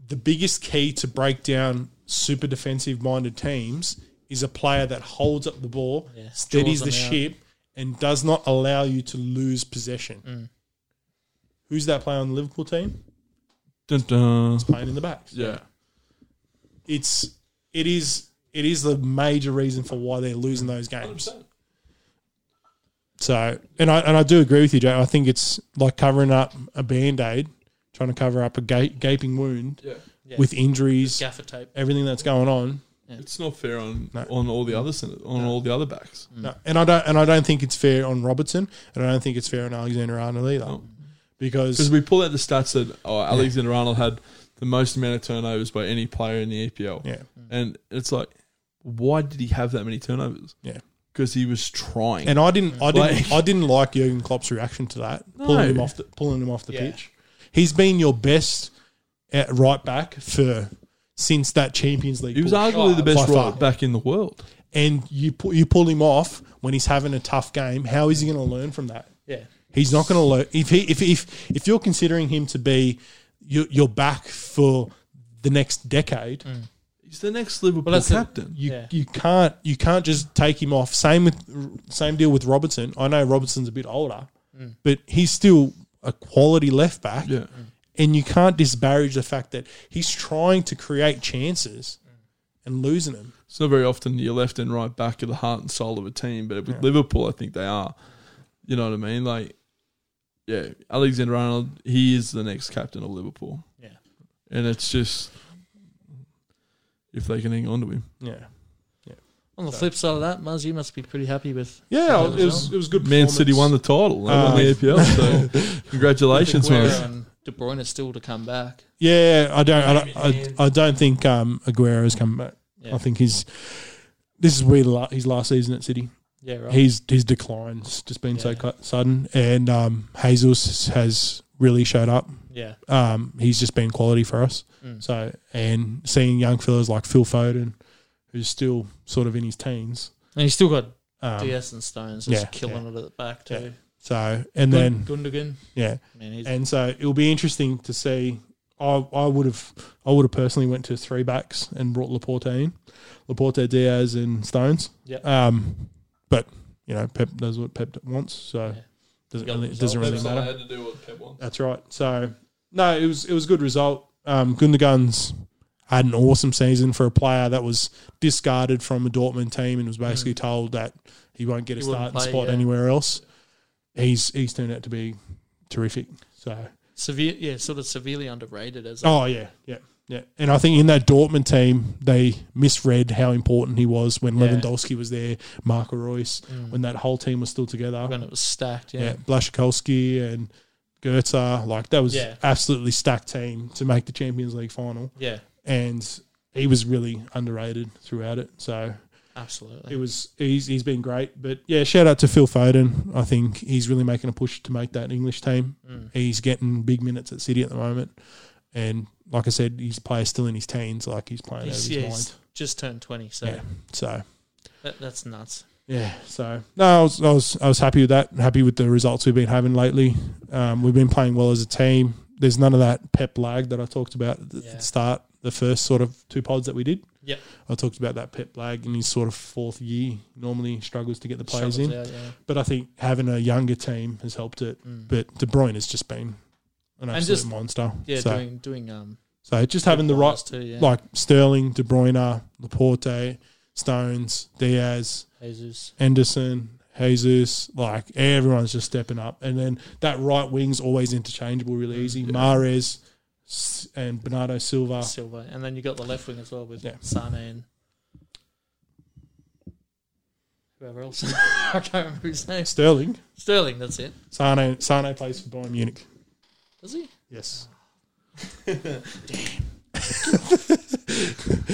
the biggest key to break down super defensive minded teams is a player that holds up the ball, Yeah, steadies draws the them out. ship, and does not allow you to lose possession. Mm. Who's that player on the Liverpool team? dun, dun, Playing in the back. yeah, It's it is it is the major reason for why they're losing those games. So, and I and I do agree with you, Joe. I think it's like covering up a band aid, trying to cover up a ga- gaping wound yeah, Yeah. with injuries, gaffer tape. everything that's going on. it's not fair on No. Mm. on all the other center, on all the other backs. No, and I don't and I don't think it's fair on Robertson, and I don't think it's fair on Alexander Arnold either, No. Because because we pull out the stats that oh, Alexander Arnold had the most amount of turnovers by any player in the EPL. yeah, And it's like, why did he have that many turnovers? yeah. Because he was trying. And I didn't, I didn't, Like- I didn't like Jurgen Klopp's reaction to that, No. pulling him off the pulling him off the Yeah. pitch. He's been your best at right back for since that Champions League. he was push. arguably the best By far. right back in the world. and you pu- you pull him off when he's having a tough game. How is he going to learn from that? Yeah. He's not going to learn if he if if if you're considering him to be your, your back for the next decade. He's the next Liverpool that's the- captain. You Yeah. you can't you can't just take him off. Same with same deal with Robertson. I know Robertson's a bit older, but he's still a quality left back. yeah. And you can't disparage the fact that he's trying to create chances and losing them. It's not very often your left and right back are the heart and soul of a team, but with Liverpool, I think they are. You know what I mean? Like, yeah, Alexander Arnold, he is the next captain of Liverpool. Yeah. And it's just if they can hang on to him. Yeah. On the flip side of that, Muzz, you must be pretty happy with. Yeah, it was- it was good. Uh, Man City won the title. They won the EPL. So congratulations, Aguero man. and De Bruyne is still to come back. Yeah, I don't, I don't, I, I don't think um, Aguero has come back. Yeah. I think he's this is where la- his last season at City. Yeah, right. He's his decline's just been so Yeah. cut, sudden, and um, Jesus has really showed up. yeah. Um, he's just been quality for us. Mm. So, and seeing young fellas like Phil Foden, who's still sort of in his teens. And he's still got Um, DS and Stones just yeah, killing it at the back, too. Yeah. So, and Gun- then Gundogan. yeah, Man, he's, and so it'll be interesting to see. I I would have I would have personally went to three backs and brought Laporte in, Laporte, Diaz, and Stones. Yep. Um, but you know Pep does what Pep wants, so Yeah. doesn't Got really the it doesn't result. really matter. to do what Pep wants. That's right. So no, it was it was a good result. Um, Gundogan's had an awesome season for a player that was discarded from a Dortmund team and was basically told that he won't get a Mm. He wouldn't starting play, spot yeah. anywhere else. He's he's turned out to be terrific. So. severe, yeah, sort of severely underrated as a Oh yeah, yeah, yeah. And I think in that Dortmund team, they misread how important he was when Yeah. Lewandowski was there, Marco Royce, when that whole team was still together. Mm. when it was stacked. yeah, Yeah. Blaszczykowski and Goethe, like that was Yeah. absolutely stacked team to make the Champions League final, Yeah, and he was really underrated throughout it. So absolutely. it was he's he's been great. But yeah, shout out to Phil Foden. I think he's really making a push to make that English team. Mm. He's getting big minutes at City at the moment, and like I said, his player's still in his teens. Like he's playing He's, out yeah, of his he's just turned 20, so mind. Yeah. So that, that's nuts. yeah. So no, I was I was I was happy with that. Happy with the results we've been having lately. Um, we've been playing well as a team. There's none of that pep lag that I talked about at the Yeah. start. The first sort of two pods that we did, Yep. I talked about that pep lag in his sort of fourth year. Normally struggles to get the players Struggles in. out, yeah. But I think having a younger team has helped it. Mm. But De Bruyne has just been an absolute just- monster. Yeah, so, doing doing um so just having the good right, corners too, yeah. like Sterling, De Bruyne, Laporte, Stones, Diaz, Jesus. Anderson, Jesus, like everyone's just stepping up. And then that right wing's always interchangeable, really easy. Mares and Bernardo Silva. Silva, and then you got the left wing as well with Yeah. Sane and whoever else. I can't remember his name. Sterling, Sterling, that's it. Sane, Sane plays for Bayern Munich. Does he? Yes. And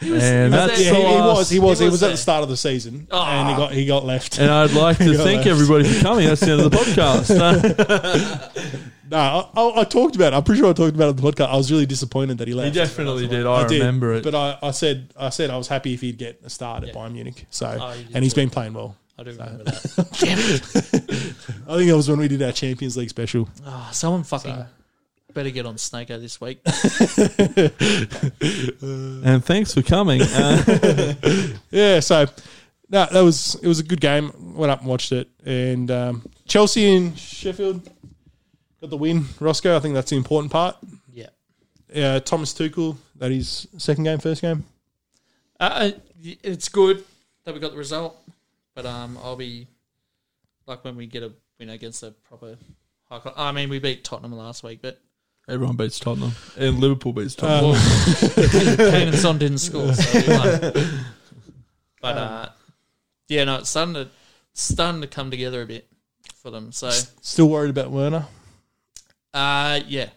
he was there. that's Yeah, the he, he last- was. He was. He He was, was at the there. start of the season, and Ah. he got he got left. And I'd like to Go thank left. everybody for coming. That's the end of the podcast. No, I, I, I talked about. It. I'm pretty sure I talked about it on the podcast. I was really disappointed that he he left. definitely did. I, did, remember it. But I, I said I said I was happy if he'd get a start at Yeah. Bayern Munich. So Oh, you did and he's too. been playing well. I do remember that. I think that was when we did our Champions League special. Oh, someone fucking better get on Snaker this week. And thanks for coming. Uh, Yeah, so no, that was it was a good game. Went up and watched it, and um, Chelsea and Sheffield got the win. Roscoe, I think that's the important part. yeah. Uh, Thomas Tuchel, that is second game, first game. Uh, it's good that we got the result, but um, I'll be like when we get a win against a proper high class. I mean, we beat Tottenham last week, but everyone beats Tottenham, and Liverpool beats Tottenham. Um, Kane and Son didn't score, so we won. But uh, yeah, no, it's starting to it's starting to come together a bit for them. So still worried about Werner. uh, yeah,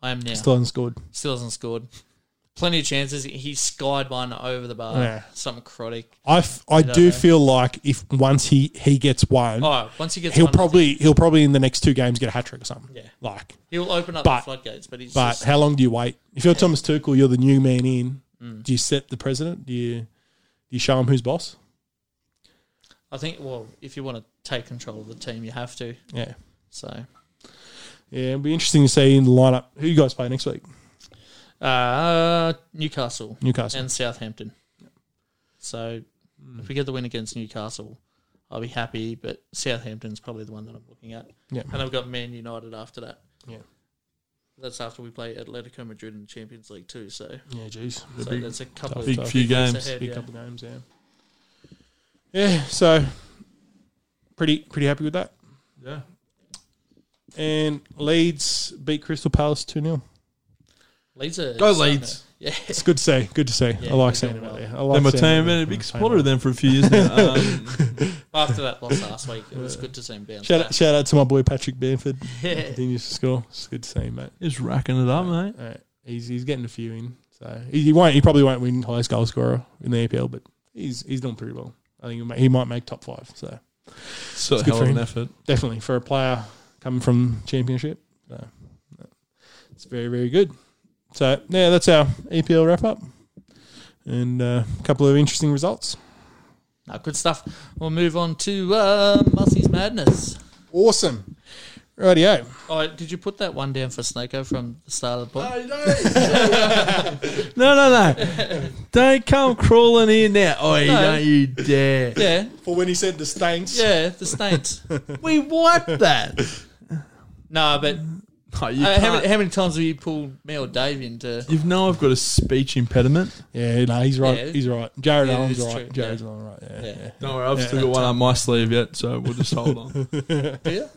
I am now. Still hasn't scored. Still hasn't scored. Plenty of chances. He skied one over the bar. Yeah. Something chronic. I, f- I don't do know. feel like if once he he gets one, Oh, once he gets, he'll one, probably he'll probably in the next two games get a hat trick or something. Yeah. Like, he'll open up but- the floodgates. But he's but just- how long do you wait? If you're Thomas Tuchel, you're the new man in. Mm. Do you set the president? Do you do you show him who's boss? I think. Well, if you want to take control of the team, you have to. Yeah. So Yeah, it'll be interesting to see in the lineup who you guys play next week. uh, Newcastle Newcastle. Mm. and Southampton. So if we get the win against Newcastle, I'll be happy. But Southampton's probably the one that I'm looking at. Yeah. And I've got Man United after that. Yeah. That's after we play Atletico Madrid in Champions League too. So, yeah, jeez. so big- there's a couple big of few weeks games. ahead, Big yeah. couple games, yeah. Yeah, so pretty pretty happy with that. yeah. And Leeds beat Crystal Palace 2 0. Leeds are Go starting Leeds. to- Yeah. It's good to see. Good to see. Yeah, I like they're seeing doing them well. out there. I like They're my seeing team, them. and a Yeah, big playing supporter well. of them for a few years now. Um, After that loss last week, it was good to see him bounce Shout back. out, shout out to my boy Patrick Bamford. Yeah. Continues to score. It's good to see him, mate. he's racking it up, mate. All right. Uh, He's, he's getting a few in. So he, he won't. He probably won't win highest goal scorer in the EPL, but he's he's doing pretty well. I think he might, he might make top five. So So It's good hell for of an him. effort. definitely for a player coming from championship. So no, it's very, very good. So yeah, that's our EPL wrap up. And uh, a couple of interesting results. No, good stuff. We'll move on to uh, Mussey's Madness. Awesome. Rightio. Oh, did you put that one down for Snako from the start of the pod? Oh, No, no, no. Don't come crawling in now. Oh, No. don't you dare. Yeah, For when he said the stanks. yeah, the Saints. We wiped that. no, but No, you uh, how, can't. many, how many times have you pulled me or Dave into? You know I've got a speech impediment. Yeah, no, he's right. Yeah. He's right. Jared Yeah, Allen's it's right. true. Jared's Yeah. Allen right. Yeah. Yeah. yeah. Don't worry, I've still Yeah. got one up my sleeve yet, so we'll just hold on. Do you?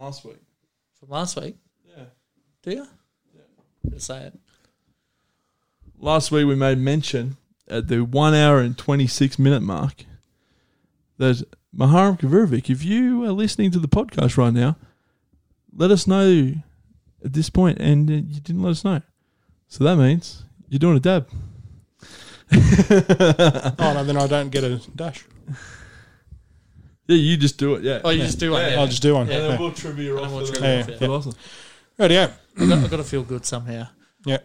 Last week. From last week? Yeah. Do you? Just say it. Last week we made mention at the one hour and twenty six minute mark that Maharam Kavirovic, if you are listening to the podcast right now, let us know at this point, and uh, you didn't let us know, so that means you're doing a dab. Oh no, then I don't get a dash. Yeah, you just do it. Yeah. Oh, you just do one. Yeah. Yeah. I'll just do one. Yeah, Yeah. we'll trivia off with it. Yeah. Yeah. Awesome. Rightio. I've, got, I've got to feel good somehow. Yeah.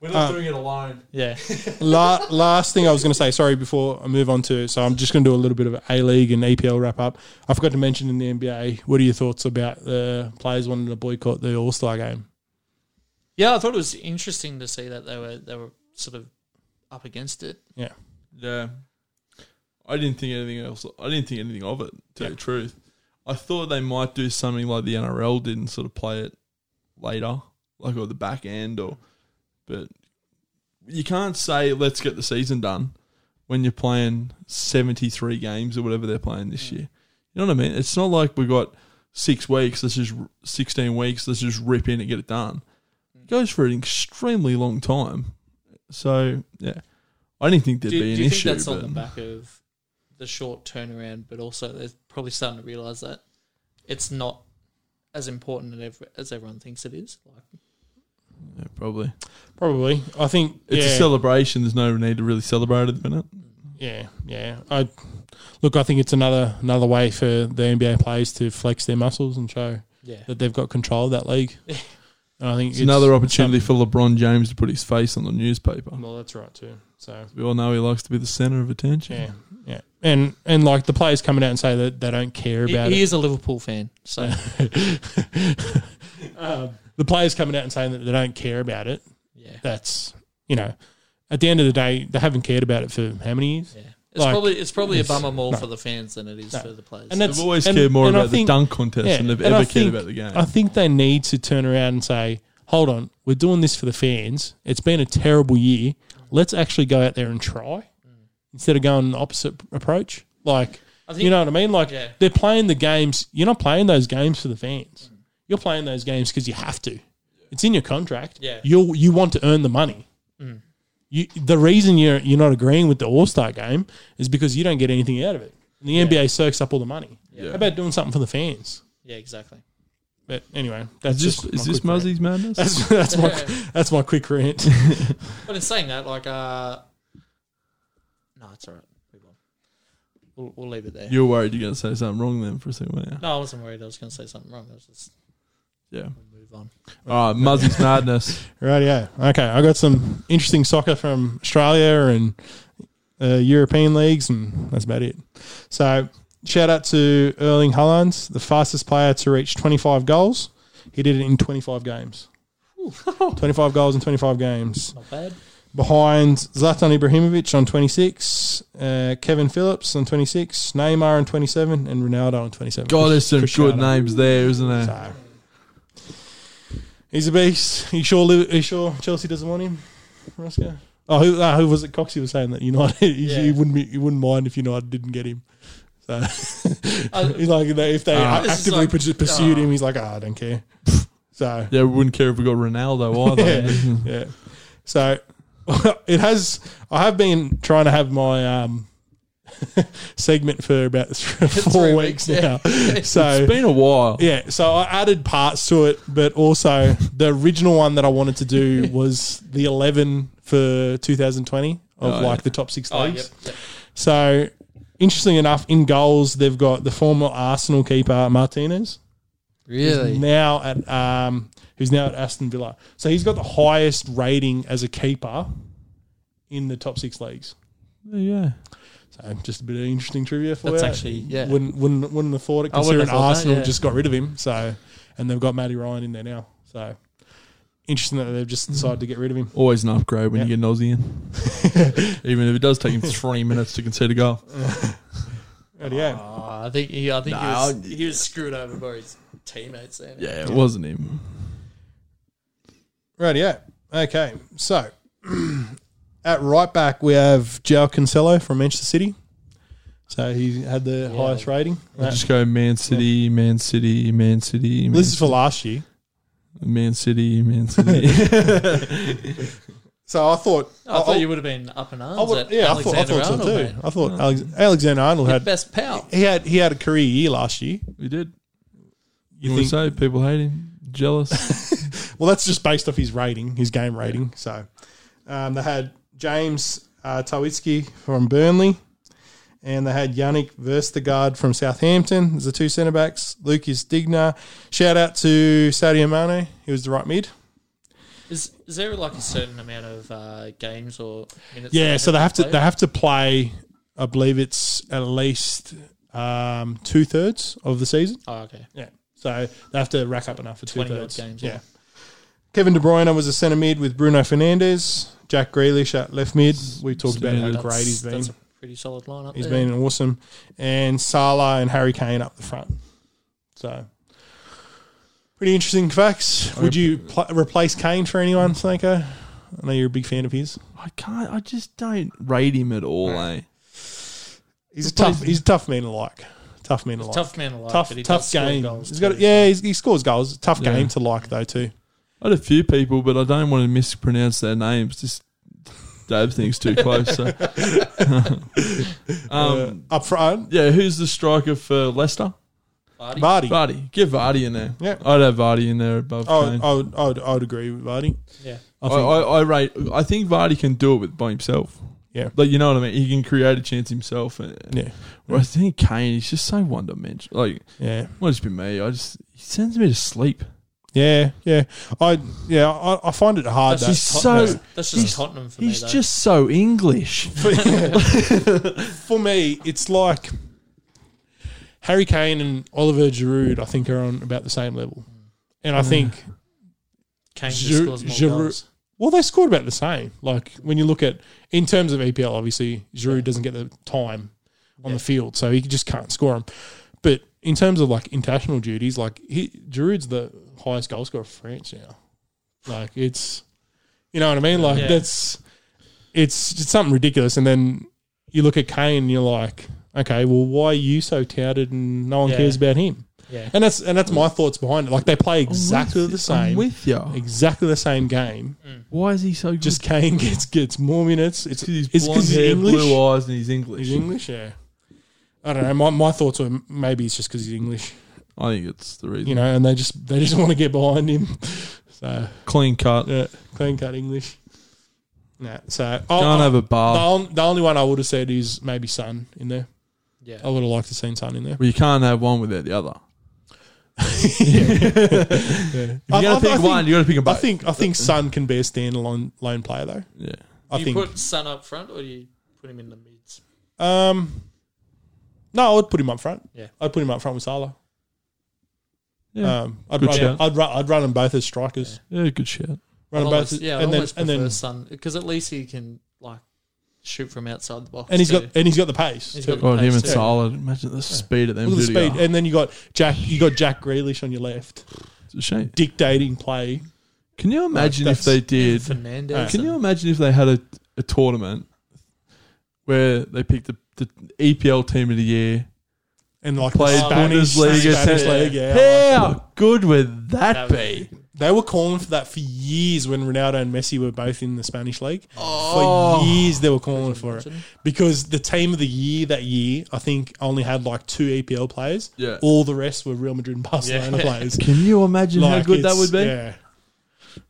We're not Um, doing it alone. Yeah. La- last thing I was going to say, sorry, before I move on to, so I'm just going to do a little bit of A League and E EPL wrap up. I forgot to mention in the NBA, what are your thoughts about the players wanting to boycott the All Star game? Yeah, I thought it was interesting to see that they were they were sort of up against it. Yeah. I didn't think anything else. I didn't think anything of it, to Yeah. the truth. I thought they might do something like the NRL did and sort of play it later, like or the back end, or. But you can't say let's get the season done when you're playing 73 games or whatever they're playing Mm. this year. You know what I mean? It's not like we got six weeks. Let's just r- 16 weeks. Let's just rip in and get it done. Mm. It goes for an extremely long time. So yeah, I didn't think there'd do, be an do you issue. think that's on but- the back of the short turnaround, but also they're probably starting to realise that it's not as important as ev- as everyone thinks it is? Like, Yeah, probably. Probably. I think, It's yeah, a celebration. There's no need to really celebrate at the minute. yeah, yeah. I Look, I think it's another another way for the NBA players to flex their muscles and show yeah. that they've got control of that league. And I think It's, another opportunity for LeBron James to put his face on the newspaper. Well, that's right, too. So, We all know he likes to be the center of attention. yeah, yeah. and and like the players coming out and say that they don't care He, about it. he is a Liverpool fan, so um, the players coming out and saying that they don't care about it. yeah, That's you know, at the end of the day, they haven't cared about it for how many years? yeah. It's Like, probably it's probably a it's- bummer more no. for the fans than it is No. for the players. And that's- They've always and- cared more and I about think- the dunk contest yeah, than they've and I ever think- cared about the game. I think they need to turn around and say, "Hold on, we're doing this for the fans. It's been a terrible year. Let's actually go out there and try instead of going the opposite approach." Like I think- you know what I mean? Like Yeah. they're playing the games. You're not playing those games for the Mm. fans. You're playing those games because you have to. It's in your contract. Yeah. Mm. You you want to earn the money. You the reason you're you're not agreeing with the All Star game is because you don't get anything out of it. And the NBA soaks up all the money. Yeah. How about doing something for the fans? yeah, exactly. But anyway, that's is this, just is my this Muzzy's quick rant. madness? That's that's my that's my quick rant. But in saying that, like, uh, no, it's all right. Move on. We'll, we'll leave it there. you were worried you're going to say something wrong then for a second, weren't you? no, I wasn't worried. I was going to say something wrong. I was just Yeah. we'll move on. All right, Muzzy's madness. right, yeah. Okay, I got some interesting soccer from Australia and uh, European leagues, and that's about it. So, shout out to Erling Haaland, the fastest player to reach 25 goals. He did it in 25 games. 25 goals in 25 games. Not bad. Behind Zlatan Ibrahimovic on 26, uh, Kevin Phillips on 26, Neymar on 27, and Ronaldo on 27. God, there's some Cristiano. good names there, isn't there? So he's a beast. He sure. Live, he sure Chelsea doesn't want him. Roscoe. Oh, who, uh, who was it? Coxie was saying that United. He, Yeah. he wouldn't. Be, he wouldn't mind if United didn't get him. So Oh, he's like, they- if they Uh, Ah. This is actively like- pursu- pursued uh. him, he's like, ah, I don't care. So Yeah, we wouldn't care if we got Ronaldo either. yeah. So it has. I have been trying to have my um, segment for about three, four Three weeks, weeks, yeah. now. So It's been a while. yeah, so I added parts to it, but also the original one that I wanted to do was the 11 for 2020 of Oh, like yeah. the top six Oh, leagues. yep, yep. So, interesting enough, in goals, they've got the former Arsenal keeper Martinez, who's Really? now at um, who's now at Aston Villa. So he's got the highest rating as a keeper in the top six leagues. Yeah. So just a bit of interesting trivia for That's you. actually- yeah. Wouldn't wouldn't wouldn't have thought it I wouldn't have considering thought that, Arsenal yeah. just got rid of him. So and they've got Matty Ryan in there now. So interesting that they've just decided to get rid of him. Always an upgrade when Yeah. you get an Aussie in. Even if it does take him three minutes to concede a goal. But yeah. Oh, I think he. I think he was. No. He was screwed over by his teammates. There. Yeah, it wasn't him. Right, yeah. Okay. So at right back we have Jao Cancelo from Manchester City. So he had the highest rating. We'll just go Man City, Man City, Man City, Man, Uh, This is for last year. Man City, Man City. So I thought I thought you would have been up in arms. Oh, I would, at yeah, I thought, I Alexander thought so Arnold, mate. too. I thought Alex, Alexander Arnold Your had best pal. he had he had a career year last year. we did. You You think- say people hate him, jealous. Well, that's just based off his rating, his game rating. So um, they had James uh, Tawitsky from Burnley, and they had Yannick Verstergaard from Southampton. There's the two centre backs, Lucas Digna. Shout out to Sadio Mane, he was the right mid. Is is there like a certain amount of uh, games or minutes? Yeah, so they have to play? they have to play. I believe it's at least um, two thirds of the season. oh, okay. Yeah. So they have to rack up enough for two 20 odd thirds. games, Yeah. yeah. Kevin De Bruyne was a centre mid with Bruno Fernandes. Jack Grealish at left mid. We talked about how Standard. great he's been. That's a pretty solid lineup. He's there. been awesome. And Salah and Harry Kane up the front. So pretty interesting facts. Would you pl- replace Kane for anyone, Snako? I know you're a big fan of his. I can't. I just don't rate him at all. Eh? He's a tough. He's a tough man to like. Tough man to like. tough man alive. tough, but he tough does score game. Goals He's got. too. Yeah, he's, he scores goals. Tough Yeah. game to like though too. I had a few people, but I don't want to mispronounce their names. Just Dave thinks too close. So. um, Uh, Up front, yeah, who's the striker for Leicester? Vardy. Vardy. Vardy. Give Vardy in there. Yeah. I'd have Vardy in there above I Kane. would, I, would, I, would, I would agree with Vardy. Yeah. I I, think, I, I rate. I think Vardy can do it with by himself. Yeah. like you know what I mean. He can create a chance himself. And, yeah, Whereas I think Kane, he's just so one dimensional. Like, yeah. might just be me. I just he sends me to sleep. Yeah, yeah. I yeah, I, I find it hard That's though. He's just so- Tottenham. that's just he's- Tottenham for He's me. Though. just so English. for, for me, it's like Harry Kane and Oliver Giroud. I think are on about the same level, and I think Mm. Kane just Giroud- scores more Giroud- goals. well they scored about the same. Like when you look at in terms of EPL, obviously Giroud doesn't get the time on Yeah. the field, so he just can't score them. But in terms of like international duties, like he, Giroud's the highest goal scorer for France now. Like it's, you know what I mean. Like Yeah. that's it's it's something ridiculous. And then you look at Kane, and you're like, okay, well, why are you so touted and no one Yeah. cares about him? Yeah, And that's and that's my thoughts behind it. Like they play exactly I'm the with- I'm same, with you. exactly the same game. Mm, Why is he so good? Just Kane gets gets more minutes. It's Because he's it's blonde because he's hair, English. blue eyes, and he's English. He's English, yeah. I don't know. My, my thoughts were maybe it's just because he's English, I think it's the reason. you know, and they just they just want to get behind him. So Clean cut. yeah, clean cut English. Nah, so Can't I'll, have a the, bath. on, the only one I would have said is maybe Sun in there. I yeah. would have liked to seen Sun in there. Well, you can't have one without the other. If you I- got I- to I pick think- one, you got to pick them I both. think I think Sun can be a standalone lone player though. yeah. I do you think put Sun up front or do you put him in the mids? um, no, I would put him up front. Yeah. I'd put him up front with Salah. Yeah. Um, I'd Good run, shout. I'd run I'd run them both as strikers. yeah, good shit. Run them I'd both, always- yeah, and I then always and prefer then Sun because at least he can like shoot from outside the box. and he's too. got and he's got the pace. He's too. got Oh, him and Yeah. Salah. Imagine the speed of them. Look at the two speed, together. and then you got Jack. You got Jack Grealish on your left, It's a shame. dictating play. Can you imagine if that's- they did? Fernandez. Can and- you imagine if they had a, a tournament where they picked the, the EPL team of the year? And like Played the Spanish, Bundesliga, Spanish Spanish league, yeah. How good would that That would be? They were calling for that for years when Ronaldo and Messi were both in the Spanish league. Oh. For years they were calling for it Imagine. because the team of the year that year, I think, only had like two EPL players. Yeah. All the rest were Real Madrid and Barcelona Yeah. players. Can you imagine Like, how good that it's- would be? Yeah.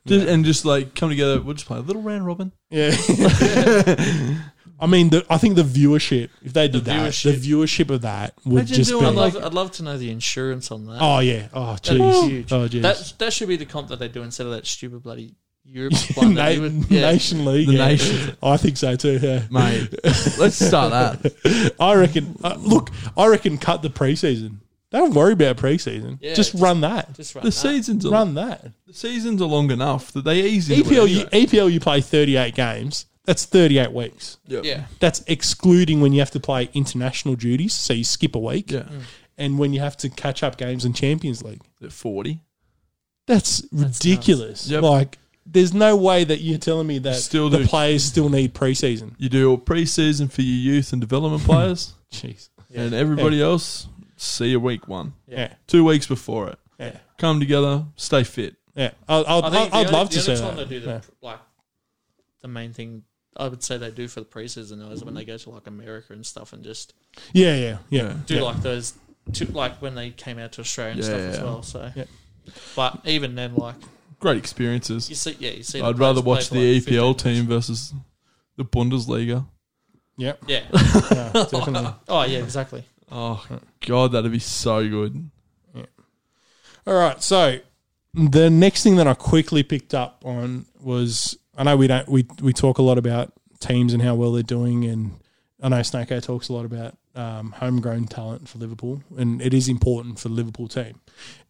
Just- And just like come together, we'll just play a little round robin. Yeah. I mean, the, I think the viewership, if they did The that, viewership. the viewership of that would Imagine just be. doing I'd like- love, I'd love to know the insurance on that. oh, yeah. Oh, That'd be jeez. huge. Oh, jeez. that that should be the comp that they do instead of that stupid bloody Europe Na- one. that he would- yeah. Nation League. The yeah. nation. I think so too. Yeah. Mate, let's start that. I reckon. Uh, look, I reckon cut the preseason. Don't worry about preseason. Yeah, just, just- run that. Just The right seasons are Run that. E the seasons are long enough that they easy. to EPL. win. You, EPL. You play thirty-eight games. That's thirty-eight weeks. yeah. Yeah. That's excluding when you have to play international duties, so you skip a week, Yeah. and when you have to catch up games in Champions League. At forty, That's ridiculous. Yep. Like, there's no way that you're telling me that Still the do. players still need preseason. you do all pre-season for your youth and development players, Jeez. and everybody else see you week one, Yeah. two weeks before it. Yeah. Come together, stay fit. Yeah. I'll, I'll, I I'd, think the I'd only- love the to only say time that. They do the, Yeah. like the main thing I would say they do for the preseason though is when they go to like America and stuff and just Yeah, yeah, yeah. do yeah. like those two, like when they came out to Australia and Yeah, stuff as yeah. well. So, Yeah. but even then, like Great you experiences. see, yeah, you see. the I'd rather players watch play for, like, 15 the EPL minutes. team versus the Bundesliga. Yep. Yeah. Yeah, definitely. Oh yeah, exactly. Oh god, that'd be so good. All right. So the next thing that I quickly picked up on was I know we don't we we talk a lot about teams and how well they're doing, and I know Snako talks a lot about um, homegrown talent for Liverpool, and it is important for the Liverpool team,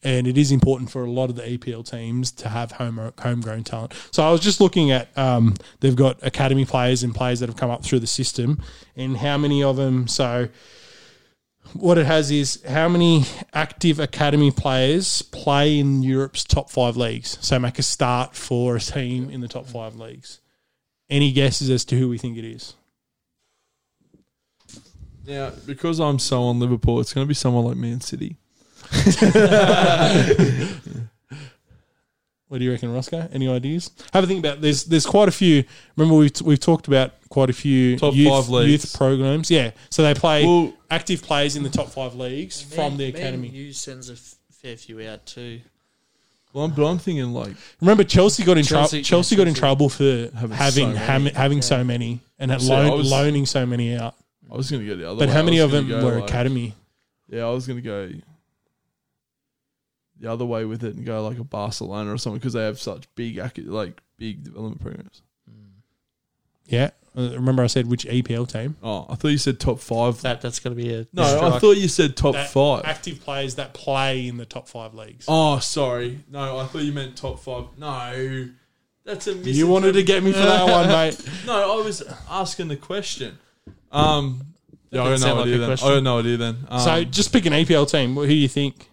and it is important for a lot of the EPL teams to have home homegrown talent. So I was just looking at um, they've got academy players and players that have come up through the system, and how many of them so what it has is how many active academy players play in Europe's top five leagues. So make a start for a team in the top five leagues. Any guesses as to who we think it is? Now, because I'm so on Liverpool, it's going to be someone like Man City. What do you reckon, Roscoe? Any ideas? Have a think about. There's there's quite a few. Remember we've we've talked about quite a few Top youth, five leagues. youth programs. Yeah, so they play Well, active players in the top five leagues from the academy. you sends a f- fair few out too. well, I'm, but I'm thinking like Remember Chelsea got in trouble. Chelsea- Chelsea, yeah, got in Chelsea. trouble for Having having so having many. having, Yeah. so many and at See, I loan, was- loaning so many out. I was going to go the other. But way. how I many was of gonna them go were like- academy? Yeah, I was going to go. the other way with it and go like a Barcelona or something because they have such big ac- like big development programs. Hmm. Yeah. Uh, Remember I said which EPL team? Oh, I thought you said top five. That that's going to be a no, I strike. thought you said top That- five. Active players that play in the top five leagues. oh, sorry. No, I thought you meant top five. No, that's a you wanted to get me for that one, mate. No, I was asking the question. Um, yeah, I That don't know sound like idea a then. question. I don't know idea then. Um, so just pick an EPL team. Who do you think?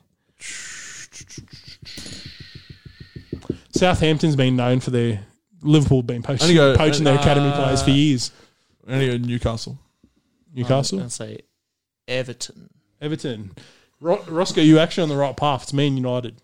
Southampton's been known for their Liverpool been poach, I'm gonna go- poaching their academy uh, players for years. I'm gonna go Newcastle. Newcastle, I was gonna say Everton. Everton, Ro- Roscoe. You actually on the right path. It's Man United.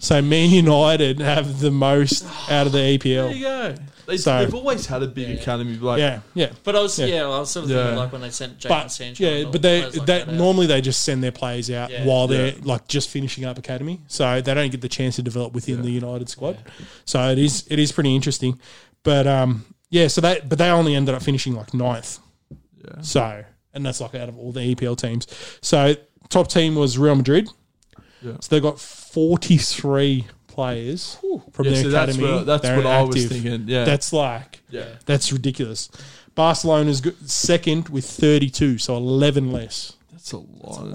So Man United have the most out of the E There you EPL. go. They, So- they've always had a big academy. Like, Yeah, yeah. But I was Yeah. yeah, I was sort of Yeah. thinking like when they sent Jadon But Sancho. yeah, and all but they players like that out. normally they just send their players out Yeah. while they're Yeah. like just finishing up academy, so they don't get the chance to develop within the United squad. So it is it is pretty interesting, but um yeah, so they but they only ended up finishing like ninth. Yeah. So and that's like out of all the EPL teams. So top team was Real Madrid. Yeah. So they got forty three players from Yeah, their so that's academy. what, that's They're what I was active. thinking. Yeah, That's like yeah. that's ridiculous. Barcelona's go- second with 32, so 11 less. That's a lot. isn't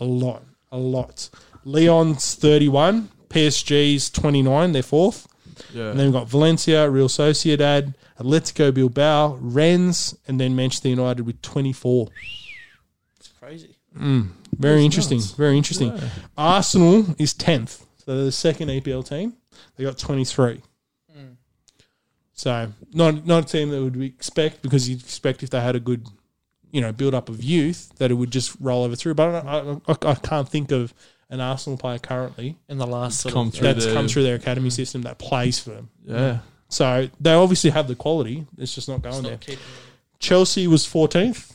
A lot. A lot. Leon's 31. PSG's 29. They're fourth. it? Yeah. And then we've got Valencia, Real Sociedad, Atletico Bilbao, Rennes, and then Manchester United with 24. It's crazy. Very interesting. Very interesting. Arsenal is 10th. So they're the second EPL team. They got 23. Hmm. So not not a team that would we expect because you'd expect if they had a good, you know, build up of youth that it would just roll over through. But I, I, I- I can't think of an Arsenal player currently In the last sort Come of through. that's the- come through their academy system that plays for them. yeah. So they obviously have the quality. It's just not it's going not there. keeping- Chelsea was 14th,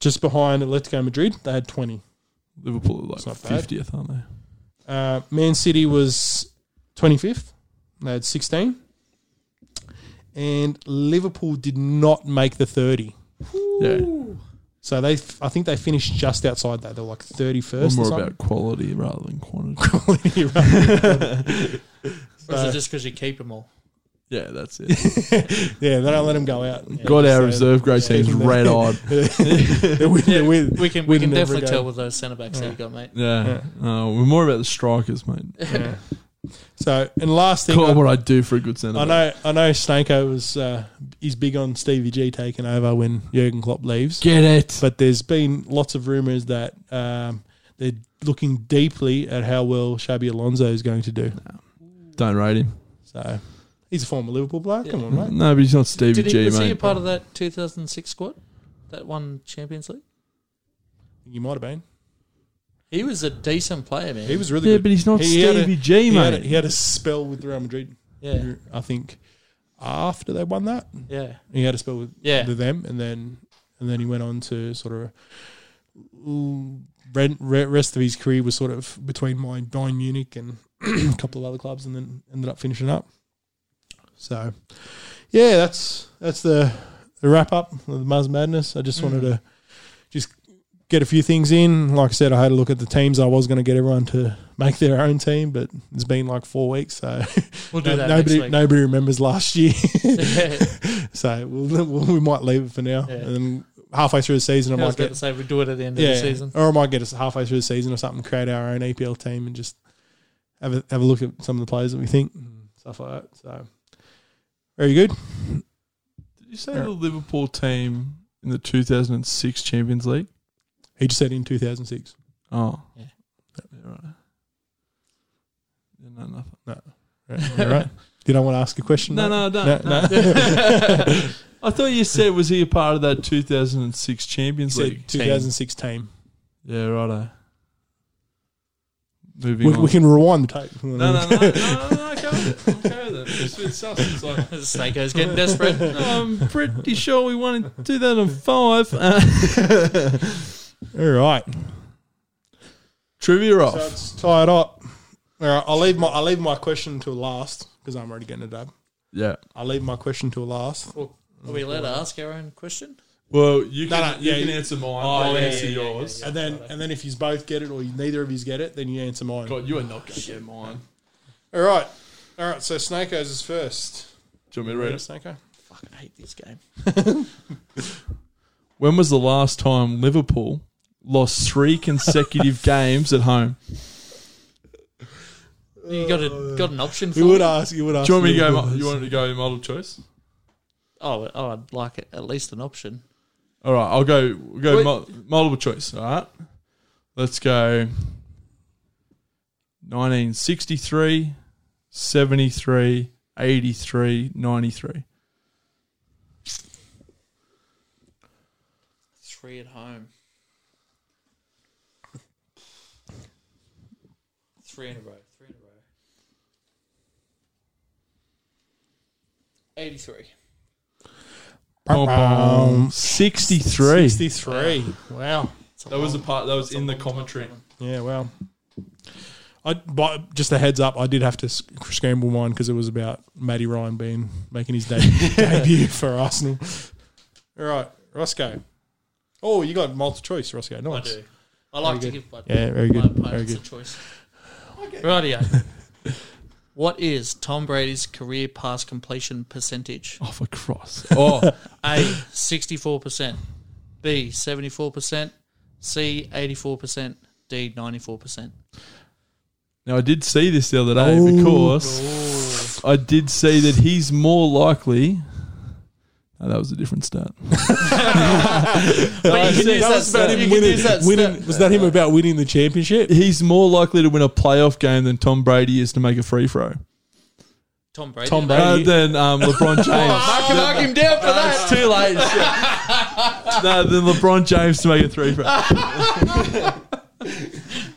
just behind Atletico Madrid. They had 20. Liverpool are It's like not bad. fiftieth, aren't they? Uh, Man City was 25th. They had 16. And Liverpool did not make the 30. Yeah. So they, I think they finished just outside that. They were like 31st. We're or more something. about quality rather than quantity. quality, right? Or is Uh, it just because you keep them all? yeah, that's it. yeah, they don't let them go out. Got our So- reserve grade teams Yeah. red eyed. They're with, they're with. We can we Win can definitely every game. tell with those centre backs that you got, mate. Yeah. No, we're more about the strikers, mate. So, and last thing, God, I, what I do for a good centre. I back. know, I know, Snako was uh, he's big on Stevie G taking over when Jurgen Klopp leaves. Get it. But there's been lots of rumours that um, they're looking deeply at how well Shabby Alonso is going to do. Don't rate him. So he's a former Liverpool player. Come on, mate. No, but he's not Stevie Did he, G, was mate. he a part of that 2006 squad that won Champions League? You might have been. He was a decent player, man. He was really yeah, good. but he's not He had a- Stevie G, he, had a, mate. he had a spell with Real Madrid. yeah, I think after they won that, yeah, he had a spell with, Yeah. with them, and then and then he went on to sort of. mm, ren- re- Rest of his career was sort of between my Bayern Munich and a couple of other clubs, and then ended up finishing up. So, yeah, that's that's the, the wrap up of the Muzz Madness. I just Mm. wanted to just get a few things in. Like I said, I had a look at the teams. I was going to get everyone to make their own team, but it's been like four weeks, so We'll do that nobody next week. nobody remembers last year. yeah. So we'll, we'll, we might leave it for now. Yeah. And then halfway through the season, I I might was going to get say we do it at the end yeah, of the season. or I might get us halfway through the season or something, create our own EPL team and just have a have a look at some of the players that we think and stuff like that. So very good. Did you say the Liverpool team in the 2006 Champions League? He just said in 2006. Oh. Yeah. Yeah, right. Yeah, no, nothing. Right, all right. Did I want to ask a question? No, mate? no, don't. No, no. I thought you said was he a part of that 2006 He Champions League? said 2006 team. Yeah, righto. Moving We, on. we can rewind the tape. no, no, no, no, no, no, okay with it. I'm okay with it. It's a bit sus. It's like, Snakeo's getting desperate. Um, I'm pretty sure we won in 2005. Uh, All right. Trivia So off. it's tied up. All right. I'll leave my I'll leave my question to last because I'm already getting a dab. Yeah. I'll leave my question to last. Are we allowed to ask our own question? Well, you can, No, no, you yeah, can you- answer mine. Oh, I'll yeah, answer yeah, yeah, yours. And then and then if you both get it or you, neither of you get it, then you answer mine. God, you are not going to get mine. All right. All right. So Snakeos is first. Do you want me to read it? Snako. Fucking hate this game. When was the last time Liverpool lost three consecutive games at home? You got a got an option for We would it? ask. You would ask. Uh, Do you want me to go? Liverpool mu- first. You want me to go multiple choice? Oh, oh, I'd like it, at least an option. All right, I'll go. We'll go Wait. mul- multiple choice. All right, let's go. 1963, 73, 83, 93. Three at home. Three in a row. Three in a row. Eighty-three. Bum, bum. 63. Sixty-three. Wow. That was the part that was in the commentary. Yeah. Wow. I, but just a heads up, I did have to sc- scramble mine because it was about Matty Ryan being making his de- debut for Arsenal. All right, Roscoe. Oh, you got multi choice, Roscoe. I Nice. do. I like to Very give my, Yeah, very my good. opponents Very a good. choice. Rightio. what is Tom Brady's career pass completion percentage? Oh, for cross. Oh, A sixty-four percent, B seventy-four percent, C eighty-four percent, D ninety-four percent. now I did see this the other day because I did see that he's more likely. Oh, that was a different stat. But you can use That was that about stat. You him can winning. use that winning- stat. was that him about winning the championship? He's more likely to win a playoff game than Tom Brady is to make a free throw. Tom Brady. Tom mate. Brady. Uh, than um, LeBron James. Mark, him- mark him down for It's that. too late. no, than LeBron James to make a three throw.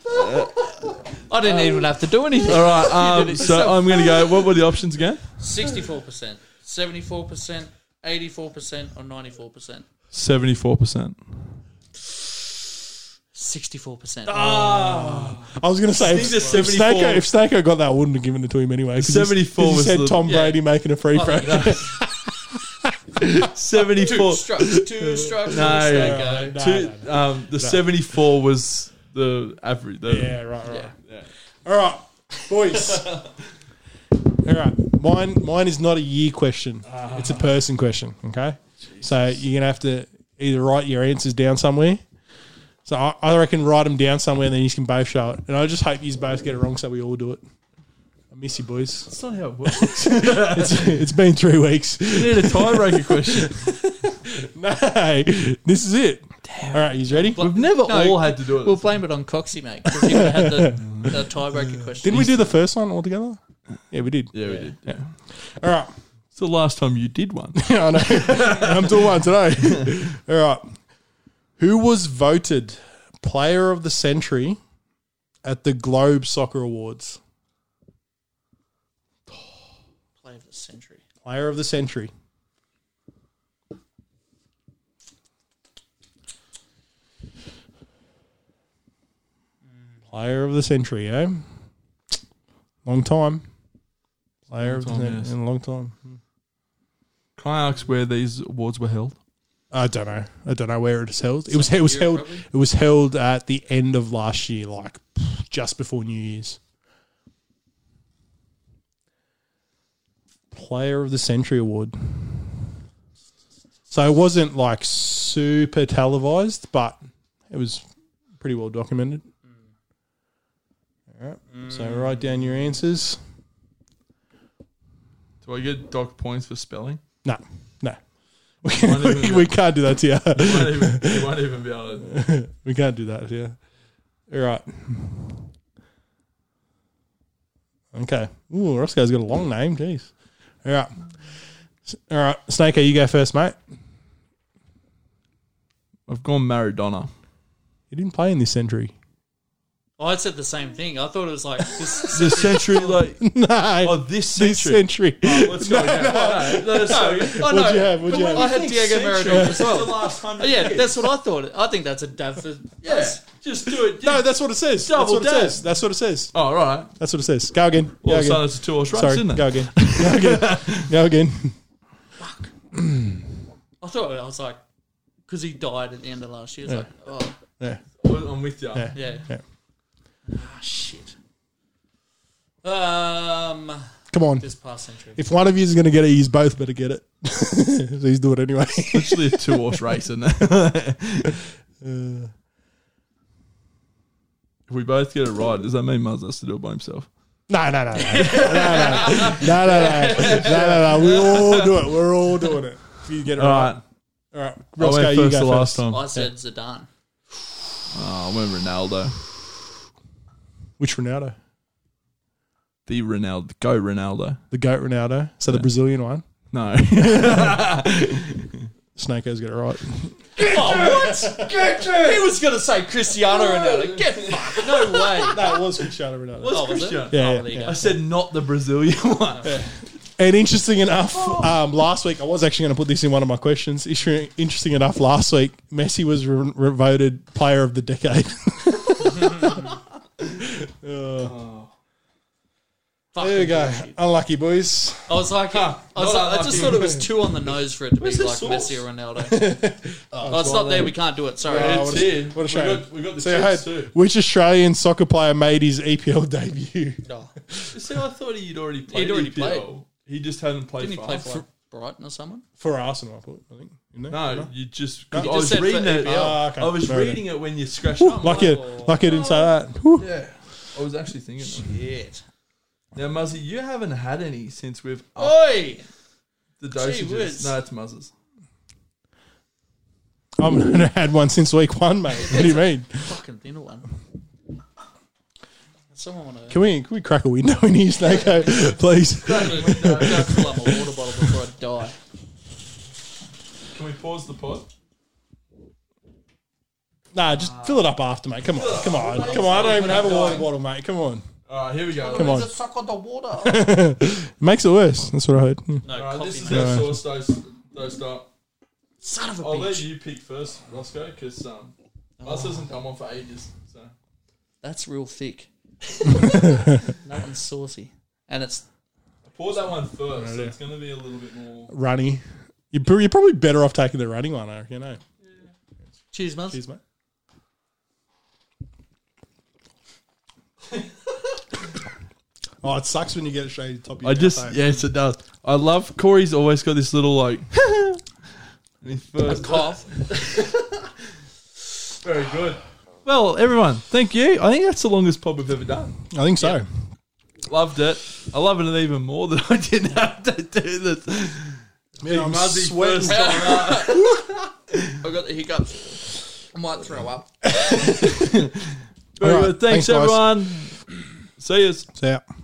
I didn't even have to do anything. All right, um, so I'm going to go. What were the options again? Sixty-four percent, seventy-four percent, eighty-four percent, or ninety-four percent. 74%. Sixty-four percent. I was going to say, if, These are if 74. Snako, if Snako got that, I wouldn't have given it to him anyway. 'cause he's- 74 'cause was he said the- Tom yeah. Oh, Brady making a free throw. 74. Two strokes. Two strokes. No, No, yeah. go. No, Two, no, um, the 74 was the average. The, Yeah, right, right. Yeah. All right, boys. All right, mine. Mine is not a year question. Uh-huh. It's a person question. Okay, so you're gonna have to either write your answers down somewhere. So I, I reckon write them down somewhere, and then you can both show it. And I just hope you both get it wrong, so we all do it. I miss you, boys. That's not how it works. It's, it's been three weeks. you need a tiebreaker question. No, this is it. All right, you ready? Bl- We've never No, all had to do it. We'll blame it on Coxie, mate. Because he had the, the tiebreaker question. Didn't we do the first one altogether? Yeah, we did. yeah, we did. Yeah. All right. It's the last time you did one. I know. I'm doing one today. All right. Who was voted Player of the Century at the Globe Soccer Awards? Play of the century. Player of the Century. Player of the Century, eh? Long time. Player of Long the time, Century. yes. In a long time. Kayaks where these awards were held. I don't know. I don't know where it is held. It was it was Europe, held probably? it was held at the end of last year, like just before New Year's. Player of the Century award. So it wasn't like super televised, but it was pretty well documented. All right. So write down your answers. Do I get dock points for spelling? No, no. Won't even be- we can't do that to you. you won't even- you won't even be able to. We can't do that, yeah. All right. Okay. Ooh, Roscoe's got a long name. Jeez. All right. S- All right. Snaker, you go first, mate. I've gone Maradona. He didn't play in this century. Oh, I said the same thing. I thought it was like this. The century, like no. oh, this this century. Oh, century. Let's go. again. No, let's go again. I What'd know. you have? What'd you have? I had Diego Maradona as The well. last hundred. Oh, Yeah, years. that's what I thought. I think that's a dab for. Yes. Just do it. no, that's what it says. That's Double what it down. says. That's what it says. Oh, right. That's what it says. Go again. Go All of a sudden, again. it's a two horse race, Sorry. isn't it? Go again. Go again. Go again. I thought I was like because he died at the end of last year. It's Yeah. like, oh, Yeah. I'm with you. Yeah. yeah. Yeah. Ah, shit. Um, Come on. this past century. If one of you is going to get it, he's both better get it. Please do it anyway. Literally a two horse race, isn't it? if Uh, we both get it right, does that mean Muzz has to do it by himself? no, no, no, no, no, no, no, no, no, no, no, no. We all do it. We're all doing it. If you get it All right. right. All right, I Roscoe, went you first the go last first. time. I said Zidane. Oh, I went Ronaldo. Which Ronaldo? The Ronaldo. Go Ronaldo. The goat Ronaldo. So the Yeah. Brazilian one. No. Snakeo's got it right. Oh, what? he was going to say Cristiano Ronaldo. Get fucked. No way. That was Cristiano Ronaldo. Oh, was it? Cristiano? Yeah, Oh, yeah, there you yeah. go. I said not the Brazilian one. And interesting enough, Oh. um, last week I was actually going to put this in one of my questions. Issu- Interesting enough, last week Messi was re- re- voted Player of the Decade. Uh, Fucking there we go. bullshit. Unlucky boys. I was like, I, was not like I just lucky. thought it was two on the nose for it to be like Where's the sauce? Messi or Ronaldo. oh, it's not there. We can't do it. Sorry. Oh, It's- what a, what a shame. We got, we got the So, so hey, too. which Australian soccer player made his EPL debut? oh. See, I thought he'd already played. already EPL. He just hadn't played. Didn't he for play us. for Brighton or someone? For Arsenal, I put. I think. Isn't it? No, you just. 'cause You I just said was for reading it. EPL. Ah, okay. I was Fair reading it when you scratched Whew, up. lucky, lucky I didn't say that. Whew. Yeah, I was actually thinking. That. Shit. Now, Muzzy, you haven't had any since we've upped Oi! the Oh, gee whiz. dosages. No, it's Muzzy's. I haven't had one since week one, mate. What do you mean? Fucking thinner one. Someone want to. Can we can we crack a window in here, Snakeo, please? Go and fill up my water bottle before I die. Can we pause the pod? Nah, just fill it up after, mate. Come on, come on, come on. I don't even have a water bottle, mate. Come on, All right, here we go. come on. Just suck on the water. It makes it worse. That's what I heard. Hmm. No, All right, coffee, this is mate. our mate. source dose, dose up. Son of a I'll let bitch. Oh. you pick first, Roscoe, because um, us hasn't come on for ages. So That's real thick. Nothing saucy. And it's. pour that one first. so it's going to be a little bit more. Runny, you're, pr- you're probably better off taking the running one. I reckon. You know, Cheers, Muzz. cheers, mate. oh, it sucks when you get it straight to the top. Of your I just mouth, eh? yes, it does. I love Corey's always got this little like. and he first- Cough. very good. Well, everyone, thank you. I think that's the longest pub we've ever done. I think so. Loved it. I love it even more that I didn't have to do this. Man, I'm Muzzy sweating. first I got the hiccups. I might throw up. Very All right. good. Thanks, Thanks, guys. everyone. See you. So, yeah.